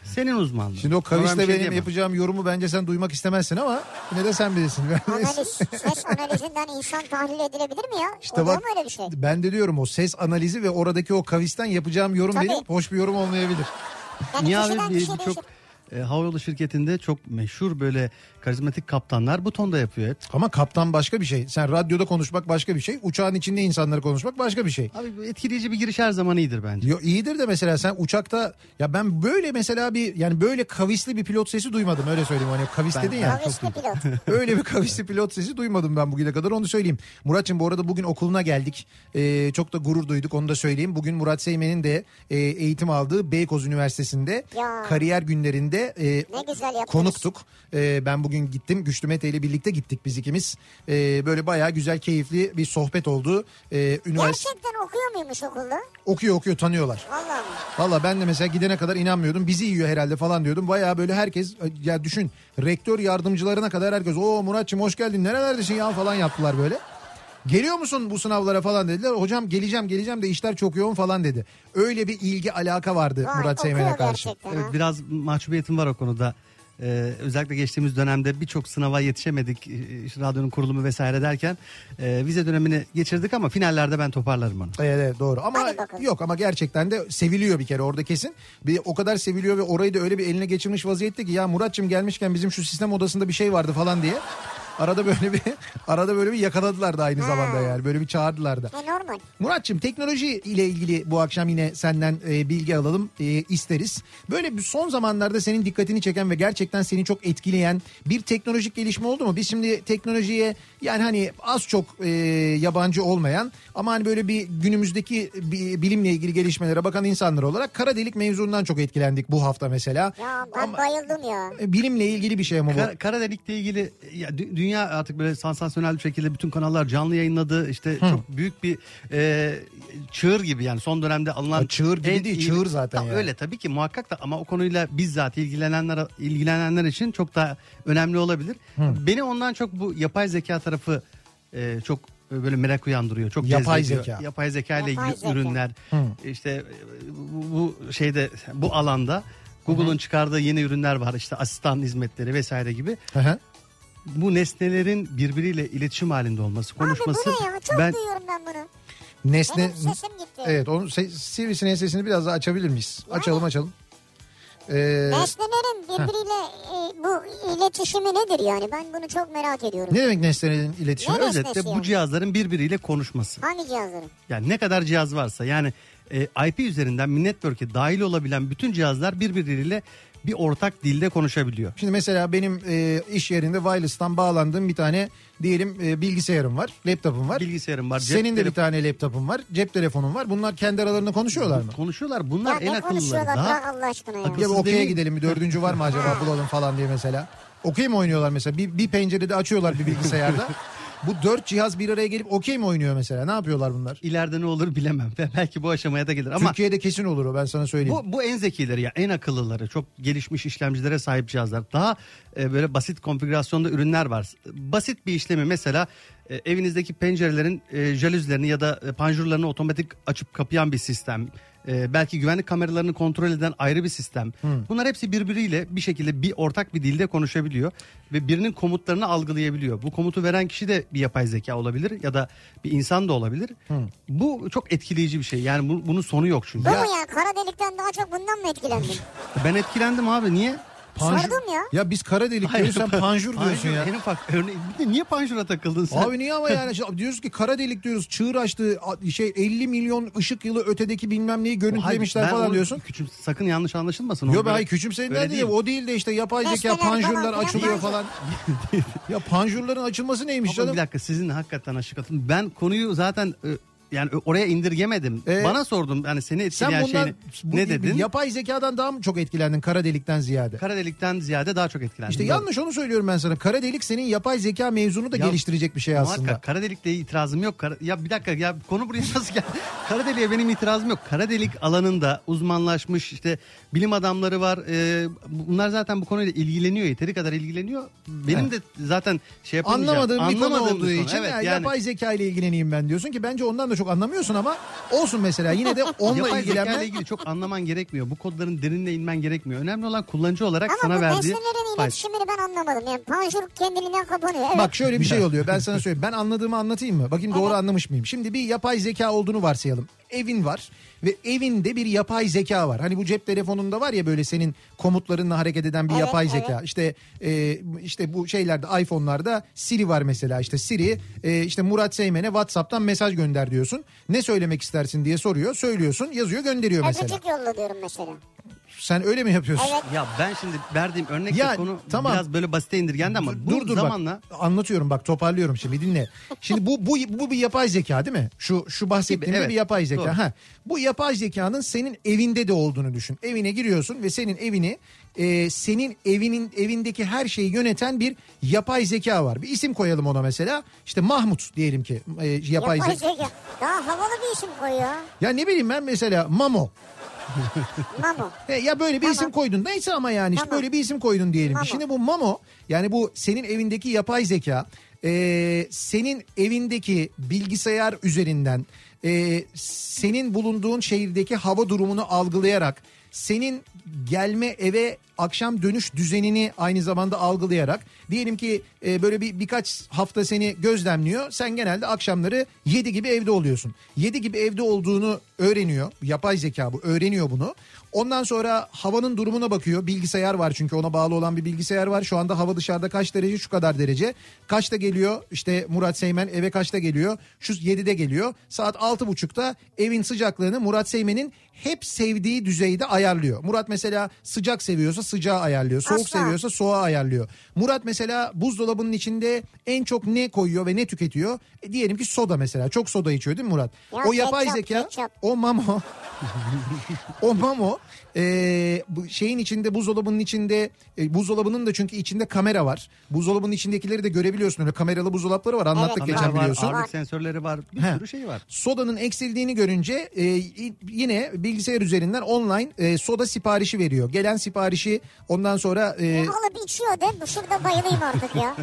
senin uzmanlığın. Şimdi o Ona ben kavisle bir şey benim diyemem. yapacağım yorumu bence sen duymak istemezsin ama ne de sen bilirsin. Analiz, ses analizinden insan tahlil edilebilir mi ya? İşte Oluyor bak mu öyle bir şey? ben de diyorum o ses analizi ve oradaki o kavisten yapacağım yorum Tabii. benim hoş bir yorum olmayabilir. Yani Niye kişiden abi bir- kişiye değişir. birçok e, havayolu şirketinde çok meşhur böyle karizmatik kaptanlar bu tonda yapıyor hep. Ama kaptan başka bir şey. Sen radyoda konuşmak başka bir şey. Uçağın içinde insanları konuşmak başka bir şey. Abi bu etkileyici bir giriş her zaman iyidir bence. Yo, iyidir de mesela sen uçakta ya ben böyle mesela bir yani böyle kavisli bir pilot sesi duymadım öyle söyleyeyim. Hani kavis Ben- dedin ya. ben- Kavisli çok pilot. Öyle bir kavisli pilot sesi duymadım ben bugüne kadar onu söyleyeyim. Muratçım bu arada bugün okuluna geldik. Ee, çok da gurur duyduk onu da söyleyeyim. Bugün Murat Seymen'in de e, eğitim aldığı Beykoz Üniversitesi'nde Ya. kariyer günlerinde e, Ne güzel yapmış. konuktuk. E, ben bugün gittim Güçlü Mete ile birlikte gittik biz ikimiz. E, böyle bayağı güzel keyifli bir sohbet oldu. E, üniversite Gerçekten okuyor muymuş okulda? okuyor okuyor tanıyorlar. Vallahi mi? Valla ben de mesela gidene kadar inanmıyordum. Bizi yiyor herhalde falan diyordum. Baya böyle herkes ya düşün rektör yardımcılarına kadar herkes o Muratçım hoş geldin nerelerdesin ya falan yaptılar böyle. Geliyor musun bu sınavlara falan dediler. Hocam geleceğim geleceğim de işler çok yoğun falan dedi. Öyle bir ilgi alaka vardı Vay, Murat okuyor Seymen'e karşı. gerçekten ha. Evet, biraz mahcubiyetim var o konuda. Ee, özellikle geçtiğimiz dönemde birçok sınava yetişemedik. Ee, işte radyonun kurulumu vesaire derken e, vize dönemini geçirdik ama finallerde ben toparlarım onu. Evet, evet, doğru ama Hadi bakalım. yok ama gerçekten de seviliyor bir kere orada kesin. Bir o kadar seviliyor ve orayı da öyle bir eline geçirmiş vaziyette ki ya Muratçım gelmişken bizim şu sistem odasında bir şey vardı falan diye. Arada böyle bir arada böyle bir yakaladılar da aynı zamanda yani böyle bir çağırdılar da. E normal. Muratçım teknoloji ile ilgili bu akşam yine senden e, bilgi alalım e, isteriz. Böyle bir son zamanlarda senin dikkatini çeken ve gerçekten seni çok etkileyen bir teknolojik gelişme oldu mu? Biz şimdi teknolojiye yani hani az çok e, yabancı olmayan ama hani böyle bir günümüzdeki bi- bilimle ilgili gelişmelere bakan insanlar olarak kara delik mevzundan çok etkilendik bu hafta mesela. Ya ben Ama bayıldım ya. e, bilimle ilgili bir şey mi bu? Kar, kara delikle ilgili e, ya, dü- dünya artık böyle sansasyonel bir şekilde bütün kanallar canlı yayınladı. İşte çok büyük bir e, çığır gibi yani son dönemde alınan Ya çığır gibi en değil, iyi- çığır zaten yani. Öyle tabii ki muhakkak da ama o konuyla bizzat ilgilenenler ilgilenenler için çok daha önemli olabilir. Beni ondan çok bu yapay zeka tarafı e, çok e, böyle merak uyandırıyor. Çok Yapay cezbediyor. zeka. Yapay zeka ile Yapay ilgili zeka. ürünler işte e, bu, bu şeyde bu alanda Google'un çıkardığı yeni ürünler var işte asistan hizmetleri vesaire gibi Hı hı. bu nesnelerin birbiriyle iletişim halinde olması, Abi bu konuşması. ne ya? Çok ben duyuyorum ben bunu. Nesne... Benim sesim gitti. Evet onun ses, sivrisineğin sesini biraz daha açabilir miyiz? Açalım açalım. Ee, Nesnelerin birbiriyle e, bu iletişimi nedir yani? Ben bunu çok merak ediyorum. ne demek nesnelerin iletişimi? Ne Özet. özetle nesnesi yani? bu cihazların birbiriyle konuşması. Hangi cihazların? Yani ne kadar cihaz varsa yani e, IP üzerinden bir network'e dahil olabilen bütün cihazlar birbiriyle bir ortak dilde konuşabiliyor. Şimdi mesela benim e, iş yerinde wireless'tan bağlandığım bir tane diyelim e, bilgisayarım var, laptopum var. Bilgisayarım var, cep Senin de bir telefonu- tane laptopun var, cep telefonun var. Bunlar kendi aralarında konuşuyorlar mı? Konuşuyorlar. Ya Bunlar en ne akıllıları. konuşuyorlar Daha bırak Allah aşkına ya. Akıl- Ya bir Hırsız okey'e değil. gidelim bir dördüncü var mı acaba bulalım falan diye mesela. Okey mi oynuyorlar mesela? Bir, bir pencerede açıyorlar bir bilgisayarda. Bu dört cihaz bir araya gelip okey mi oynuyor mesela? Ne yapıyorlar bunlar? İleride ne olur bilemem. Belki bu aşamaya da gelir ama Türkiye'de kesin olur o ben sana söyleyeyim. Bu, bu en zekileri ya en akıllıları çok gelişmiş işlemcilere sahip cihazlar. Daha e, böyle basit konfigürasyonda ürünler var. Basit bir işlemi mesela e, evinizdeki pencerelerin e, jalüzlerini ya da e, panjurlarını otomatik açıp kapayan bir sistem. E, belki güvenlik kameralarını kontrol eden ayrı bir sistem. Bunlar hepsi birbiriyle bir şekilde bir ortak bir dilde konuşabiliyor ve birinin komutlarını algılayabiliyor. Bu komutu veren kişi de bir yapay zeka olabilir ya da bir insan da olabilir. Bu çok etkileyici bir şey. Yani bu- bunun sonu yok çünkü. Bu mu ya? Kara delikten daha çok bundan mı etkilendin? Ben etkilendim abi niye? Sordum ya. Ya biz kara delik diyoruz sen panjur diyorsun ya. En ufak örneği. Bir de niye panjura takıldın sen? Abi niye ama yani Şimdi diyoruz ki kara delik diyoruz çığır açtı a- şey 50 milyon ışık yılı ötedeki bilmem neyi görüntülemişler Hayır, ben falan onu diyorsun. Küçüm, sakın yanlış anlaşılmasın. Yok Onu be böyle- hayır küçümsediler öyle değil. O değil de işte yapay zeka Nesneler falan panjurlar filan açılıyor var. falan. ya panjurların açılması neymiş Ama canım? bir dakika sizin hakikaten aşık atın. Ben konuyu zaten e, yani oraya indirgemedim. Ee? Bana sordum yani seni Sen etkileyen bundan şeyini. Ne dedin? yapay zekadan daha mı çok etkilendin kara delikten ziyade? Kara delikten ziyade daha çok etkilendim. İşte Doğru. yanlış onu söylüyorum ben sana. Kara delik senin yapay zeka mevzunu da Ya, geliştirecek bir şey aslında. Muhakkak kara delikle itirazım yok. Kara- ya bir dakika ya konu buraya nasıl geldi? kara deliğe benim itirazım yok. Kara delik alanında uzmanlaşmış işte bilim adamları var. Ee, bunlar zaten bu konuyla ilgileniyor. Yeteri kadar ilgileniyor. Benim de zaten şey yapamayacağım. Anlamadığın bir konu Anlamadığım olduğu konu. için Evet, ya, yani yapay zeka ile ilgileneyim ben diyorsun ki bence ondan da çok anlamıyorsun ama olsun mesela yine de onunla yapay zeka ile ilgilenme. ilgili çok anlaman gerekmiyor. Bu kodların derinine inmen gerekmiyor. Önemli olan kullanıcı olarak Ama sana bu verdiği nesnelerin pay. iletişimini ben anlamadım. Yani panjur kendiliğinden kapanıyor. Evet. Bak şöyle bir şey oluyor ben sana söyleyeyim ben anladığımı anlatayım mı? Bakayım doğru anlamış mıyım? Şimdi bir yapay zeka olduğunu varsayalım. Evin var ve evinde bir yapay zeka var. Hani bu cep telefonunda var ya böyle senin komutlarınla hareket eden bir Evet, yapay evet. zeka. İşte e, işte bu şeylerde iPhone'larda Siri var mesela. İşte Siri e, işte Murat Seymen'e WhatsApp'tan mesaj gönder diyorsun. Ne söylemek istersin diye soruyor. Söylüyorsun, yazıyor, gönderiyor mesela. Öpücük yolla diyorum mesela. Sen öyle mi yapıyorsun? Evet. Ya ben şimdi verdiğim örnekle Ya, konu tamam. biraz böyle basite indirgendi ama bu dur dur zamanla bak. Anlatıyorum bak toparlıyorum şimdi dinle. Şimdi bu bu bu bir yapay zeka değil mi? Şu şu bahsettiğim Gibi, bir evet. yapay zeka. Doğru. Ha. Bu yapay zekanın senin evinde de olduğunu düşün. Evine giriyorsun ve senin evini e, senin evinin evindeki her şeyi yöneten bir yapay zeka var. Bir isim koyalım ona mesela. İşte Mahmut diyelim ki e, yapay, Yapay zeka. zeka. Daha havalı bir isim koyuyor. Ya ne bileyim ben mesela Mamo. Mamo. He, E, ya böyle bir isim koydun neyse ama yani işte Tamam. böyle bir isim koydun diyelim. Tamam. Şimdi bu Mamo yani bu senin evindeki yapay zeka e, senin evindeki bilgisayar üzerinden e, senin bulunduğun şehirdeki hava durumunu algılayarak senin gelme eve akşam dönüş düzenini aynı zamanda algılayarak diyelim ki e, böyle bir birkaç hafta seni gözlemliyor. Sen genelde akşamları 7 gibi evde oluyorsun. 7 gibi evde olduğunu öğreniyor. Yapay zeka bu öğreniyor bunu. Ondan sonra havanın durumuna bakıyor. Bilgisayar var çünkü ona bağlı olan bir bilgisayar var. Şu anda hava dışarıda kaç derece? Şu kadar derece. Kaçta geliyor? İşte Murat Seymen eve kaçta geliyor? Şu 7'de geliyor. Saat 6.30'da evin sıcaklığını Murat Seymen'in hep sevdiği düzeyde ayarlıyor. Murat mesela sıcak seviyorsa sıcağı ayarlıyor. Soğuk Asla. seviyorsa seviyorsa soğuğa ayarlıyor. Murat mesela buzdolabının içinde en çok ne koyuyor ve ne tüketiyor? E, diyelim ki soda mesela. Çok soda içiyor değil mi Murat? Ya o yapay ketçap, zeka, ketçap. o mamo, o mamo e, bu şeyin içinde buzdolabının içinde e, buzdolabının da çünkü içinde kamera var. Buzdolabının içindekileri de görebiliyorsun öyle kameralı buzdolapları var. Anlattık Kamera geçen kamera var, biliyorsun. ağırlık sensörleri var, bir He. sürü şey var. Sodanın eksildiğini görünce e, y- yine bilgisayar üzerinden online e, soda siparişi veriyor. Gelen siparişi ondan sonra e, Alıp içiyor de bu şurada bayılayım artık ya.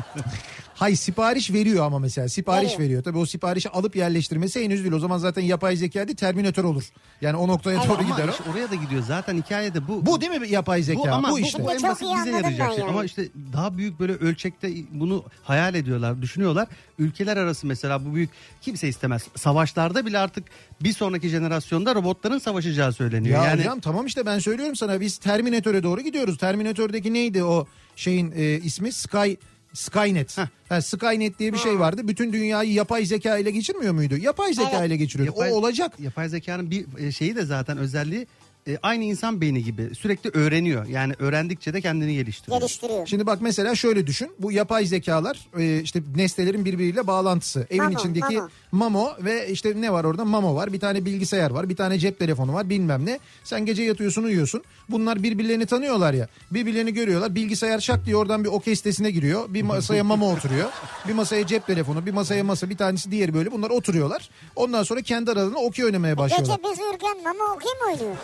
Hay sipariş veriyor ama mesela sipariş Veriyor. veriyor. Tabii o siparişi alıp yerleştirmesi henüz değil. O zaman zaten yapay zeka değil terminatör olur. Yani o noktaya doğru Ama gider o. iş oraya da gidiyor zaten hikayede bu. Bu değil mi bir yapay zeka? Bu ama bu, işte. bu en Çok basit iyi bize anladım yarayacak ben şey. yani. Ama işte daha büyük böyle ölçekte bunu hayal ediyorlar, düşünüyorlar. Ülkeler arası mesela bu büyük kimse istemez. Savaşlarda bile artık bir sonraki jenerasyonda robotların savaşacağı söyleniyor. Ya yani hocam tamam işte ben söylüyorum sana biz Terminator'e doğru gidiyoruz. Terminator'daki neydi o şeyin e, ismi? Sky Skynet. Heh. Ha, Skynet diye bir şey vardı. Bütün dünyayı yapay zeka ile geçirmiyor muydu? Yapay zeka ile geçiriyor. Yapay- O olacak. Yapay zekanın bir e, şeyi de zaten özelliği e, aynı insan beyni gibi sürekli öğreniyor. Yani öğrendikçe de kendini geliştiriyor. Geliştiriyor. Şimdi bak mesela şöyle düşün. Bu yapay zekalar e, işte nesnelerin birbiriyle bağlantısı. Evin Mamo, içindeki mamo. Mamo ve işte ne var orada? Mamo var. Bir tane bilgisayar var. Bir tane cep telefonu var. Bilmem ne. Sen gece yatıyorsun uyuyorsun. Bunlar birbirlerini tanıyorlar ya. Birbirlerini görüyorlar. Bilgisayar şak diye oradan bir okey sitesine giriyor. Bir masaya Mamo oturuyor. Bir masaya cep telefonu. Bir masaya masa. Bir tanesi diğeri böyle. Bunlar oturuyorlar. Ondan sonra kendi aralarında okey oynamaya başlıyorlar. Gece biz uyurken mama okuyayım mı oynuyor?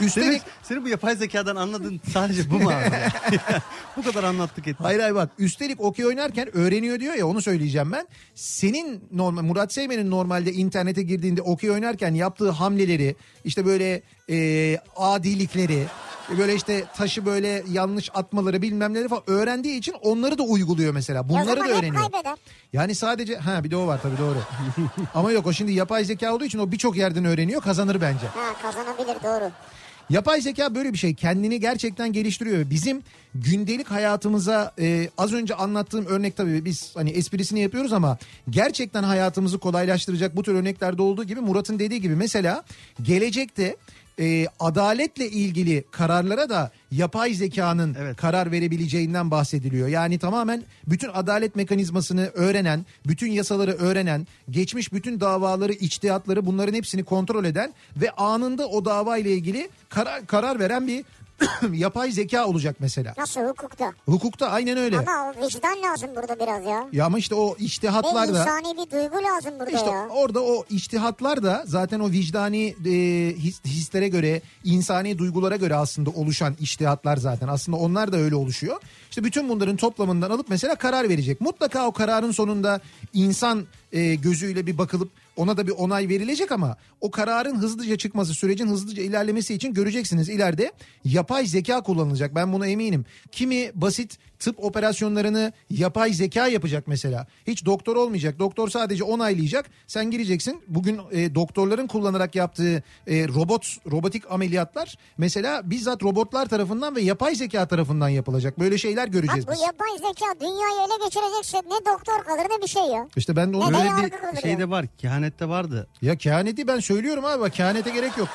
Üstelik Senin, senin bu yapay zekadan anladığın sadece bu mu abi? bu kadar anlattık ettik. Hayır hayır bak üstelik okey oynarken öğreniyor diyor ya onu söyleyeceğim ben. Senin normal Murat Seymen'in normalde internete girdiğinde okey oynarken yaptığı hamleleri işte böyle e, adilikleri böyle işte taşı böyle yanlış atmaları bilmem neleri falan öğrendiği için onları da uyguluyor mesela. Ya o Bunları zaman da hep öğreniyor. kaybeder. Yani sadece ha bir de o var tabii doğru. Ama yok o şimdi yapay zeka olduğu için o birçok yerden öğreniyor kazanır bence. Ha kazanabilir doğru. Yapay zeka böyle bir şey kendini gerçekten geliştiriyor. Bizim gündelik hayatımıza e, az önce anlattığım örnek tabii biz hani esprisini yapıyoruz ama gerçekten hayatımızı kolaylaştıracak bu tür örneklerde olduğu gibi Murat'ın dediği gibi mesela gelecekte e, adaletle ilgili kararlara da yapay zekanın Evet. karar verebileceğinden bahsediliyor. Yani tamamen bütün adalet mekanizmasını öğrenen, bütün yasaları öğrenen, geçmiş bütün davaları, içtihatları bunların hepsini kontrol eden ve anında o dava ile ilgili karar karar veren bir yapay zeka olacak mesela. Nasıl hukukta? Hukukta aynen öyle. Ama o vicdan lazım burada biraz ya. Ya ama işte o Ve içtihatlar da insani bir duygu lazım burada işte ya. orada o içtihatlar da zaten o vicdani e, his- hislere göre, insani duygulara göre aslında oluşan içtihatlar zaten. Aslında onlar da öyle oluşuyor. İşte bütün bunların toplamından alıp mesela karar verecek. Mutlaka o kararın sonunda insan e, gözüyle bir bakılıp ona da bir onay verilecek ama o kararın hızlıca çıkması, sürecin hızlıca ilerlemesi için göreceksiniz ileride yapay zeka kullanılacak. Ben buna eminim. Kimi basit tıp operasyonlarını yapay zeka yapacak mesela. Hiç doktor olmayacak. Doktor sadece onaylayacak. Sen gireceksin. Bugün e, doktorların kullanarak yaptığı e, robot robotik ameliyatlar mesela bizzat robotlar tarafından ve yapay zeka tarafından yapılacak. Böyle şeyler Bak göreceğiz bu biz. yapay zeka dünyayı ele geçirecekse ne doktor kalır ne bir şey ya. İşte ben de onu Ne böyle ya? bir Yargı Bir kalır şey ya. de var. Kehanette vardı. ya kehaneti ben söylüyorum abi bak kehanete gerek yok.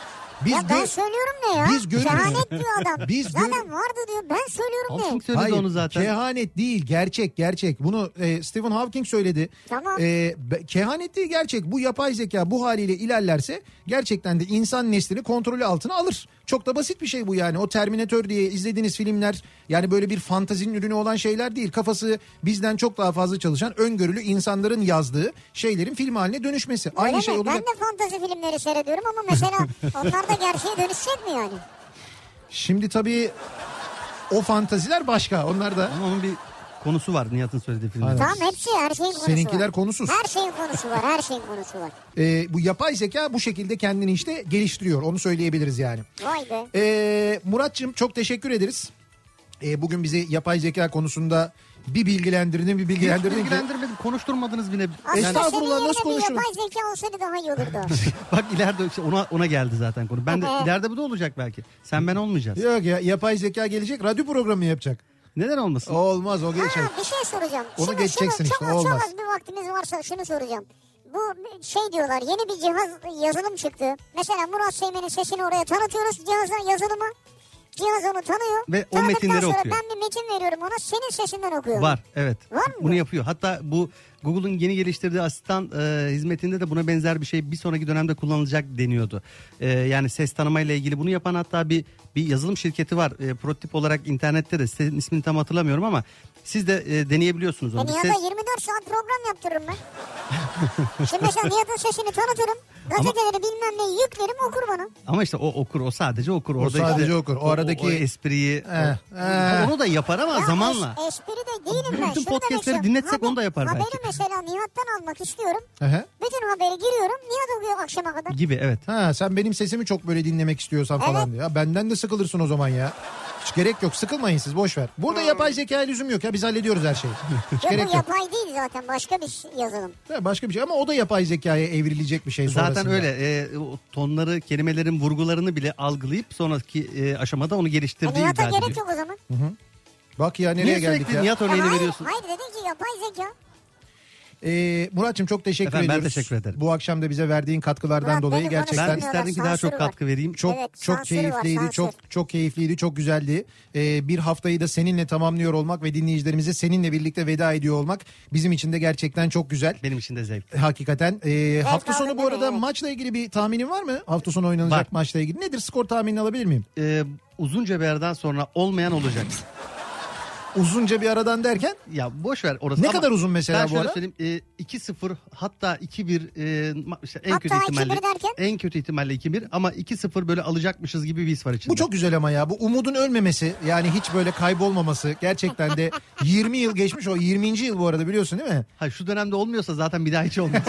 Biz Ya ben gö- söylüyorum ne ya? biz görürüz. Kehanet diyor adam. Biz Zaten görürüz. vardı diyor ben söylüyorum Altık ne? söyledi onu zaten. kehanet değil gerçek gerçek. Bunu e, Stephen Hawking söyledi. Tamam. E, be- kehanet değil gerçek. Bu yapay zeka bu haliyle ilerlerse gerçekten de insan neslini kontrolü altına alır. Çok da basit bir şey bu yani. O Terminator diye izlediğiniz filmler yani böyle bir fantazinin ürünü olan şeyler değil. Kafası bizden çok daha fazla çalışan öngörülü insanların yazdığı şeylerin film haline dönüşmesi. Aynı Öyle şey mi? olacak. Ben de fantazi filmleri seyrediyorum ama mesela onlar da gerçeğe dönüşecek mi yani? Şimdi tabii o fantaziler başka. Onlar da Ama onun bir konusu var Nihat'ın söylediği filmde. Aynen. Tamam hepsi her şeyin konusu var. Seninkiler konusuz. Her şeyin konusu var her şeyin konusu var. Ee, bu yapay zeka bu şekilde kendini işte geliştiriyor. Onu söyleyebiliriz yani. Vay be. Ee, Murat'cığım çok teşekkür ederiz. Ee, bugün bizi yapay zeka konusunda bir bilgilendirdin bir Hiç bilgilendirdin ki. bilgilendirmedin, konuşturmadınız bile. E, Aslında Yani, estağfurullah, senin nasıl yerine bir konuşurum? yapay zeka olsaydı daha iyi olurdu. bak ileride işte ona ona geldi zaten konu. Ben de Aha. ileride bu da olacak belki. Sen ben olmayacağız. Yok ya yapay zeka gelecek radyo programı yapacak. Neden olmasın? Olmaz o geçer. Ha, bir şey soracağım. Onu geçeceksin şunu, işte, çok az- çok olmaz. az bir vaktimiz varsa şunu soracağım. Bu şey diyorlar yeni bir cihaz yazılım çıktı. Mesela Murat Seymen'in sesini oraya tanıtıyoruz cihaza yazılıma. Cihaz onu tanıyor. Ve o Tanıdıktan metinleri sonra okuyor. Ben bir metin veriyorum ona senin sesinden okuyor. Var evet. Var mı? Bunu yapıyor. Hatta bu Google'un yeni geliştirdiği asistan e, hizmetinde de buna benzer bir şey bir sonraki dönemde kullanılacak deniyordu. E, yani ses tanımayla ilgili bunu yapan hatta bir bir yazılım şirketi var. E, prototip olarak internette de sitenin ismini tam hatırlamıyorum ama siz de e, deneyebiliyorsunuz E onu. Nihat'a Ses- 24 saat program yaptırırım ben. Şimdi mesela Nihat'ın sesini tanıtırım. Gazeteleri bilmem ne yüklerim okur bana. Ama işte o okur, o sadece okur. Orada sadece işte okur. O o- aradaki- o espriyi Eh, eh. onu da yapar ama Ya zamanla. Es, espri de değilim ben. Bütün Şunu demek podcastleri istiyorum. dinletsek Haber- onu da yapar haberi belki. mesela Nihat'tan almak istiyorum. Ehe. Bütün haberi giriyorum. Nihat okuyor akşama kadar. Gibi evet. Ha sen benim sesimi çok böyle dinlemek istiyorsan falan diyor. Ya benden de sıkılırsın o zaman ya. Hiç gerek yok sıkılmayın siz boş ver. Burada yapay zekaya lüzum yok ya biz hallediyoruz her şeyi. Hiç Ya gerek bu yok. yapay değil zaten başka bir şey yazılım. Ha, Başka bir şey ama o da yapay zekaya evrilecek bir şey sonrasında. Zaten öyle e, o tonları, kelimelerin vurgularını bile algılayıp sonraki e, aşamada onu E, geliştirdiği Nihat'a iddia ediliyor. gerek yok o zaman. Bak ya nereye Niye geldik sürekli ya. Nihat Ya örneğini hayır, veriyorsun? hayır dedin ki yapay zeka. Ee, Murat'cığım çok teşekkür Efendim, ben ediyoruz. teşekkür ederim. Bu akşam da bize verdiğin katkılardan Murat, dolayı beni Ben gerçekten konuşturmuyorlar, isterdim ki daha çok sansür var. katkı vereyim. çok Evet, çok sansürü var, keyifliydi. sansür. Çok çok keyifliydi. Çok güzeldi. Ee, bir haftayı da seninle tamamlıyor olmak ve dinleyicilerimize seninle birlikte veda ediyor olmak bizim için de gerçekten çok güzel. Benim için de zevk. Hakikaten. Ee, hafta sonu bu aldım, arada evet. maçla ilgili bir tahminin var mı? Hafta sonu oynanacak Var. maçla ilgili. Nedir skor tahminini alabilir miyim? Ee, uzunca bir aradan sonra olmayan olacak. Uzunca bir aradan derken ya boş ver orası. Ne ama kadar uzun mesela ben bu şöyle ara? söyleyeyim. e, 2-0 hatta 2-1 e, ma- işte en Hatta kötü 2-1 ihtimalle. derken? En kötü ihtimalle 2-1 ama 2-0 böyle alacakmışız gibi bir his var içinde. Bu çok güzel ama ya bu umudun ölmemesi yani hiç böyle kaybolmaması gerçekten de 20 yıl geçmiş o 20. yıl bu arada biliyorsun değil mi? Ha, şu dönemde olmuyorsa zaten bir daha hiç olmaz.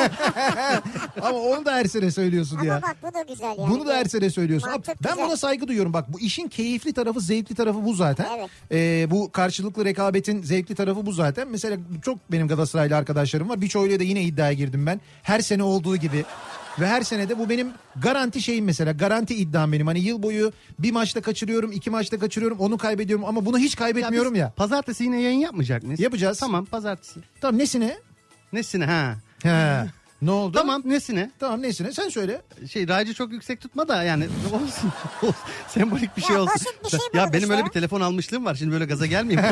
Ama onu da her sene söylüyorsun Ama ya. bak bu da güzel yani. Bunu da her sene söylüyorsun. Abi, Mantık ben güzel. buna saygı duyuyorum. Bak bu işin keyifli tarafı, zevkli tarafı bu zaten. Evet. Ee, bu karşılıklı rekabetin zevkli tarafı bu zaten. Mesela çok benim Galatasaraylı arkadaşlarım var. Birçoğuyla da yine iddiaya girdim ben. Her sene olduğu gibi. Ve her sene de bu benim garanti şeyim mesela. Garanti iddiam benim. Hani yıl boyu bir maçta kaçırıyorum, iki maçta kaçırıyorum, onu kaybediyorum ama bunu hiç kaybetmiyorum ya. biz Pazartesi yine yayın yapmayacak mıyız? Yapacağız. Tamam pazartesi. Tamam nesine? Nesine ha? He. ne oldu? Tamam nesine? Tamam nesine? Sen söyle. Şey raycı çok yüksek tutma da yani olsun. olsun. Sembolik bir şey olsun. basit bir şey ya bulmuş benim öyle ya. bir telefon almışlığım var. Şimdi böyle gaza gelmeyeyim.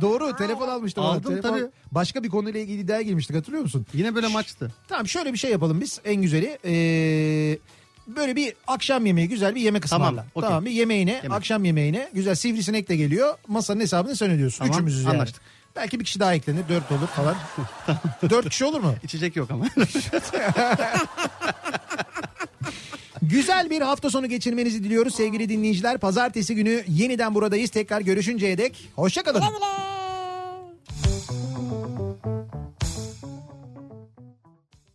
Doğru telefon almıştım. Aldım Telefon- tabii. Başka bir konuyla ilgili iddiaya girmiştik hatırlıyor musun? yine böyle maçtı. Tamam şöyle bir şey yapalım biz en güzeli. Ee, böyle bir akşam yemeği güzel bir yemek Tamam, ısmarla. Tamam, okey. bir yemeğine akşam yemeğine güzel sivrisinek de geliyor. Masanın hesabını sen ödüyorsun. Tamam, Üçümüzüz yani. anlaştık. Belki bir kişi daha eklenir dört olur falan. dört kişi olur mu? İçecek yok ama. Güzel bir hafta sonu geçirmenizi diliyoruz sevgili dinleyiciler. Pazartesi günü yeniden buradayız. Tekrar görüşünceye dek hoşçakalın. Güle güle.